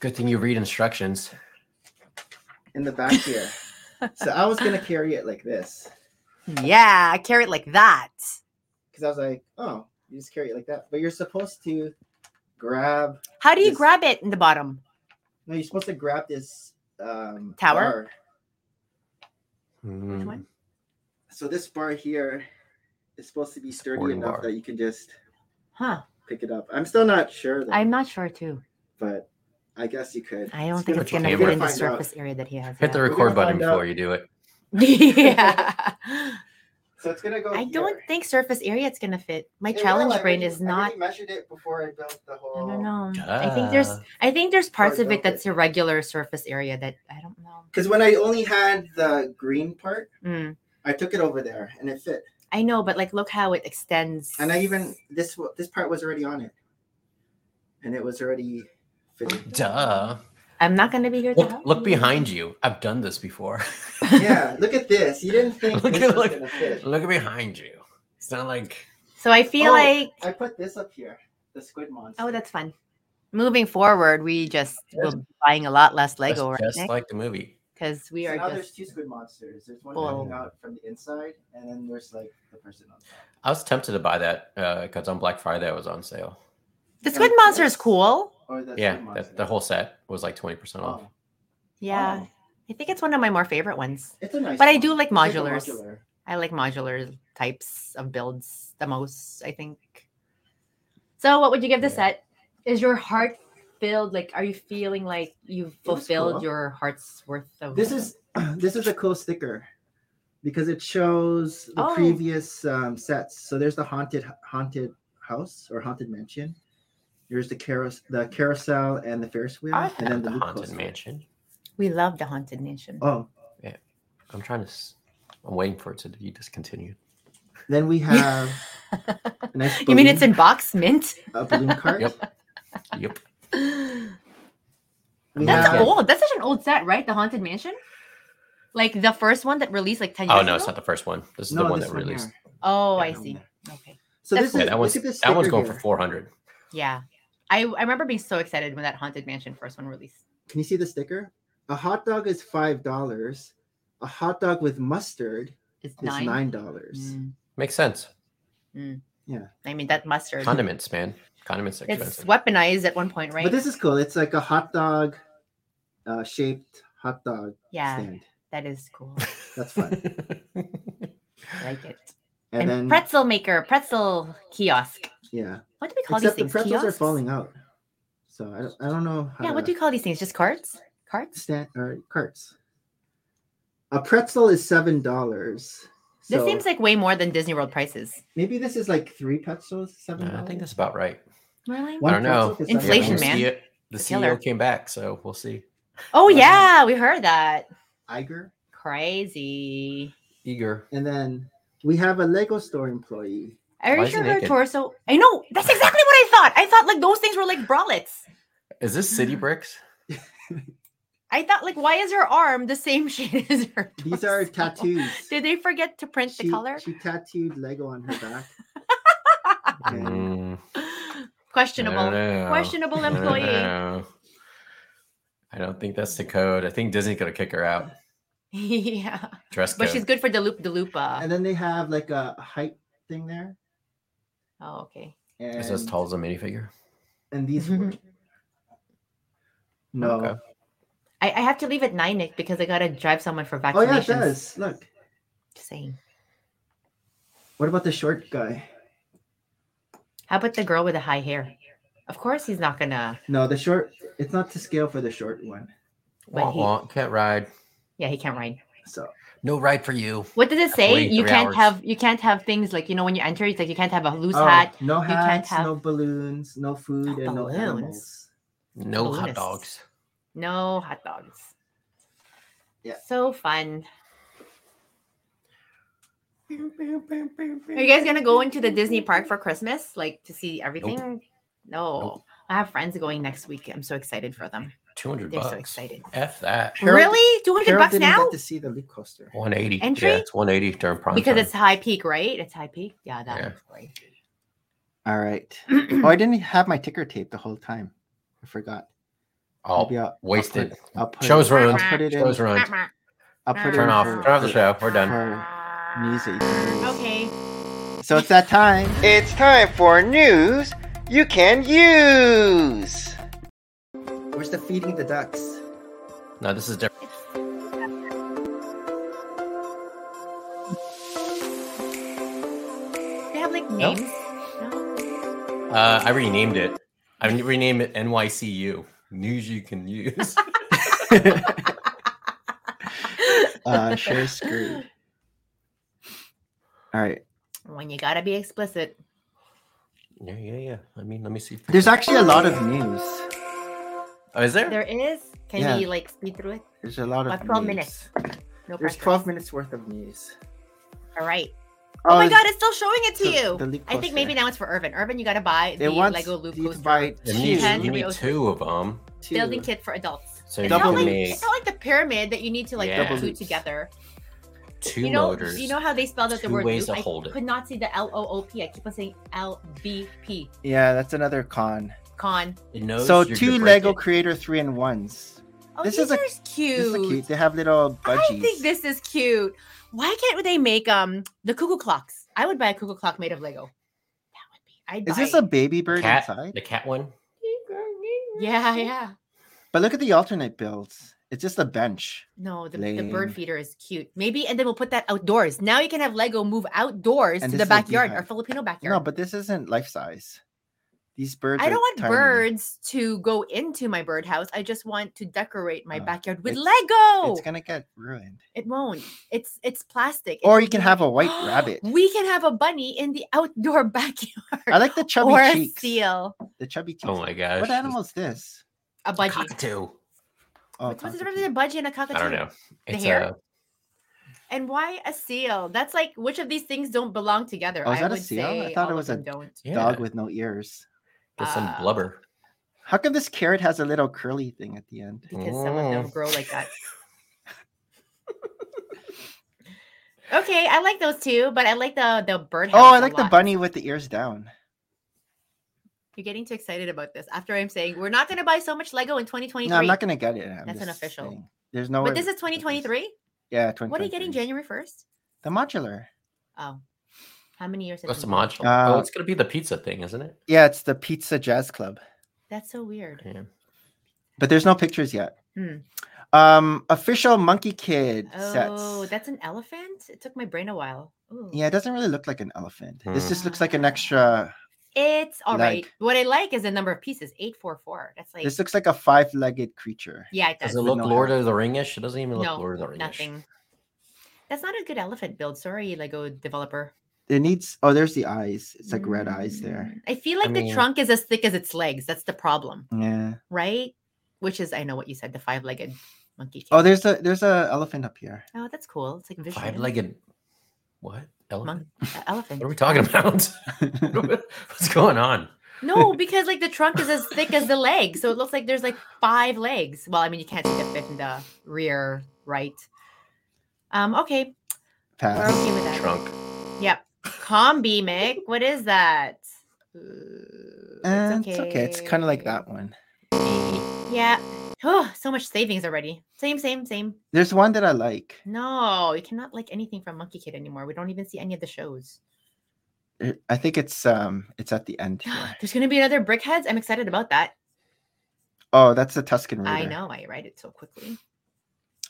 [SPEAKER 4] good thing you read instructions.
[SPEAKER 2] in the back here so i was gonna carry it like this
[SPEAKER 5] Yeah, I carry it like that.
[SPEAKER 2] because i was like oh you just carry it like that but you're supposed to grab
[SPEAKER 5] How do you
[SPEAKER 2] Yes.
[SPEAKER 5] grab it in the bottom?
[SPEAKER 2] no you're supposed to grab this um
[SPEAKER 5] Tower?
[SPEAKER 2] bar.
[SPEAKER 4] Mm,
[SPEAKER 5] one?
[SPEAKER 2] so this bar here is supposed to be sturdy
[SPEAKER 4] Supporting
[SPEAKER 2] enough
[SPEAKER 4] bar.
[SPEAKER 2] that you can just
[SPEAKER 4] Hmm.
[SPEAKER 5] Huh.
[SPEAKER 2] pick it up. I'm still not sure though,
[SPEAKER 5] I'm not sure too.
[SPEAKER 2] but I guess you could.
[SPEAKER 5] I don't
[SPEAKER 2] It's
[SPEAKER 5] think
[SPEAKER 2] gonna
[SPEAKER 5] it's gonna
[SPEAKER 4] fit
[SPEAKER 5] fit in
[SPEAKER 4] in
[SPEAKER 5] the
[SPEAKER 2] the
[SPEAKER 5] surface area that he has.
[SPEAKER 4] Hit the
[SPEAKER 5] yeah.
[SPEAKER 4] record button
[SPEAKER 2] find
[SPEAKER 4] before
[SPEAKER 2] out.
[SPEAKER 4] you do it.
[SPEAKER 5] [LAUGHS]
[SPEAKER 2] [LAUGHS]
[SPEAKER 5] yeah.
[SPEAKER 2] So it's gonna go.
[SPEAKER 5] I don't
[SPEAKER 2] here.
[SPEAKER 5] think surface area it's gonna fit. My
[SPEAKER 2] It will,
[SPEAKER 5] challenge
[SPEAKER 2] I
[SPEAKER 5] brain
[SPEAKER 2] already-
[SPEAKER 5] is
[SPEAKER 2] I
[SPEAKER 5] not.
[SPEAKER 2] already measured it before I built the
[SPEAKER 5] I
[SPEAKER 2] whole.
[SPEAKER 5] don't know. I think there's
[SPEAKER 4] Ah.
[SPEAKER 5] I think there's parts
[SPEAKER 2] I
[SPEAKER 5] of it
[SPEAKER 2] built
[SPEAKER 5] that's
[SPEAKER 2] it.
[SPEAKER 5] irregular surface area that I don't know.
[SPEAKER 2] Because when I only had the green part,
[SPEAKER 5] Mm.
[SPEAKER 2] I took it over there and it fit.
[SPEAKER 5] I know, but like look how it extends.
[SPEAKER 2] And I even this w- this part was already on it, and it was already
[SPEAKER 5] [LAUGHS]
[SPEAKER 2] fitting.
[SPEAKER 4] Duh.
[SPEAKER 5] I'm not gonna be here to
[SPEAKER 4] Look,
[SPEAKER 5] help
[SPEAKER 4] look
[SPEAKER 5] you.
[SPEAKER 4] behind you. I've done this before.
[SPEAKER 2] yeah, look at this. You didn't
[SPEAKER 5] [LAUGHS]
[SPEAKER 2] think
[SPEAKER 4] [LAUGHS] look
[SPEAKER 2] this
[SPEAKER 4] at
[SPEAKER 2] was
[SPEAKER 4] look,
[SPEAKER 2] gonna fit.
[SPEAKER 4] look behind you. It's not like
[SPEAKER 5] So I feel
[SPEAKER 2] Oh.
[SPEAKER 5] like
[SPEAKER 2] I put this up here, the squid monster.
[SPEAKER 5] oh that's fun. Moving forward, we just will be buying a lot less
[SPEAKER 4] that's
[SPEAKER 5] Lego,
[SPEAKER 4] just
[SPEAKER 5] right?
[SPEAKER 4] like the movie.
[SPEAKER 5] Because we
[SPEAKER 2] so
[SPEAKER 5] are
[SPEAKER 2] now
[SPEAKER 5] just
[SPEAKER 2] there's two squid monsters. There's one
[SPEAKER 5] Full.
[SPEAKER 2] coming out from the inside, and then there's like the person on top.
[SPEAKER 4] I was tempted to buy that because on Black Friday it was on sale.
[SPEAKER 5] the squid monster is cool.
[SPEAKER 2] Or the
[SPEAKER 4] yeah,
[SPEAKER 2] squid monster.
[SPEAKER 4] that, the whole set was like twenty percent off.
[SPEAKER 2] Oh,
[SPEAKER 5] Yeah.
[SPEAKER 2] wow.
[SPEAKER 5] I think it's one of my more favorite ones.
[SPEAKER 2] Oh, It's a nice.
[SPEAKER 5] But I
[SPEAKER 2] one.
[SPEAKER 5] do like
[SPEAKER 2] It's a
[SPEAKER 5] modulars.
[SPEAKER 2] modular.
[SPEAKER 5] I like modular types of builds the most, I think. So, what would you give the
[SPEAKER 4] Yeah.
[SPEAKER 5] set? Is your heart filled? Like, are you feeling like you've
[SPEAKER 2] was
[SPEAKER 5] fulfilled
[SPEAKER 2] cool.
[SPEAKER 5] your heart's worth of
[SPEAKER 2] This is [CLEARS THROAT] this is a cool sticker because it shows the
[SPEAKER 5] Oh.
[SPEAKER 2] previous um, sets. So there's the haunted haunted house or haunted mansion. There's the carous the carousel and the Ferris wheel,
[SPEAKER 4] I
[SPEAKER 2] and
[SPEAKER 4] have the
[SPEAKER 2] loop
[SPEAKER 4] haunted
[SPEAKER 2] coaster.
[SPEAKER 4] mansion.
[SPEAKER 5] We love the Haunted Nation.
[SPEAKER 2] Oh,
[SPEAKER 4] I'm trying to. s- I'm waiting for it to be discontinued.
[SPEAKER 2] then
[SPEAKER 5] [LAUGHS]
[SPEAKER 2] we have a nice.
[SPEAKER 5] [LAUGHS] you mean it's
[SPEAKER 2] balloon-
[SPEAKER 5] in box mint?
[SPEAKER 2] a balloon cart?
[SPEAKER 4] Yep. Yep.
[SPEAKER 5] That's
[SPEAKER 2] We
[SPEAKER 4] That's
[SPEAKER 2] have-
[SPEAKER 5] old. That's such an old set, right? The Haunted Mansion? Like the first one that released like 10 years
[SPEAKER 4] Oh no,
[SPEAKER 5] ago?
[SPEAKER 4] it's not the first one. This is
[SPEAKER 2] No,
[SPEAKER 4] the one
[SPEAKER 2] this
[SPEAKER 4] that released.
[SPEAKER 2] here.
[SPEAKER 5] Oh,
[SPEAKER 2] Yeah,
[SPEAKER 5] I
[SPEAKER 2] no,
[SPEAKER 5] see.
[SPEAKER 2] no.
[SPEAKER 5] Okay.
[SPEAKER 2] So
[SPEAKER 5] That's
[SPEAKER 2] this
[SPEAKER 5] cool.
[SPEAKER 2] is
[SPEAKER 4] Yeah, that one's
[SPEAKER 2] look at this
[SPEAKER 4] that one's
[SPEAKER 2] sticker
[SPEAKER 4] going for
[SPEAKER 2] here.
[SPEAKER 4] four hundred.
[SPEAKER 5] Yeah. I, I remember being so excited when that Haunted Mansion first one released.
[SPEAKER 2] Can you see the sticker? A hot dog is five dollars. A hot dog with mustard
[SPEAKER 5] It's
[SPEAKER 2] is
[SPEAKER 5] nine.
[SPEAKER 2] nine dollars.
[SPEAKER 5] Mm.
[SPEAKER 4] Makes sense.
[SPEAKER 5] I mean, that mustard.
[SPEAKER 4] Condiments, man. Condiments are
[SPEAKER 5] It's
[SPEAKER 4] expensive.
[SPEAKER 5] weaponized at one point, right?
[SPEAKER 2] But this is cool. It's like a hot dog uh, shaped hot dog
[SPEAKER 5] yeah,
[SPEAKER 2] stand.
[SPEAKER 5] that is cool.
[SPEAKER 2] That's
[SPEAKER 5] [LAUGHS]
[SPEAKER 2] fun.
[SPEAKER 5] I like it.
[SPEAKER 2] [LAUGHS] And,
[SPEAKER 5] And,
[SPEAKER 2] then
[SPEAKER 5] pretzel maker, pretzel kiosk.
[SPEAKER 2] yeah,
[SPEAKER 5] What do we call
[SPEAKER 2] except the
[SPEAKER 5] these things?
[SPEAKER 2] pretzels are
[SPEAKER 5] Kiosks?
[SPEAKER 2] falling out. So I don't, I don't know how
[SPEAKER 5] Yeah, what
[SPEAKER 2] to
[SPEAKER 5] do you call these things? Just carts? Carts?
[SPEAKER 2] stand or carts. A pretzel is seven dollars. So
[SPEAKER 5] this seems like way more than Disney World prices.
[SPEAKER 2] maybe this is like three pretzels, seven.
[SPEAKER 4] Uh, I think that's about right.
[SPEAKER 5] Really?
[SPEAKER 2] One
[SPEAKER 4] I don't know.
[SPEAKER 2] pretzel for
[SPEAKER 4] Yeah,
[SPEAKER 5] Inflation,
[SPEAKER 4] we'll
[SPEAKER 2] $7.
[SPEAKER 4] see
[SPEAKER 5] man.
[SPEAKER 4] it. The
[SPEAKER 5] It's a
[SPEAKER 4] CEO
[SPEAKER 5] killer.
[SPEAKER 4] came back, so we'll see.
[SPEAKER 5] Oh
[SPEAKER 2] Wow.
[SPEAKER 5] yeah, we heard that.
[SPEAKER 2] Iger.
[SPEAKER 5] Crazy.
[SPEAKER 4] Eager.
[SPEAKER 2] And then we have a Lego store employee
[SPEAKER 5] Are
[SPEAKER 4] Why
[SPEAKER 5] you
[SPEAKER 4] is it
[SPEAKER 5] sure her
[SPEAKER 4] naked?
[SPEAKER 5] torso? I know. That's exactly what I thought. I thought like those things were like bralettes.
[SPEAKER 4] Is this
[SPEAKER 5] [GASPS]
[SPEAKER 4] City Bricks?
[SPEAKER 5] I thought like, why is her arm the same [LAUGHS] shade as her?
[SPEAKER 2] These
[SPEAKER 5] [LAUGHS]
[SPEAKER 2] are
[SPEAKER 5] torso?
[SPEAKER 2] tattoos.
[SPEAKER 5] Did they forget to print the
[SPEAKER 2] She-
[SPEAKER 5] color?
[SPEAKER 2] She tattooed Lego on her
[SPEAKER 5] [LAUGHS]
[SPEAKER 2] back. And
[SPEAKER 4] Mm, I don't
[SPEAKER 5] [GASPS] Questionable.
[SPEAKER 4] know.
[SPEAKER 2] [LAUGHS]
[SPEAKER 5] Questionable
[SPEAKER 4] I don't
[SPEAKER 5] employee.
[SPEAKER 4] know. I don't think that's the code. I think Disney's gonna kick her out.
[SPEAKER 5] [LAUGHS] yeah.
[SPEAKER 4] Dress code.
[SPEAKER 5] But she's good for the loop the loop. Uh.
[SPEAKER 2] And then they have like a height thing there.
[SPEAKER 5] Oh, okay.
[SPEAKER 2] And,
[SPEAKER 4] Is as tall as a minifigure?
[SPEAKER 2] And
[SPEAKER 5] [LAUGHS]
[SPEAKER 2] these were. No.
[SPEAKER 4] Okay.
[SPEAKER 5] I, I have to leave at nine, Nick, because I gotta drive someone for vaccinations.
[SPEAKER 2] Oh yeah, it does. Look.
[SPEAKER 5] Just saying.
[SPEAKER 2] What about the short guy?
[SPEAKER 5] How about the girl with the high hair? Of course, he's not gonna.
[SPEAKER 2] No, the short. It's not to scale for the short one.
[SPEAKER 5] But
[SPEAKER 4] Wah,
[SPEAKER 5] he-
[SPEAKER 4] wah, can't ride.
[SPEAKER 5] Yeah, he can't ride.
[SPEAKER 2] So
[SPEAKER 4] No ride for you.
[SPEAKER 5] What does it say?
[SPEAKER 4] wait
[SPEAKER 5] You
[SPEAKER 4] three
[SPEAKER 5] can't
[SPEAKER 4] hours.
[SPEAKER 5] have you can't have things like you know when you enter. It's like you can't have a loose
[SPEAKER 2] Oh,
[SPEAKER 5] hat.
[SPEAKER 2] no
[SPEAKER 5] You can't
[SPEAKER 2] hats,
[SPEAKER 5] have-
[SPEAKER 2] no balloons, no food, and no
[SPEAKER 5] balloons.
[SPEAKER 2] animals.
[SPEAKER 4] No hot
[SPEAKER 5] Balloonists.
[SPEAKER 4] dogs.
[SPEAKER 5] No hot dogs.
[SPEAKER 2] Yeah.
[SPEAKER 5] So fun. Are you guys gonna go into the Disney park for Christmas, like to see everything? No,
[SPEAKER 4] Nope.
[SPEAKER 5] I have friends going next week. I'm so excited for them.
[SPEAKER 4] Two hundred
[SPEAKER 5] They're
[SPEAKER 4] bucks.
[SPEAKER 5] so excited.
[SPEAKER 4] F that.
[SPEAKER 2] Harold-
[SPEAKER 5] really, two hundred
[SPEAKER 2] Harold
[SPEAKER 5] bucks
[SPEAKER 2] didn't
[SPEAKER 5] now?
[SPEAKER 2] get to see the loop coaster.
[SPEAKER 4] One eighty.
[SPEAKER 5] Entry?
[SPEAKER 4] Yeah, it's one eighty during prime
[SPEAKER 5] Because
[SPEAKER 4] time.
[SPEAKER 5] it's high peak, right? It's high peak. Yeah, that.
[SPEAKER 4] Yeah.
[SPEAKER 5] one's great.
[SPEAKER 2] [CLEARS THROAT] All right. oh, I didn't have my ticker tape the whole time. I forgot.
[SPEAKER 4] all
[SPEAKER 2] Maybe I'll- I'll put-
[SPEAKER 4] wasted.
[SPEAKER 2] I'll put
[SPEAKER 4] Show's
[SPEAKER 2] it,
[SPEAKER 4] ruined.
[SPEAKER 2] I'll put it in.
[SPEAKER 4] Show's ruined.
[SPEAKER 2] I'll put it
[SPEAKER 4] Turn
[SPEAKER 2] in
[SPEAKER 4] off.
[SPEAKER 2] for-
[SPEAKER 4] Turn off the show. We're done.
[SPEAKER 2] for music.
[SPEAKER 5] Okay.
[SPEAKER 2] So it's that time.
[SPEAKER 8] It's time for news you can use.
[SPEAKER 2] Where's the feeding the ducks?
[SPEAKER 4] No, this is different.
[SPEAKER 5] They have like names. No?
[SPEAKER 4] Uh, I renamed it. I renamed it NYCU. News you can
[SPEAKER 5] [LAUGHS]
[SPEAKER 4] use. [LAUGHS]
[SPEAKER 2] Uh, share screen. All right.
[SPEAKER 5] When you gotta be explicit.
[SPEAKER 4] yeah, yeah, yeah. I mean, let me see.
[SPEAKER 2] There's actually a lot of news.
[SPEAKER 4] Oh, is there?
[SPEAKER 5] There is. Can
[SPEAKER 2] Yeah.
[SPEAKER 5] we like speed through it?
[SPEAKER 2] There's a lot of
[SPEAKER 5] About 12
[SPEAKER 2] news.
[SPEAKER 5] minutes. No
[SPEAKER 2] There's
[SPEAKER 5] pressure.
[SPEAKER 2] 12 minutes worth of news.
[SPEAKER 5] All right. Oh, my god, it's still showing it to
[SPEAKER 2] the-
[SPEAKER 5] you.
[SPEAKER 2] the leak
[SPEAKER 5] I think
[SPEAKER 2] coaster.
[SPEAKER 5] maybe now it's for Urban. Urban, you gotta buy
[SPEAKER 2] It
[SPEAKER 5] the
[SPEAKER 2] wants
[SPEAKER 5] Lego Loop
[SPEAKER 2] you to
[SPEAKER 5] Coaster
[SPEAKER 2] buy
[SPEAKER 4] You
[SPEAKER 2] two,
[SPEAKER 4] need,
[SPEAKER 5] Ten
[SPEAKER 4] you need
[SPEAKER 5] videos.
[SPEAKER 4] two of them.
[SPEAKER 2] two.
[SPEAKER 5] building kit for adults.
[SPEAKER 4] So
[SPEAKER 5] It's
[SPEAKER 4] you
[SPEAKER 2] Double
[SPEAKER 5] not,
[SPEAKER 4] can
[SPEAKER 5] like,
[SPEAKER 4] make
[SPEAKER 5] it's not like the pyramid that you need to like
[SPEAKER 4] Yeah.
[SPEAKER 5] put
[SPEAKER 2] Double
[SPEAKER 5] two
[SPEAKER 2] loops.
[SPEAKER 5] together.
[SPEAKER 4] two
[SPEAKER 5] you know,
[SPEAKER 4] motors.
[SPEAKER 5] you know how they spelled out the
[SPEAKER 4] two
[SPEAKER 5] word
[SPEAKER 4] ways
[SPEAKER 5] loop?
[SPEAKER 4] to
[SPEAKER 5] I
[SPEAKER 4] hold it.
[SPEAKER 5] could not see the L O O P. I keep on saying L B P.
[SPEAKER 2] Yeah, that's another con.
[SPEAKER 5] Con.
[SPEAKER 4] It knows
[SPEAKER 2] so
[SPEAKER 4] you're gonna
[SPEAKER 2] two
[SPEAKER 4] break
[SPEAKER 2] Lego
[SPEAKER 4] it.
[SPEAKER 2] Creator 3 and 1s.
[SPEAKER 5] Oh,
[SPEAKER 2] This
[SPEAKER 5] these
[SPEAKER 2] is a-
[SPEAKER 5] are cute.
[SPEAKER 2] This is cute. They have little budgies.
[SPEAKER 5] I think this is cute. Why can't they make um the cuckoo clocks? I would buy a cuckoo clock made of Lego. That would be. I'd
[SPEAKER 2] Is
[SPEAKER 5] buy
[SPEAKER 2] this
[SPEAKER 5] it.
[SPEAKER 2] a baby bird
[SPEAKER 4] cat,
[SPEAKER 2] inside?
[SPEAKER 4] the cat one.
[SPEAKER 5] Yeah, yeah.
[SPEAKER 2] But look at the alternate builds. It's just a bench.
[SPEAKER 5] No, the, the bird
[SPEAKER 2] Lame.
[SPEAKER 5] feeder is cute. Maybe, and then we'll put that outdoors. Now you can have Lego move outdoors
[SPEAKER 2] And
[SPEAKER 5] to
[SPEAKER 2] this
[SPEAKER 5] the
[SPEAKER 2] is a
[SPEAKER 5] backyard, our
[SPEAKER 2] beehive.
[SPEAKER 5] Filipino backyard.
[SPEAKER 2] No, but this isn't life size. These birds.
[SPEAKER 5] I
[SPEAKER 2] are
[SPEAKER 5] don't want
[SPEAKER 2] tiny.
[SPEAKER 5] birds to go into my birdhouse. I just want to decorate my
[SPEAKER 2] Uh,
[SPEAKER 5] backyard with
[SPEAKER 2] it's-
[SPEAKER 5] Lego.
[SPEAKER 2] It's gonna get ruined.
[SPEAKER 5] It won't. It's it's plastic. It
[SPEAKER 2] Or
[SPEAKER 5] will
[SPEAKER 2] you can
[SPEAKER 5] be
[SPEAKER 2] have
[SPEAKER 5] [GASPS] like,
[SPEAKER 2] a white rabbit.
[SPEAKER 5] We can have a bunny in the outdoor [LAUGHS] backyard.
[SPEAKER 2] I like the chubby
[SPEAKER 5] or a
[SPEAKER 2] cheeks.
[SPEAKER 5] seal.
[SPEAKER 2] The chubby cheeks.
[SPEAKER 4] Oh my gosh!
[SPEAKER 2] what animal is this?
[SPEAKER 5] A budgie.
[SPEAKER 4] Cockatoo.
[SPEAKER 2] Oh,
[SPEAKER 5] What's the
[SPEAKER 2] cockatoo.
[SPEAKER 5] difference between a budgie and a cockatoo?
[SPEAKER 4] I don't know.
[SPEAKER 5] The
[SPEAKER 4] It's uh,
[SPEAKER 5] hair?
[SPEAKER 4] a
[SPEAKER 5] And why a seal? That's like which of these things don't belong together?
[SPEAKER 2] Oh, is that
[SPEAKER 5] I
[SPEAKER 2] a
[SPEAKER 5] would
[SPEAKER 2] seal? I
[SPEAKER 5] say
[SPEAKER 2] thought it
[SPEAKER 5] all of
[SPEAKER 2] was a-
[SPEAKER 5] them don't.
[SPEAKER 4] yeah,
[SPEAKER 2] dog with no ears.
[SPEAKER 4] just some
[SPEAKER 5] uh,
[SPEAKER 4] blubber.
[SPEAKER 2] How come this carrot has a little curly thing at the end?
[SPEAKER 5] [LAUGHS] because some of them
[SPEAKER 4] Mm.
[SPEAKER 5] grow like
[SPEAKER 2] [LAUGHS]
[SPEAKER 5] that. okay, I like those two, but I like the the bird.
[SPEAKER 2] Oh, I like the bunny with the ears down.
[SPEAKER 5] You're getting too excited about this. After I'm saying we're not going to buy so much Lego in 2023,
[SPEAKER 2] No, I'm not gonna get it. I'm
[SPEAKER 5] That's an
[SPEAKER 2] just
[SPEAKER 5] official.
[SPEAKER 2] saying. There's no.
[SPEAKER 5] but this is 2023.
[SPEAKER 2] Yeah, 2023.
[SPEAKER 5] What are you getting January 1st?
[SPEAKER 2] The modular.
[SPEAKER 5] Oh, how many years? has
[SPEAKER 4] What's the
[SPEAKER 5] it been out?
[SPEAKER 4] module?
[SPEAKER 2] Uh,
[SPEAKER 4] oh, it's gonna be the pizza thing, isn't it?
[SPEAKER 2] Yeah, it's the Pizza Jazz Club,
[SPEAKER 5] That's so weird.
[SPEAKER 4] Yeah.
[SPEAKER 2] but there's no pictures yet.
[SPEAKER 5] Hmm.
[SPEAKER 2] Um, official Monkey Kid sets.
[SPEAKER 5] Oh, that's an elephant. It took my brain a while. Ooh.
[SPEAKER 2] Yeah, it doesn't really look like an elephant. This
[SPEAKER 4] Hmm.
[SPEAKER 2] just looks like
[SPEAKER 5] Ah,
[SPEAKER 2] an extra.
[SPEAKER 5] It's all right.
[SPEAKER 2] Like-
[SPEAKER 5] What I like is the number of pieces, eight four four. That's like
[SPEAKER 2] This looks like a five-legged creature.
[SPEAKER 5] yeah, it
[SPEAKER 4] Does
[SPEAKER 5] does.
[SPEAKER 4] it
[SPEAKER 2] With
[SPEAKER 4] look
[SPEAKER 2] no
[SPEAKER 4] Lord
[SPEAKER 2] hair.
[SPEAKER 4] of the Ringish? It doesn't even look
[SPEAKER 5] No,
[SPEAKER 4] Lord of the Ringish.
[SPEAKER 5] Nothing. That's not a good elephant build. Sorry, Lego developer.
[SPEAKER 2] It needs. Oh, there's the eyes. It's like red eyes there.
[SPEAKER 5] Mm, I feel like the
[SPEAKER 4] mean-
[SPEAKER 5] trunk is as thick as its legs. That's the problem,
[SPEAKER 2] Yeah.
[SPEAKER 5] right? Which is, I know what you said, the five-legged monkey.
[SPEAKER 2] Oh,
[SPEAKER 5] kid. [LAUGHS]
[SPEAKER 2] there's a there's a elephant up here. [LAUGHS]
[SPEAKER 5] oh, that's cool. It's like visual.
[SPEAKER 4] Five-legged. What? Elephant?
[SPEAKER 5] Mon- uh, elephant.
[SPEAKER 4] What are we talking [LAUGHS] about? What's going on?
[SPEAKER 5] No, because like the trunk is as thick as the leg, so it looks like there's like five legs. Well, I mean you can't see the fifth in the rear right. Um, okay, we're
[SPEAKER 2] Pass.
[SPEAKER 5] okay with that.
[SPEAKER 4] Trunk.
[SPEAKER 5] Yep. Combi, Mick. What is that? Uh,
[SPEAKER 2] Uh, it's okay. It's kind of like that one.
[SPEAKER 5] okay. Yeah. Oh, so much savings already. Same, same, same.
[SPEAKER 2] There's one that I like.
[SPEAKER 5] No, you cannot like anything from Monkey Kid anymore. We don't even see any of the shows.
[SPEAKER 2] It- I think it's um, it's at the
[SPEAKER 5] [GASPS]
[SPEAKER 2] end here.
[SPEAKER 5] There's gonna be another Brickheads. I'm excited about that.
[SPEAKER 2] Oh, that's the Tuscan Raider.
[SPEAKER 5] I know. I read it so quickly.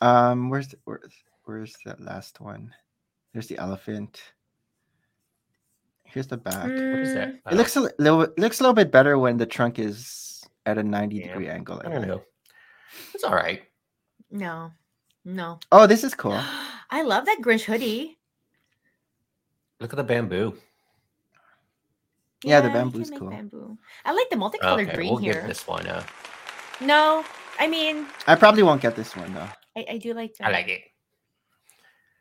[SPEAKER 2] Um, where's the- where's where's that last one? There's the elephant. Here's the back.
[SPEAKER 5] Mm.
[SPEAKER 4] What is that?
[SPEAKER 2] It looks a li- little it looks a little bit better when the trunk is at a 90
[SPEAKER 4] Yeah.
[SPEAKER 2] degree angle. like
[SPEAKER 4] I don't
[SPEAKER 2] that.
[SPEAKER 4] know. It's all right.
[SPEAKER 5] No, no.
[SPEAKER 2] Oh, this is cool.
[SPEAKER 5] [GASPS] I love that Grinch hoodie.
[SPEAKER 4] Look at the bamboo.
[SPEAKER 2] Yeah, the
[SPEAKER 5] we can
[SPEAKER 2] bamboo's
[SPEAKER 5] make
[SPEAKER 2] cool.
[SPEAKER 5] Bamboo. I like the multicolored
[SPEAKER 4] Okay,
[SPEAKER 5] green
[SPEAKER 4] we'll give
[SPEAKER 5] here.
[SPEAKER 4] this one uh, a.
[SPEAKER 5] No, I mean,
[SPEAKER 2] I probably won't get this one though.
[SPEAKER 5] I, I do like.
[SPEAKER 4] I
[SPEAKER 5] that.
[SPEAKER 4] like it.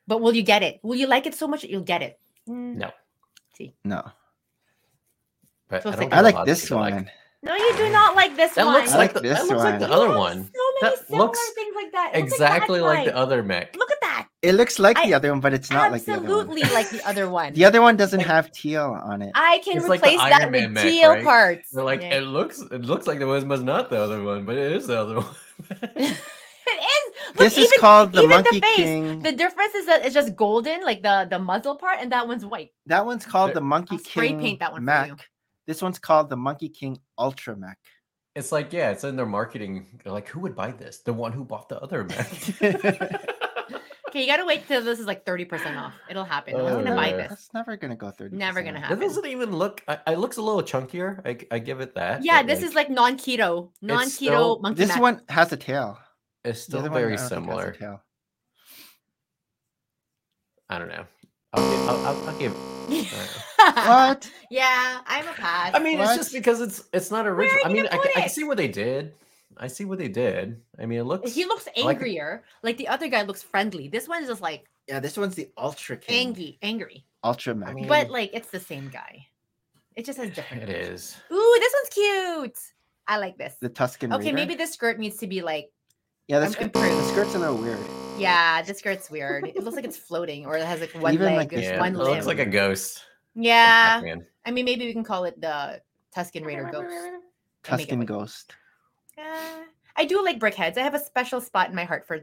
[SPEAKER 5] But will you get it? Will you like it so much that you'll get it? Mm,
[SPEAKER 4] No,
[SPEAKER 2] No,
[SPEAKER 4] but
[SPEAKER 5] So
[SPEAKER 4] I, don't
[SPEAKER 5] it's like-
[SPEAKER 4] get
[SPEAKER 2] I
[SPEAKER 4] a
[SPEAKER 2] like
[SPEAKER 4] lot of
[SPEAKER 2] this
[SPEAKER 4] people
[SPEAKER 2] one.
[SPEAKER 5] No, you do not like this
[SPEAKER 4] That
[SPEAKER 5] one.
[SPEAKER 4] looks
[SPEAKER 2] I
[SPEAKER 4] like,
[SPEAKER 2] like
[SPEAKER 4] the,
[SPEAKER 2] this
[SPEAKER 4] that looks like the
[SPEAKER 5] You
[SPEAKER 2] one.
[SPEAKER 4] other
[SPEAKER 5] have
[SPEAKER 4] one.
[SPEAKER 5] So many
[SPEAKER 4] That
[SPEAKER 5] similar
[SPEAKER 4] looks
[SPEAKER 5] things like that. It looks
[SPEAKER 4] Exactly like the
[SPEAKER 5] Hatline.
[SPEAKER 4] other mech.
[SPEAKER 5] Look at that.
[SPEAKER 2] It looks like
[SPEAKER 5] I-
[SPEAKER 2] the other one, but it's not like the other one.
[SPEAKER 5] Absolutely like
[SPEAKER 2] [LAUGHS]
[SPEAKER 5] the other one.
[SPEAKER 2] The other one doesn't
[SPEAKER 4] Like-
[SPEAKER 2] have teal on it.
[SPEAKER 5] I can
[SPEAKER 4] It's like the
[SPEAKER 5] replace
[SPEAKER 4] Iron
[SPEAKER 5] that
[SPEAKER 4] Man
[SPEAKER 5] with
[SPEAKER 4] mech,
[SPEAKER 5] teal
[SPEAKER 4] right?
[SPEAKER 5] parts.
[SPEAKER 4] They're like,
[SPEAKER 5] Yeah.
[SPEAKER 4] it looks it looks like the one was not the other one, but it is the other [LAUGHS] one.
[SPEAKER 5] [LAUGHS] it is. Look,
[SPEAKER 2] This is
[SPEAKER 5] even
[SPEAKER 2] called the
[SPEAKER 5] even the
[SPEAKER 2] Monkey
[SPEAKER 5] face,
[SPEAKER 2] King.
[SPEAKER 5] the difference is that it's just golden, like the the muzzle part, and that one's white.
[SPEAKER 2] That one's called
[SPEAKER 4] There-
[SPEAKER 2] the Monkey
[SPEAKER 5] I'll spray
[SPEAKER 2] King
[SPEAKER 5] paint that one for
[SPEAKER 2] Mac.
[SPEAKER 5] you.
[SPEAKER 2] This one's called the Monkey King Ultra Mac.
[SPEAKER 4] it's like, yeah, it's in their marketing. They're like, who would buy this? The one who bought the other [LAUGHS] mech.
[SPEAKER 5] Okay, you gotta wait till this is like thirty percent off. It'll happen. No one's
[SPEAKER 4] Oh,
[SPEAKER 5] gonna buy
[SPEAKER 4] yeah.
[SPEAKER 5] this.
[SPEAKER 2] That's never gonna go through.
[SPEAKER 5] Never gonna
[SPEAKER 4] It
[SPEAKER 5] happen.
[SPEAKER 4] doesn't even look. I, it looks a little chunkier. I, I give it that.
[SPEAKER 5] Yeah,
[SPEAKER 4] but,
[SPEAKER 5] this is like non keto, non
[SPEAKER 4] still-
[SPEAKER 5] keto monkey.
[SPEAKER 2] This
[SPEAKER 5] mac. [LAUGHS]
[SPEAKER 2] one has a tail.
[SPEAKER 4] It's
[SPEAKER 2] The
[SPEAKER 4] still
[SPEAKER 2] other one, I
[SPEAKER 4] very
[SPEAKER 2] don't think, has a
[SPEAKER 4] similar.
[SPEAKER 2] tail.
[SPEAKER 4] I don't know. I'll give. I'll, I'll, I'll give
[SPEAKER 2] What?
[SPEAKER 5] Yeah, I'm a pass.
[SPEAKER 4] I mean, it's just
[SPEAKER 2] What?
[SPEAKER 4] because it's it's not
[SPEAKER 5] are
[SPEAKER 4] original.
[SPEAKER 5] you
[SPEAKER 4] I mean,
[SPEAKER 5] gonna
[SPEAKER 4] I,
[SPEAKER 5] put
[SPEAKER 4] c- I can
[SPEAKER 5] it?
[SPEAKER 4] see what they did. I see what they did. I mean, it looks.
[SPEAKER 5] he looks
[SPEAKER 4] I like it.
[SPEAKER 5] angrier. Like, the other guy looks friendly. This one is just like
[SPEAKER 2] Yeah, this one's the Ultra King.
[SPEAKER 5] angry, angry.
[SPEAKER 2] Ultra Mac.
[SPEAKER 4] mean-
[SPEAKER 5] But like, it's the same guy. It just has different.
[SPEAKER 4] It is.
[SPEAKER 5] Ooh, this one's cute. I like this.
[SPEAKER 2] the Tuscan.
[SPEAKER 5] Okay,
[SPEAKER 2] Raider.
[SPEAKER 5] maybe the skirt needs to be like,
[SPEAKER 2] Yeah, the,
[SPEAKER 5] I'm
[SPEAKER 2] skirt,
[SPEAKER 5] improved.
[SPEAKER 2] the skirt's a little weird.
[SPEAKER 5] yeah, the skirt's weird. It looks like it's floating or it has like one
[SPEAKER 2] Even
[SPEAKER 5] leg,
[SPEAKER 2] like this
[SPEAKER 5] just
[SPEAKER 4] Yeah,
[SPEAKER 5] one
[SPEAKER 4] it
[SPEAKER 2] little
[SPEAKER 5] limb.
[SPEAKER 4] looks like a ghost. like
[SPEAKER 5] yeah,
[SPEAKER 4] Pac-Man.
[SPEAKER 5] I mean, maybe we can call it the Tuscan Raider ghost. I'll make it
[SPEAKER 2] Tuscan
[SPEAKER 5] like-
[SPEAKER 2] Ghost.
[SPEAKER 5] Uh, I do like brickheads. I have a special spot in my heart for,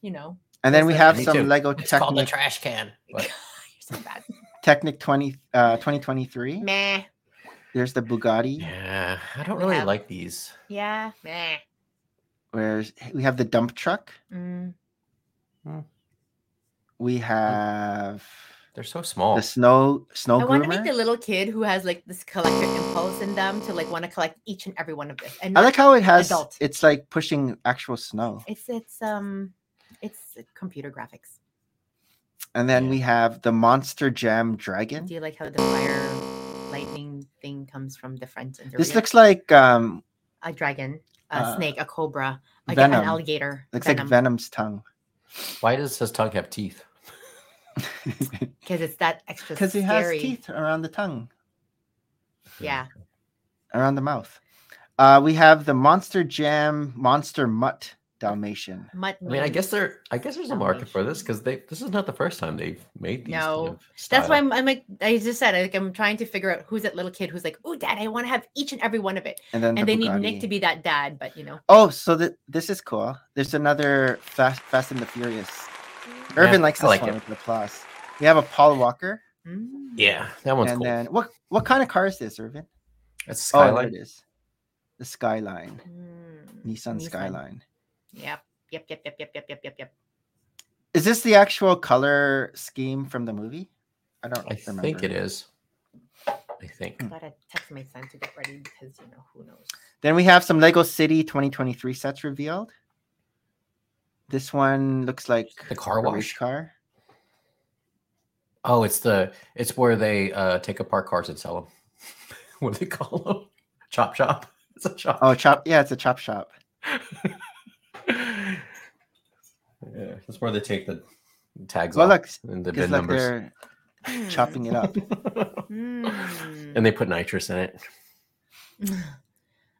[SPEAKER 5] you know,
[SPEAKER 2] And then we
[SPEAKER 5] Listen,
[SPEAKER 2] have
[SPEAKER 4] me
[SPEAKER 2] some
[SPEAKER 4] too.
[SPEAKER 2] Lego
[SPEAKER 4] It's called the
[SPEAKER 2] Technic,
[SPEAKER 4] trash can.
[SPEAKER 5] you're
[SPEAKER 4] But
[SPEAKER 5] so
[SPEAKER 2] [LAUGHS]
[SPEAKER 5] bad.
[SPEAKER 2] Technic 20, uh, 2023.
[SPEAKER 5] meh.
[SPEAKER 2] There's the Bugatti.
[SPEAKER 4] yeah, I don't
[SPEAKER 5] We
[SPEAKER 4] really
[SPEAKER 5] have-
[SPEAKER 4] like these.
[SPEAKER 5] Yeah. Meh.
[SPEAKER 2] Where we have the dump truck.
[SPEAKER 5] Mm.
[SPEAKER 2] We have
[SPEAKER 4] They're so small.
[SPEAKER 2] the snow snow
[SPEAKER 5] I want to make
[SPEAKER 2] Oh, groomer.
[SPEAKER 5] the little kid who has like this collector impulse in them to like want to collect each and every one of this. And
[SPEAKER 2] I
[SPEAKER 5] not-
[SPEAKER 2] like how it has.
[SPEAKER 5] adult.
[SPEAKER 2] It's like pushing actual snow.
[SPEAKER 5] it's it's um it's computer graphics.
[SPEAKER 2] And then
[SPEAKER 4] Yeah.
[SPEAKER 2] we have the Monster Jam Dragon.
[SPEAKER 5] Do you like how the fire lightning thing comes from the front and the
[SPEAKER 2] This
[SPEAKER 5] rear?
[SPEAKER 2] looks like um,
[SPEAKER 5] a dragon, a
[SPEAKER 2] uh,
[SPEAKER 5] snake, a cobra, a, an
[SPEAKER 2] Venom.
[SPEAKER 5] alligator.
[SPEAKER 2] looks like Venom's
[SPEAKER 5] [LAUGHS]
[SPEAKER 2] tongue.
[SPEAKER 4] Why does his tongue have teeth?
[SPEAKER 2] [LAUGHS]
[SPEAKER 5] because it's that extra
[SPEAKER 2] Because it has
[SPEAKER 5] scary.
[SPEAKER 2] teeth around the tongue,
[SPEAKER 5] Yeah.
[SPEAKER 2] around the mouth. Uh, we have the Monster Jam Monster Mutt Dalmatian.
[SPEAKER 5] Mutt
[SPEAKER 4] I mean, I
[SPEAKER 5] meat.
[SPEAKER 4] guess there. I guess there's a market for this because they. This is not the first time they've made these.
[SPEAKER 5] No.
[SPEAKER 4] kind of
[SPEAKER 5] That's why
[SPEAKER 4] style.
[SPEAKER 5] I'm, I'm like I just said like I'm trying to figure out who's that little kid who's like, oh dad, I want to have each and every one of it.
[SPEAKER 2] And then
[SPEAKER 5] And,
[SPEAKER 2] the
[SPEAKER 5] they need Nick
[SPEAKER 2] Bugatti.
[SPEAKER 5] to be that dad, but you know.
[SPEAKER 2] Oh, so that this is cool. There's another Fast Fast and the Furious. Urban likes
[SPEAKER 4] I
[SPEAKER 2] this
[SPEAKER 4] like
[SPEAKER 2] one
[SPEAKER 4] it.
[SPEAKER 2] with the plus. We have a Paul Walker,
[SPEAKER 5] Mm.
[SPEAKER 4] Yeah, that one's
[SPEAKER 2] and
[SPEAKER 4] cool.
[SPEAKER 2] then what? What kind of car is this, Irvin?
[SPEAKER 4] That's
[SPEAKER 2] Oh, there
[SPEAKER 4] skyline.
[SPEAKER 2] it is. The Skyline,
[SPEAKER 5] Mm.
[SPEAKER 2] Nissan,
[SPEAKER 5] Nissan.
[SPEAKER 2] Skyline.
[SPEAKER 5] Yep. Yep. Yep. Yep. Yep. Yep. Yep. Yep. Yep.
[SPEAKER 2] Is this the actual color scheme from the movie? I don't.
[SPEAKER 4] I
[SPEAKER 2] remember.
[SPEAKER 4] think it is. I
[SPEAKER 2] Mm.
[SPEAKER 4] think.
[SPEAKER 2] Hmm.
[SPEAKER 5] Gotta text my son to get ready because you know who knows.
[SPEAKER 2] Then we have some Lego City 2023 sets revealed. This one looks like
[SPEAKER 4] The car
[SPEAKER 2] a race
[SPEAKER 4] wash?
[SPEAKER 2] car.
[SPEAKER 4] Oh, it's the it's where they uh take apart cars and sell them. [LAUGHS] what do they call them? Chop shop. [LAUGHS] It's a chop.
[SPEAKER 2] Oh, chop! Yeah, it's a chop shop.
[SPEAKER 4] yeah, that's where they take the tags
[SPEAKER 2] Well,
[SPEAKER 4] off
[SPEAKER 2] look,
[SPEAKER 4] and the bin
[SPEAKER 2] Because look,
[SPEAKER 4] numbers.
[SPEAKER 2] they're chopping it
[SPEAKER 5] [LAUGHS]
[SPEAKER 2] up.
[SPEAKER 5] Mm.
[SPEAKER 4] [LAUGHS] and they put nitrous in it.
[SPEAKER 5] [SIGHS]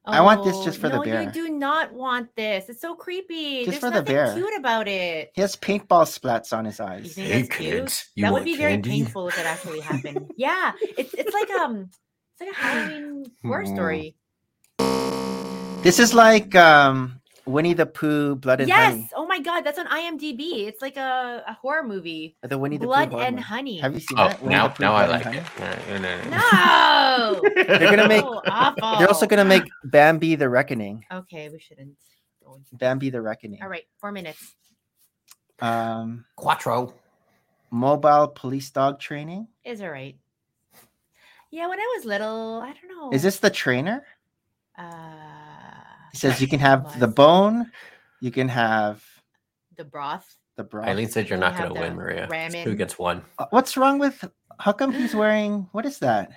[SPEAKER 2] I want this just
[SPEAKER 5] Oh,
[SPEAKER 2] for the
[SPEAKER 5] no,
[SPEAKER 2] bear.
[SPEAKER 5] You do not want this. It's so creepy.
[SPEAKER 2] Just
[SPEAKER 5] There's
[SPEAKER 2] for the
[SPEAKER 5] nothing
[SPEAKER 2] bear.
[SPEAKER 5] cute about it.
[SPEAKER 2] He has paintball splats on his
[SPEAKER 5] You
[SPEAKER 2] eyes.
[SPEAKER 5] think
[SPEAKER 4] Hey,
[SPEAKER 5] that's cute?
[SPEAKER 4] kids, you
[SPEAKER 5] that would
[SPEAKER 4] want
[SPEAKER 5] be
[SPEAKER 4] candy?
[SPEAKER 5] very painful if it actually happened.
[SPEAKER 4] [LAUGHS]
[SPEAKER 5] yeah, it's it's like um, it's like a Halloween horror
[SPEAKER 4] Mm.
[SPEAKER 5] story.
[SPEAKER 2] This is like um, Winnie the Pooh, Blood and
[SPEAKER 5] yes.
[SPEAKER 2] Honey.
[SPEAKER 5] Oh my God, that's on IMDb. It's like a, a horror movie.
[SPEAKER 2] The Winnie the
[SPEAKER 5] Blood
[SPEAKER 2] Pooh horror
[SPEAKER 5] and
[SPEAKER 2] movie.
[SPEAKER 5] Honey.
[SPEAKER 2] Have you seen
[SPEAKER 4] Oh,
[SPEAKER 2] that? Winnie the
[SPEAKER 4] now
[SPEAKER 2] Pooh,
[SPEAKER 4] now I
[SPEAKER 2] Blood and
[SPEAKER 4] like it. No, no,
[SPEAKER 2] Honey?
[SPEAKER 4] no. [LAUGHS]
[SPEAKER 5] No.
[SPEAKER 2] [LAUGHS] They're gonna make-
[SPEAKER 5] Oh, awful.
[SPEAKER 2] They're also gonna make Bambi the Reckoning.
[SPEAKER 5] Okay, we shouldn't. go into-
[SPEAKER 2] Bambi the Reckoning.
[SPEAKER 5] All right, four minutes.
[SPEAKER 2] Um,
[SPEAKER 9] Quattro.
[SPEAKER 2] mobile police dog training.
[SPEAKER 5] Is all right. Yeah, when I was little, I don't know.
[SPEAKER 2] Is this the trainer?
[SPEAKER 5] uh
[SPEAKER 2] He says you
[SPEAKER 5] [LAUGHS]
[SPEAKER 2] can have the
[SPEAKER 5] Lies.
[SPEAKER 2] bone, you can have
[SPEAKER 5] the broth?
[SPEAKER 2] the broth.
[SPEAKER 4] Eileen said you're
[SPEAKER 5] We
[SPEAKER 4] not
[SPEAKER 5] have
[SPEAKER 4] going to win,
[SPEAKER 5] the
[SPEAKER 4] Maria. It's Who
[SPEAKER 5] ramen.
[SPEAKER 4] gets
[SPEAKER 5] [LAUGHS]
[SPEAKER 4] one? [LAUGHS]
[SPEAKER 2] Uh, What's wrong with? How come he's wearing? What is that?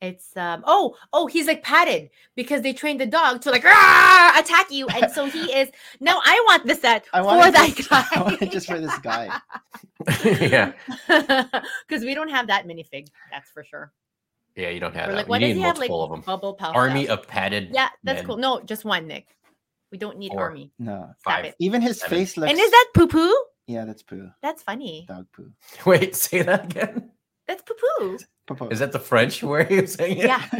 [SPEAKER 5] It's um oh oh he's like patted because they trained the dog to like "Rah!" attack you and so he
[SPEAKER 2] [LAUGHS]
[SPEAKER 5] is now I want this set
[SPEAKER 2] I
[SPEAKER 5] for
[SPEAKER 2] want it
[SPEAKER 5] that
[SPEAKER 2] just- [LAUGHS]
[SPEAKER 5] guy
[SPEAKER 2] I want it just
[SPEAKER 5] [LAUGHS]
[SPEAKER 2] for this guy.
[SPEAKER 4] yeah,
[SPEAKER 5] because we don't have that minifig that's for sure
[SPEAKER 4] yeah, you don't have
[SPEAKER 5] we're
[SPEAKER 4] that.
[SPEAKER 5] like
[SPEAKER 4] you
[SPEAKER 5] what does
[SPEAKER 4] need
[SPEAKER 5] he have like
[SPEAKER 4] multiple of them.
[SPEAKER 5] bubble pal
[SPEAKER 4] Army of padded.
[SPEAKER 5] yeah that's
[SPEAKER 4] men.
[SPEAKER 5] cool no just one Nick we don't need
[SPEAKER 4] Four.
[SPEAKER 5] army
[SPEAKER 2] No,
[SPEAKER 5] Stop
[SPEAKER 4] Five.
[SPEAKER 5] it.
[SPEAKER 2] even his
[SPEAKER 4] Seven.
[SPEAKER 2] face looks.
[SPEAKER 5] and is that poo poo
[SPEAKER 2] Yeah, that's poo.
[SPEAKER 5] that's funny
[SPEAKER 2] Dog poo.
[SPEAKER 4] [LAUGHS] Wait, say that again.
[SPEAKER 5] that's poo
[SPEAKER 2] [LAUGHS]
[SPEAKER 5] poo
[SPEAKER 2] Popo.
[SPEAKER 4] Is that the French way of saying it?
[SPEAKER 5] yeah
[SPEAKER 2] [LAUGHS]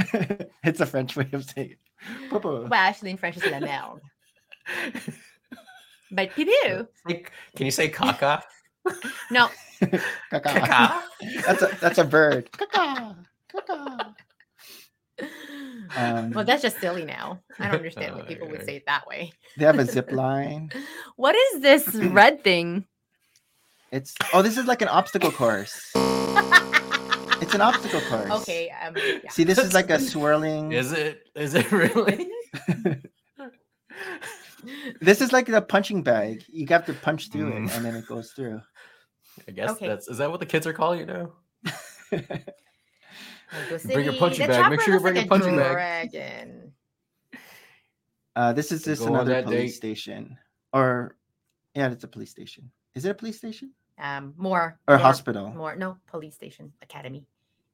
[SPEAKER 2] it's a French way of saying it. Popo.
[SPEAKER 5] well actually in French it's la
[SPEAKER 4] [LAUGHS]
[SPEAKER 5] merde but poo poo
[SPEAKER 4] [LAUGHS] Like, can you say caca?
[SPEAKER 5] no
[SPEAKER 2] Caca.
[SPEAKER 4] Caca.
[SPEAKER 2] [LAUGHS] That's a that's a bird. Caca. Caca. Um,
[SPEAKER 5] [LAUGHS] well, that's just silly now. I don't
[SPEAKER 4] [LAUGHS]
[SPEAKER 5] understand why
[SPEAKER 4] Oh,
[SPEAKER 5] people would
[SPEAKER 4] yeah.
[SPEAKER 5] say it that way.
[SPEAKER 2] They have a zip line.
[SPEAKER 5] What
[SPEAKER 4] [CLEARS THROAT]
[SPEAKER 5] is this red thing?
[SPEAKER 2] It's oh, this is like an obstacle
[SPEAKER 5] [LAUGHS]
[SPEAKER 2] course. It's an obstacle course.
[SPEAKER 5] Okay. [LAUGHS] Um, yeah.
[SPEAKER 2] See, this is
[SPEAKER 5] [LAUGHS]
[SPEAKER 2] like a swirling.
[SPEAKER 4] Is it? Is it [LAUGHS] really?
[SPEAKER 2] This is like the punching bag. You have to punch through
[SPEAKER 4] Mm.
[SPEAKER 2] it, and then it goes through.
[SPEAKER 4] I guess
[SPEAKER 5] Okay.
[SPEAKER 4] that's. Is that what the kids are calling it now?
[SPEAKER 5] Lego
[SPEAKER 4] Bring your
[SPEAKER 5] City.
[SPEAKER 4] punching
[SPEAKER 5] The
[SPEAKER 4] bag. Make
[SPEAKER 5] chopper
[SPEAKER 4] sure you
[SPEAKER 5] looks
[SPEAKER 4] bring
[SPEAKER 5] like
[SPEAKER 4] your punching bag.
[SPEAKER 5] Dragon.
[SPEAKER 2] Uh, this is
[SPEAKER 4] To
[SPEAKER 2] just
[SPEAKER 4] go on
[SPEAKER 2] another
[SPEAKER 4] that
[SPEAKER 2] police
[SPEAKER 4] date.
[SPEAKER 2] station, or yeah, it's a police station. Is it a police station
[SPEAKER 5] Um, more
[SPEAKER 2] or
[SPEAKER 5] more-
[SPEAKER 2] hospital?
[SPEAKER 5] More no police station academy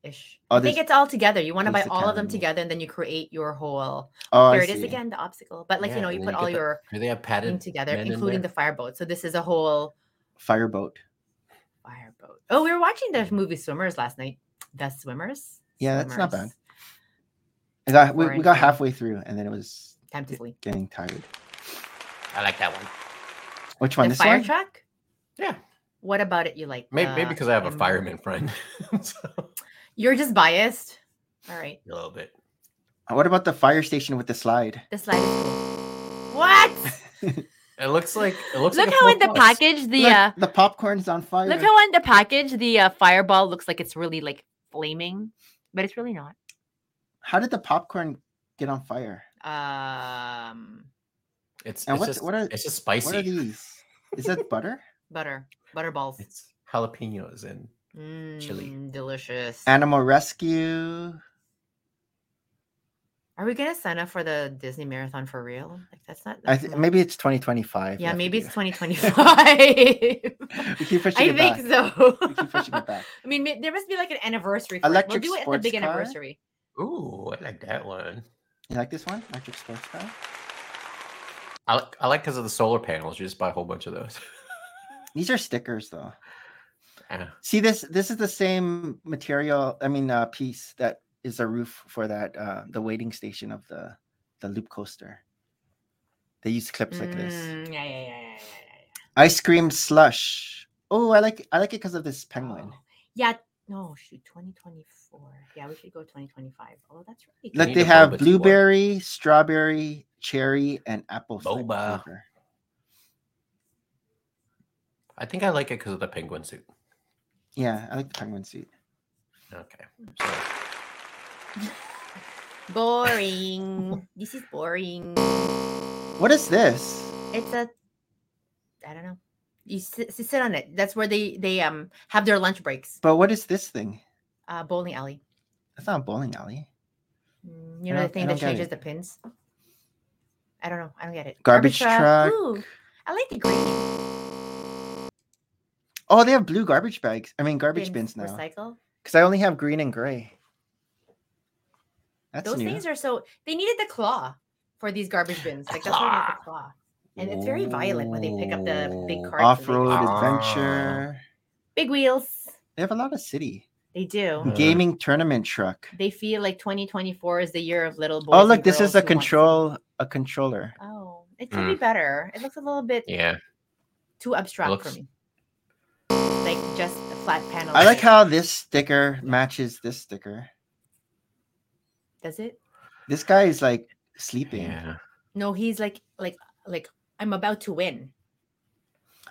[SPEAKER 5] ish.
[SPEAKER 2] Oh,
[SPEAKER 5] I think
[SPEAKER 2] this-
[SPEAKER 5] it's all together. You want to buy
[SPEAKER 2] police
[SPEAKER 5] all of them
[SPEAKER 2] academy.
[SPEAKER 5] together, and then you create your whole.
[SPEAKER 2] Oh,
[SPEAKER 5] there
[SPEAKER 2] I
[SPEAKER 5] it is
[SPEAKER 2] see.
[SPEAKER 5] again, the obstacle. But like
[SPEAKER 4] Yeah,
[SPEAKER 5] you know, you
[SPEAKER 4] and
[SPEAKER 5] put
[SPEAKER 4] then you
[SPEAKER 5] all
[SPEAKER 4] get the
[SPEAKER 5] your
[SPEAKER 4] Do they have
[SPEAKER 5] thing
[SPEAKER 4] padded
[SPEAKER 5] together,
[SPEAKER 4] men in
[SPEAKER 5] including the
[SPEAKER 4] there?
[SPEAKER 5] fireboat. So this is a whole
[SPEAKER 2] Fireboat.
[SPEAKER 5] Fireboat. Oh, we were watching the movie Swimmers last night. The Swimmers.
[SPEAKER 2] Yeah, that's not
[SPEAKER 5] Swimmers.
[SPEAKER 2] I got, we, we
[SPEAKER 5] Foreign
[SPEAKER 2] got
[SPEAKER 5] thing.
[SPEAKER 2] halfway through, and then it was
[SPEAKER 5] Time to sleep.
[SPEAKER 2] getting tired.
[SPEAKER 4] I like that one.
[SPEAKER 2] Which one?
[SPEAKER 5] the
[SPEAKER 2] this
[SPEAKER 5] fire
[SPEAKER 2] one?
[SPEAKER 5] truck.
[SPEAKER 4] Yeah.
[SPEAKER 5] What about it? You like?
[SPEAKER 4] Maybe,
[SPEAKER 5] the
[SPEAKER 4] maybe because I have a
[SPEAKER 5] M- [LAUGHS]
[SPEAKER 4] fireman friend. [LAUGHS] so,
[SPEAKER 5] You're just biased. All right.
[SPEAKER 4] a little bit.
[SPEAKER 2] What about the fire station with the slide?
[SPEAKER 5] The slide. Is cool.
[SPEAKER 2] [LAUGHS]
[SPEAKER 5] What?
[SPEAKER 4] It looks like it looks.
[SPEAKER 5] look
[SPEAKER 4] like a
[SPEAKER 5] how
[SPEAKER 4] full
[SPEAKER 5] in the
[SPEAKER 4] bus.
[SPEAKER 5] package the
[SPEAKER 2] Look,
[SPEAKER 5] uh,
[SPEAKER 2] the popcorn's on fire.
[SPEAKER 5] look how in the package the uh, fireball looks like it's really like flaming, but it's really not.
[SPEAKER 2] How did the popcorn get on fire?
[SPEAKER 5] Um,
[SPEAKER 4] It's,
[SPEAKER 2] And
[SPEAKER 4] it's
[SPEAKER 2] what's-
[SPEAKER 4] just
[SPEAKER 2] what are-
[SPEAKER 4] it's just
[SPEAKER 2] What are
[SPEAKER 4] spicy.
[SPEAKER 2] these?
[SPEAKER 4] [LAUGHS]
[SPEAKER 2] Is that butter?
[SPEAKER 5] butter, butter balls.
[SPEAKER 4] It's jalapenos and chili.
[SPEAKER 5] Mm, delicious.
[SPEAKER 2] Animal rescue.
[SPEAKER 5] Are we gonna sign up for the Disney marathon for real? Like that's not.
[SPEAKER 2] I
[SPEAKER 5] that's
[SPEAKER 2] th-
[SPEAKER 5] not-
[SPEAKER 2] maybe it's 2025. we
[SPEAKER 5] Yeah,
[SPEAKER 2] have to [LAUGHS]
[SPEAKER 5] maybe it's
[SPEAKER 2] do.
[SPEAKER 5] 2025. [LAUGHS] I
[SPEAKER 2] We keep pushing it
[SPEAKER 5] think
[SPEAKER 2] back.
[SPEAKER 5] so.
[SPEAKER 2] We keep pushing
[SPEAKER 5] [LAUGHS]
[SPEAKER 2] it back.
[SPEAKER 5] I mean, ma- there must be like an anniversary. For
[SPEAKER 2] Electric
[SPEAKER 5] it. We'll do it at
[SPEAKER 2] sports
[SPEAKER 5] the big
[SPEAKER 2] car?
[SPEAKER 5] anniversary.
[SPEAKER 4] Ooh, I like that one.
[SPEAKER 2] You like this one? Electric sports car.
[SPEAKER 4] I like I like because of the solar panels. You just buy a whole bunch of those. [LAUGHS]
[SPEAKER 2] These are stickers, though.
[SPEAKER 4] Yeah.
[SPEAKER 2] See this? This is the same material. I mean, uh, piece that is the roof for that uh, the waiting station of the the loop coaster. They use clips like this.
[SPEAKER 5] Mm, yeah, yeah, yeah, yeah, yeah, yeah,
[SPEAKER 2] Ice cream slush. Oh, I like I like it because of this penguin.
[SPEAKER 5] Oh, yeah. No, shoot, 2024. Yeah, we should go 2025. Oh, that's right.
[SPEAKER 4] Let
[SPEAKER 2] Like
[SPEAKER 4] need
[SPEAKER 2] they
[SPEAKER 4] a boba
[SPEAKER 2] have
[SPEAKER 4] tea one.
[SPEAKER 2] blueberry, strawberry, cherry, and apple fla-
[SPEAKER 4] Boba.
[SPEAKER 2] flavor.
[SPEAKER 4] I think I like it because of the penguin suit.
[SPEAKER 2] Yeah, I like the penguin suit.
[SPEAKER 4] Okay. So,
[SPEAKER 5] boring. this is boring.
[SPEAKER 2] What is this?
[SPEAKER 5] It's a. I don't know. You sit, sit on it. That's where they they um have their lunch breaks.
[SPEAKER 2] But what is this thing?
[SPEAKER 5] Uh, bowling alley.
[SPEAKER 2] That's not a bowling alley.
[SPEAKER 5] Mm, You
[SPEAKER 2] I
[SPEAKER 5] know the
[SPEAKER 2] don't- I
[SPEAKER 5] thing
[SPEAKER 2] don't
[SPEAKER 5] that
[SPEAKER 2] get
[SPEAKER 5] changes
[SPEAKER 2] it.
[SPEAKER 5] the pins? I don't know. I don't get it.
[SPEAKER 2] Garbage truck.
[SPEAKER 5] Ooh, I like the green.
[SPEAKER 2] Oh, they have blue garbage bags. I mean, garbage bins,
[SPEAKER 5] Bins,
[SPEAKER 2] now.
[SPEAKER 5] Recycle.
[SPEAKER 2] Because I only have green and gray. That's
[SPEAKER 5] Those
[SPEAKER 2] new.
[SPEAKER 5] things are so. They needed the claw for these garbage bins. Like that's why they have the claw. And it's very violent when they pick up the big
[SPEAKER 4] Ooh.
[SPEAKER 5] carts. and they-
[SPEAKER 2] Off-road
[SPEAKER 4] Ah.
[SPEAKER 2] adventure.
[SPEAKER 5] Big wheels.
[SPEAKER 2] They have a lot of city
[SPEAKER 5] They do.
[SPEAKER 4] Yeah.
[SPEAKER 2] gaming tournament truck.
[SPEAKER 5] They feel like 2024 is the year of little boys.
[SPEAKER 2] Oh,
[SPEAKER 5] and
[SPEAKER 2] look, this
[SPEAKER 5] girls
[SPEAKER 2] is a
[SPEAKER 5] who want-
[SPEAKER 2] control, Mm. a controller.
[SPEAKER 5] Oh, it could be better. It looks a little bit
[SPEAKER 4] Yeah.
[SPEAKER 5] too abstract for
[SPEAKER 4] looks-
[SPEAKER 5] me. Like just a flat panel.
[SPEAKER 2] I like
[SPEAKER 5] thing.
[SPEAKER 2] how this sticker matches this sticker.
[SPEAKER 5] does it?
[SPEAKER 2] This guy is like sleeping.
[SPEAKER 4] Yeah.
[SPEAKER 5] No, he's like like like I'm about to win.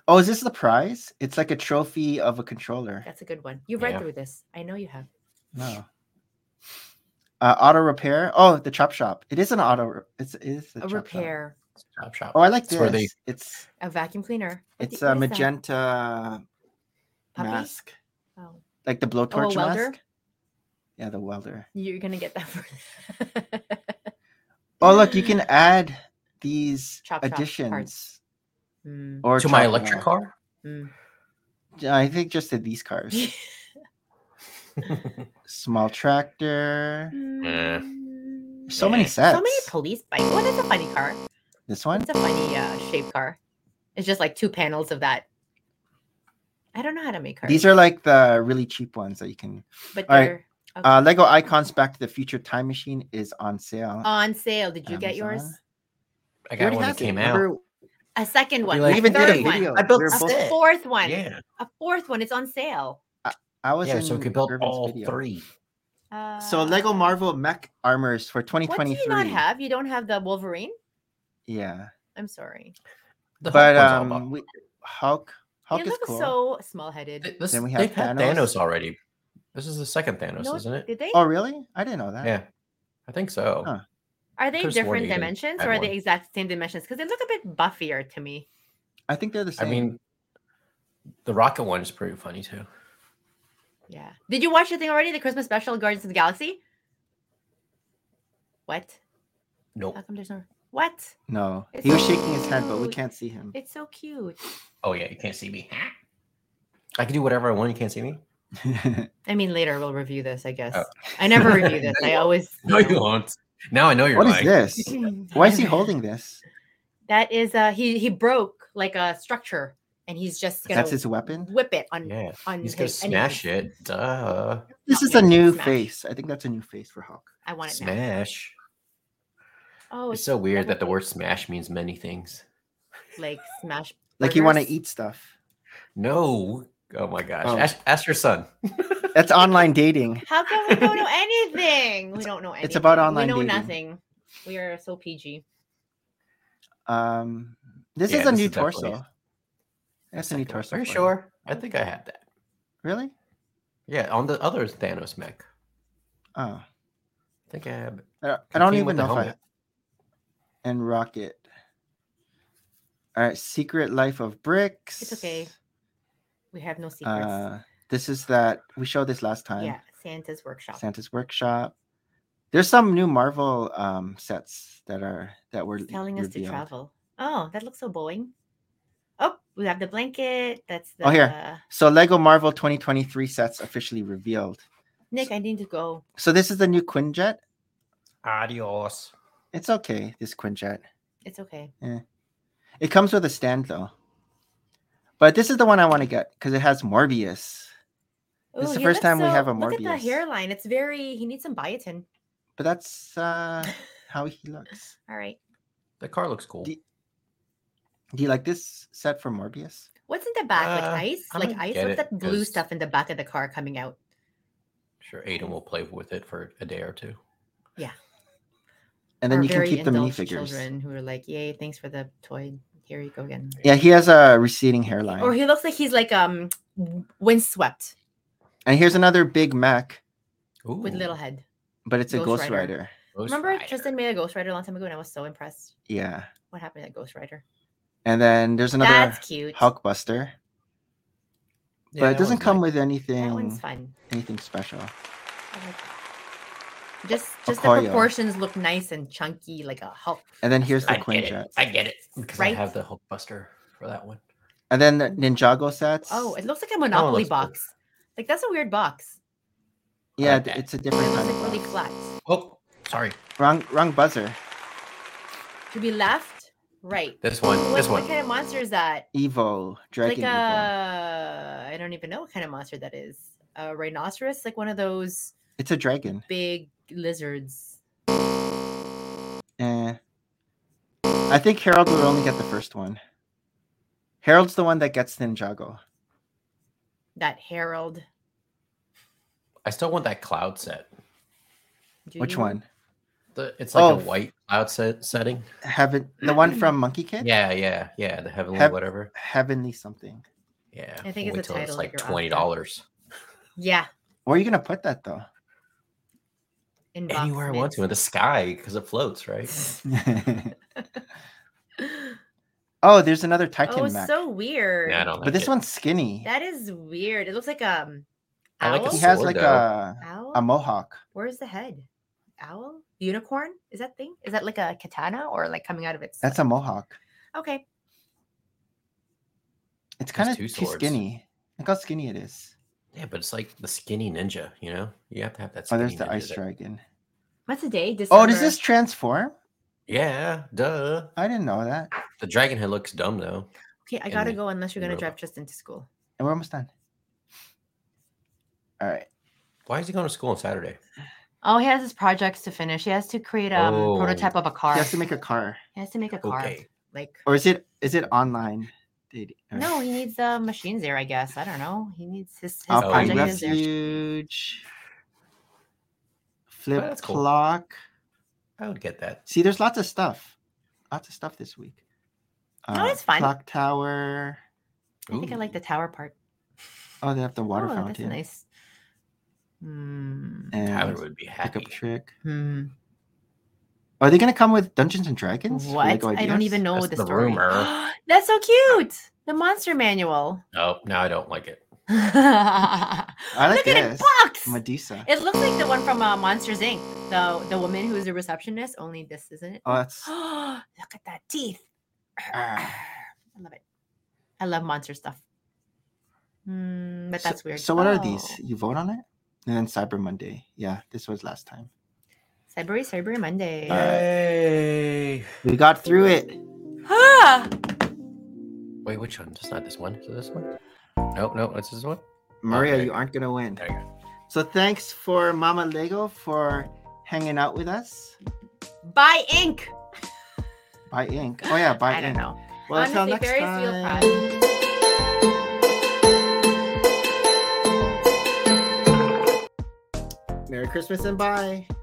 [SPEAKER 2] Oh, is this the prize? It's like a trophy of a controller.
[SPEAKER 5] That's a good one. You've read
[SPEAKER 4] Yeah.
[SPEAKER 5] through this. I know you have.
[SPEAKER 2] No. Uh, auto repair. Oh, the chop shop. It is an auto. re- It's it is a,
[SPEAKER 5] A
[SPEAKER 2] chop shop.
[SPEAKER 5] repair,
[SPEAKER 4] Chop shop.
[SPEAKER 2] Oh, I like this.
[SPEAKER 4] It's where they-
[SPEAKER 2] It's
[SPEAKER 5] a vacuum cleaner. What
[SPEAKER 2] it's
[SPEAKER 5] the-
[SPEAKER 2] a
[SPEAKER 5] what is that?
[SPEAKER 2] magenta
[SPEAKER 5] Puppy?
[SPEAKER 2] mask,
[SPEAKER 5] Oh,
[SPEAKER 2] like the blowtorch
[SPEAKER 5] welder?
[SPEAKER 2] mask. Yeah, the welder.
[SPEAKER 5] you're gonna get that for
[SPEAKER 2] [LAUGHS] Oh, look, you can add these
[SPEAKER 5] Chop shop parts.
[SPEAKER 2] additions
[SPEAKER 5] [LAUGHS] Mm,
[SPEAKER 2] or
[SPEAKER 4] to my
[SPEAKER 2] chop
[SPEAKER 4] electric
[SPEAKER 2] mod.
[SPEAKER 4] car. [LAUGHS]
[SPEAKER 2] [LAUGHS]
[SPEAKER 5] mm.
[SPEAKER 2] I think just to these cars.
[SPEAKER 5] [LAUGHS]
[SPEAKER 2] Small tractor.
[SPEAKER 5] Mm.
[SPEAKER 2] So many sets.
[SPEAKER 5] So many police bikes. What is a funny car?
[SPEAKER 2] this one.
[SPEAKER 5] It's a funny uh, shaped car. It's just like two panels of that. I don't know how to make cars.
[SPEAKER 2] These are like the really cheap ones that you can.
[SPEAKER 5] but
[SPEAKER 2] all right.
[SPEAKER 5] they're okay.
[SPEAKER 2] Uh, Lego Icons Back to the Future Time Machine is on sale.
[SPEAKER 5] on sale. Did you get yours?
[SPEAKER 2] Amazon.
[SPEAKER 4] I
[SPEAKER 2] We
[SPEAKER 4] got
[SPEAKER 2] already
[SPEAKER 4] one that
[SPEAKER 2] has it,
[SPEAKER 4] came out.
[SPEAKER 2] remember?
[SPEAKER 5] A second one.
[SPEAKER 4] like,
[SPEAKER 5] a
[SPEAKER 2] we even did
[SPEAKER 5] third
[SPEAKER 2] a
[SPEAKER 5] one,
[SPEAKER 2] video.
[SPEAKER 4] I built
[SPEAKER 2] We were
[SPEAKER 5] A
[SPEAKER 2] both-
[SPEAKER 4] set.
[SPEAKER 5] fourth one.
[SPEAKER 4] Yeah.
[SPEAKER 5] A fourth one. It's on sale.
[SPEAKER 2] I was
[SPEAKER 4] Yeah.
[SPEAKER 2] in
[SPEAKER 4] So we could build
[SPEAKER 2] Irvin's
[SPEAKER 4] all
[SPEAKER 2] video.
[SPEAKER 4] three.
[SPEAKER 5] Uh,
[SPEAKER 2] So Lego Marvel Mech Armors for
[SPEAKER 5] What do
[SPEAKER 2] 2023.
[SPEAKER 5] you not have? You don't have the Wolverine?
[SPEAKER 2] Yeah,
[SPEAKER 5] I'm sorry.
[SPEAKER 4] The
[SPEAKER 2] but
[SPEAKER 4] Hulk one's all
[SPEAKER 2] um,
[SPEAKER 4] about-
[SPEAKER 2] we, Hulk. Hulk
[SPEAKER 5] They
[SPEAKER 2] is
[SPEAKER 5] look
[SPEAKER 2] cool.
[SPEAKER 5] so small headed.
[SPEAKER 4] Th- this,
[SPEAKER 2] then we have
[SPEAKER 4] they've had
[SPEAKER 2] Thanos.
[SPEAKER 4] Thanos already. This is the second Thanos, isn't it?
[SPEAKER 5] Did they?
[SPEAKER 2] Oh, really? I didn't know that.
[SPEAKER 4] Yeah, I think so.
[SPEAKER 2] Huh.
[SPEAKER 5] Are they
[SPEAKER 4] could've sworn
[SPEAKER 5] different
[SPEAKER 4] they didn't
[SPEAKER 5] dimensions
[SPEAKER 4] have
[SPEAKER 5] or are
[SPEAKER 4] one.
[SPEAKER 5] they exact same dimensions? Because they look a bit buffier to me.
[SPEAKER 2] I think they're the
[SPEAKER 4] I
[SPEAKER 2] same.
[SPEAKER 4] mean, the rocket one is pretty funny too.
[SPEAKER 5] Yeah. Did you watch the thing already? The Christmas special, Guardians of the Galaxy? What?
[SPEAKER 4] Nope.
[SPEAKER 5] How come there's no. What?
[SPEAKER 2] no,
[SPEAKER 5] It's
[SPEAKER 2] he was
[SPEAKER 5] so
[SPEAKER 2] shaking his head, but we
[SPEAKER 5] cute.
[SPEAKER 2] can't see him.
[SPEAKER 5] It's so cute.
[SPEAKER 4] Oh yeah, you can't see me. I can do whatever I want. You can't see me.
[SPEAKER 2] [LAUGHS]
[SPEAKER 5] I mean, later we'll review this, I guess.
[SPEAKER 4] Oh.
[SPEAKER 5] I never
[SPEAKER 4] [LAUGHS]
[SPEAKER 5] review this. I always.
[SPEAKER 4] No, you won't. Now I know you're
[SPEAKER 2] what is
[SPEAKER 4] lying.
[SPEAKER 5] [LAUGHS]
[SPEAKER 2] this? Why is he
[SPEAKER 5] Never.
[SPEAKER 2] holding this?
[SPEAKER 5] That is, uh, he he broke like a structure, and he's just gonna
[SPEAKER 2] That's his weapon.
[SPEAKER 5] whip it on.
[SPEAKER 4] Yeah,
[SPEAKER 5] on
[SPEAKER 4] he's gonna
[SPEAKER 5] his enemies.
[SPEAKER 4] smash it. Duh,
[SPEAKER 2] This is
[SPEAKER 5] yeah,
[SPEAKER 2] a new
[SPEAKER 5] smash.
[SPEAKER 2] face. I think that's a new face for Hulk.
[SPEAKER 5] I want it now.
[SPEAKER 4] smash.
[SPEAKER 5] Oh,
[SPEAKER 4] It's so weird that the
[SPEAKER 5] definitely-
[SPEAKER 4] word "smash" means many things.
[SPEAKER 5] like smash.
[SPEAKER 2] Like you want to
[SPEAKER 5] burgers.
[SPEAKER 2] eat stuff.
[SPEAKER 4] No. Oh my gosh.
[SPEAKER 2] Oh.
[SPEAKER 4] Ask, ask your son.
[SPEAKER 2] That's online dating.
[SPEAKER 5] How come
[SPEAKER 2] [LAUGHS]
[SPEAKER 5] we don't know anything? We don't know anything.
[SPEAKER 2] it's about online
[SPEAKER 5] We know
[SPEAKER 2] dating.
[SPEAKER 5] nothing. We are so PG.
[SPEAKER 2] Um, this
[SPEAKER 4] Yeah,
[SPEAKER 2] is a
[SPEAKER 4] this
[SPEAKER 2] new
[SPEAKER 4] is definitely-
[SPEAKER 2] torso. That's a new torso.
[SPEAKER 4] Are you
[SPEAKER 2] for him.
[SPEAKER 4] sure? I think I had that.
[SPEAKER 2] Really?
[SPEAKER 4] Yeah, on the other Thanos mech.
[SPEAKER 2] Oh,
[SPEAKER 4] I think I have. it.
[SPEAKER 2] I don't, I
[SPEAKER 4] It
[SPEAKER 2] don't
[SPEAKER 4] came with
[SPEAKER 2] even
[SPEAKER 4] the
[SPEAKER 2] know if
[SPEAKER 4] helmet.
[SPEAKER 2] I. And Rocket. All right, Secret Life of Bricks.
[SPEAKER 5] It's okay. We have no secrets.
[SPEAKER 2] Uh, this is that we showed this last time.
[SPEAKER 5] yeah, Santa's workshop.
[SPEAKER 2] Santa's Workshop. There's some new Marvel um, sets that are that were
[SPEAKER 5] It's telling us to
[SPEAKER 2] revealed.
[SPEAKER 5] travel. Oh, that looks so Boeing. Oh, we have the blanket. That's the.
[SPEAKER 2] Oh, here. So Lego Marvel 2023 sets officially revealed.
[SPEAKER 5] Nick, I need to go.
[SPEAKER 2] So this is the new Quinjet.
[SPEAKER 4] Adios.
[SPEAKER 2] It's okay. This Quinjet.
[SPEAKER 5] It's okay.
[SPEAKER 2] It comes with a stand though. But this is the one I want to get because it has Morbius. This is
[SPEAKER 5] Ooh,
[SPEAKER 2] the
[SPEAKER 5] he
[SPEAKER 2] first
[SPEAKER 5] looks
[SPEAKER 2] time we have a
[SPEAKER 5] Look at
[SPEAKER 2] Morbius.
[SPEAKER 5] the hairline. It's very. He needs some biotin.
[SPEAKER 2] But that's
[SPEAKER 5] [LAUGHS]
[SPEAKER 2] uh, how he looks.
[SPEAKER 5] All right.
[SPEAKER 4] The car looks cool.
[SPEAKER 2] Do- Do you like this set for Morbius?
[SPEAKER 5] What's in the back?
[SPEAKER 4] Uh,
[SPEAKER 5] like ice?
[SPEAKER 4] I'm
[SPEAKER 5] Like
[SPEAKER 4] gonna
[SPEAKER 5] ice?
[SPEAKER 4] get
[SPEAKER 5] What's
[SPEAKER 4] it,
[SPEAKER 5] that blue
[SPEAKER 4] 'cause-
[SPEAKER 5] stuff in the back of the car coming out?
[SPEAKER 4] Sure, Aiden will play with it for a day or two.
[SPEAKER 2] And then
[SPEAKER 5] Our
[SPEAKER 2] you can
[SPEAKER 5] very
[SPEAKER 2] keep the
[SPEAKER 5] indulged
[SPEAKER 2] minifigures.
[SPEAKER 5] Children who are like, "Yay! Thanks for the toy. Here you go again."
[SPEAKER 2] Yeah, he has a receding hairline.
[SPEAKER 5] Or Oh, he looks like he's like um w- windswept
[SPEAKER 2] and here's another big Mac,
[SPEAKER 4] Ooh,
[SPEAKER 5] with little head.
[SPEAKER 2] but it's a
[SPEAKER 5] Ghost
[SPEAKER 2] Ghost,
[SPEAKER 5] Rider.
[SPEAKER 2] Rider.
[SPEAKER 4] Ghost
[SPEAKER 5] Remember
[SPEAKER 4] Rider.
[SPEAKER 5] Tristan made a Ghost Rider a long time ago, and I was so impressed.
[SPEAKER 2] Yeah.
[SPEAKER 5] What happened to that Ghost Rider?
[SPEAKER 2] And then there's another
[SPEAKER 5] That's cute.
[SPEAKER 2] Hulkbuster.
[SPEAKER 4] Yeah,
[SPEAKER 2] but
[SPEAKER 4] that
[SPEAKER 2] it doesn't
[SPEAKER 4] one's
[SPEAKER 2] come
[SPEAKER 4] nice.
[SPEAKER 2] with
[SPEAKER 5] that one's
[SPEAKER 2] anything
[SPEAKER 5] fun.
[SPEAKER 2] anything special.
[SPEAKER 5] I like that. Just just
[SPEAKER 2] Okoyo.
[SPEAKER 5] the proportions look nice and chunky, like a Hulk.
[SPEAKER 2] And then here's the
[SPEAKER 4] I get
[SPEAKER 2] Quinjet.
[SPEAKER 4] it. I get it because
[SPEAKER 5] Right?
[SPEAKER 4] I have the Hulkbuster for that one.
[SPEAKER 2] And And then the Ninjago sets.
[SPEAKER 5] Oh, it looks like a Monopoly
[SPEAKER 4] that's good.
[SPEAKER 5] box. Like that's a weird box.
[SPEAKER 2] yeah,
[SPEAKER 4] okay.
[SPEAKER 2] it's a
[SPEAKER 5] It
[SPEAKER 2] different
[SPEAKER 5] looks
[SPEAKER 2] kind
[SPEAKER 5] like
[SPEAKER 2] of
[SPEAKER 5] really
[SPEAKER 2] box.
[SPEAKER 5] flat.
[SPEAKER 4] Oh, sorry.
[SPEAKER 2] Wrong, wrong buzzer.
[SPEAKER 5] To be left, right.
[SPEAKER 4] This one.
[SPEAKER 5] What,
[SPEAKER 4] This
[SPEAKER 5] what
[SPEAKER 4] one.
[SPEAKER 5] kind of monster is that?
[SPEAKER 2] Evo,
[SPEAKER 5] Like
[SPEAKER 2] Dragon Evo.
[SPEAKER 5] a, I don't even know what kind of monster that is. A rhinoceros, like one of those
[SPEAKER 2] It's a dragon.
[SPEAKER 5] big lizards.
[SPEAKER 2] Eh. I think Harold would only get the first one. Harold's the one that gets Ninjago.
[SPEAKER 5] That herald.
[SPEAKER 4] I still want that cloud set.
[SPEAKER 5] Do
[SPEAKER 2] Which
[SPEAKER 5] you?
[SPEAKER 2] one?
[SPEAKER 4] The, it's like
[SPEAKER 2] Oh.
[SPEAKER 4] a white cloud set setting.
[SPEAKER 2] Heaven, the
[SPEAKER 5] [CLEARS THROAT]
[SPEAKER 2] one from Monkey Kid.
[SPEAKER 4] Yeah, yeah, yeah. The heavenly
[SPEAKER 2] Have-
[SPEAKER 4] whatever.
[SPEAKER 2] Heavenly something.
[SPEAKER 4] Yeah.
[SPEAKER 5] I think it's
[SPEAKER 4] wait
[SPEAKER 5] a
[SPEAKER 4] till
[SPEAKER 5] title
[SPEAKER 4] It's
[SPEAKER 5] of
[SPEAKER 4] like
[SPEAKER 5] your author.
[SPEAKER 4] twenty dollars.
[SPEAKER 5] Yeah.
[SPEAKER 2] Where are you gonna put that though? [LAUGHS]
[SPEAKER 5] In box
[SPEAKER 4] Anywhere I want
[SPEAKER 5] [GASPS]
[SPEAKER 4] to in
[SPEAKER 5] mix.
[SPEAKER 4] the sky because it floats, right?
[SPEAKER 2] oh, there's another Titan
[SPEAKER 5] oh,
[SPEAKER 2] mech.
[SPEAKER 5] so weird.
[SPEAKER 4] Nah, I don't.
[SPEAKER 2] but
[SPEAKER 4] like
[SPEAKER 2] this
[SPEAKER 4] it.
[SPEAKER 2] one's skinny.
[SPEAKER 5] That is weird. It looks like um.
[SPEAKER 4] I like a
[SPEAKER 5] owl?
[SPEAKER 2] he has
[SPEAKER 4] sword,
[SPEAKER 2] like
[SPEAKER 4] though.
[SPEAKER 2] a
[SPEAKER 5] owl.
[SPEAKER 2] a mohawk.
[SPEAKER 5] Where's the head? Owl? Unicorn? Is that thing? Is that like a katana or like coming out of its?
[SPEAKER 2] That's a mohawk.
[SPEAKER 5] okay.
[SPEAKER 4] There's
[SPEAKER 2] It's kind of
[SPEAKER 4] two
[SPEAKER 2] too
[SPEAKER 4] swords.
[SPEAKER 2] skinny. Look how skinny it is. Oh,
[SPEAKER 4] Yeah, but it's like the skinny ninja. You know, you have to have that.
[SPEAKER 2] Oh, there's
[SPEAKER 4] skinny
[SPEAKER 2] the ice
[SPEAKER 4] ninja that-
[SPEAKER 2] dragon.
[SPEAKER 5] What's the day?
[SPEAKER 2] Oh,
[SPEAKER 5] December.
[SPEAKER 2] does this transform?
[SPEAKER 4] Yeah, duh.
[SPEAKER 2] I didn't know that.
[SPEAKER 4] The dragon head looks dumb though.
[SPEAKER 5] Okay, I
[SPEAKER 4] in
[SPEAKER 5] gotta
[SPEAKER 4] the
[SPEAKER 5] go unless you're gonna
[SPEAKER 4] robot?
[SPEAKER 5] drive Tristan to school.
[SPEAKER 2] And we're almost done. All right.
[SPEAKER 4] Why is he going to school on Saturday?
[SPEAKER 10] Oh, he has his projects to finish. He has to create a
[SPEAKER 4] Oh.
[SPEAKER 10] prototype of a car.
[SPEAKER 2] He has to make a car.
[SPEAKER 10] He has to make a car.
[SPEAKER 4] Okay.
[SPEAKER 5] Like,
[SPEAKER 2] Or is it is it online? dating? Or-
[SPEAKER 10] No, he needs the machines there, I guess. I don't know. He needs his, his
[SPEAKER 4] Oh,
[SPEAKER 2] Alpine
[SPEAKER 10] project is there.
[SPEAKER 2] Refuge. Flip
[SPEAKER 4] that's cool.
[SPEAKER 2] clock.
[SPEAKER 4] I would get that.
[SPEAKER 2] See, there's lots of stuff. Lots of stuff this week. Uh,
[SPEAKER 5] No, it's fine.
[SPEAKER 2] Clock tower.
[SPEAKER 10] Oh, I think I like the tower part.
[SPEAKER 2] Oh, they have the water
[SPEAKER 10] oh,
[SPEAKER 2] fountain.
[SPEAKER 10] that's nice. Hmm.
[SPEAKER 2] And
[SPEAKER 4] Tyler would be
[SPEAKER 2] pick
[SPEAKER 4] happy.
[SPEAKER 2] up trick.
[SPEAKER 10] Hmm.
[SPEAKER 2] Are they gonna come with Dungeons and Dragons? for
[SPEAKER 10] What?
[SPEAKER 2] Lego
[SPEAKER 10] I don't
[SPEAKER 2] ideas?
[SPEAKER 10] even know
[SPEAKER 4] That's
[SPEAKER 10] the,
[SPEAKER 4] the
[SPEAKER 10] story.
[SPEAKER 4] rumor.
[SPEAKER 10] [GASPS] That's so cute. The monster manual. [LAUGHS]
[SPEAKER 4] No, Oh, no, I don't like it.
[SPEAKER 10] I
[SPEAKER 2] like
[SPEAKER 10] Look at
[SPEAKER 2] this.
[SPEAKER 10] it, box.
[SPEAKER 2] Medusa.
[SPEAKER 10] It looks like the one from uh, Monsters Inc. The the woman who is a receptionist. Only this isn't it.
[SPEAKER 2] Oh,
[SPEAKER 10] [GASPS]
[SPEAKER 2] that's
[SPEAKER 10] Look at that teeth. I
[SPEAKER 2] Ah.
[SPEAKER 10] love it. I love monster stuff. Mm, but
[SPEAKER 2] So-
[SPEAKER 10] that's weird.
[SPEAKER 2] So, what are these?
[SPEAKER 10] Oh,
[SPEAKER 2] You vote on it, and then Cyber Monday. Yeah, this was last time.
[SPEAKER 10] Cyber Cyber Monday.
[SPEAKER 2] All right.
[SPEAKER 4] Yay!
[SPEAKER 2] We got through it.
[SPEAKER 10] Ah!
[SPEAKER 4] Wait, which one? Just not this one. Is it this one? No, no, it's this one.
[SPEAKER 2] Maria,
[SPEAKER 4] Okay.
[SPEAKER 2] you aren't gonna win.
[SPEAKER 4] There you
[SPEAKER 2] So thanks for Mama Lego for hanging out with us.
[SPEAKER 10] Buy ink.
[SPEAKER 2] Buy ink. Oh yeah, buy
[SPEAKER 10] I don't
[SPEAKER 2] ink.
[SPEAKER 10] know.
[SPEAKER 2] Well, until
[SPEAKER 10] Honestly,
[SPEAKER 2] next
[SPEAKER 10] very
[SPEAKER 2] time.
[SPEAKER 10] steel pride.
[SPEAKER 2] Merry Christmas and bye.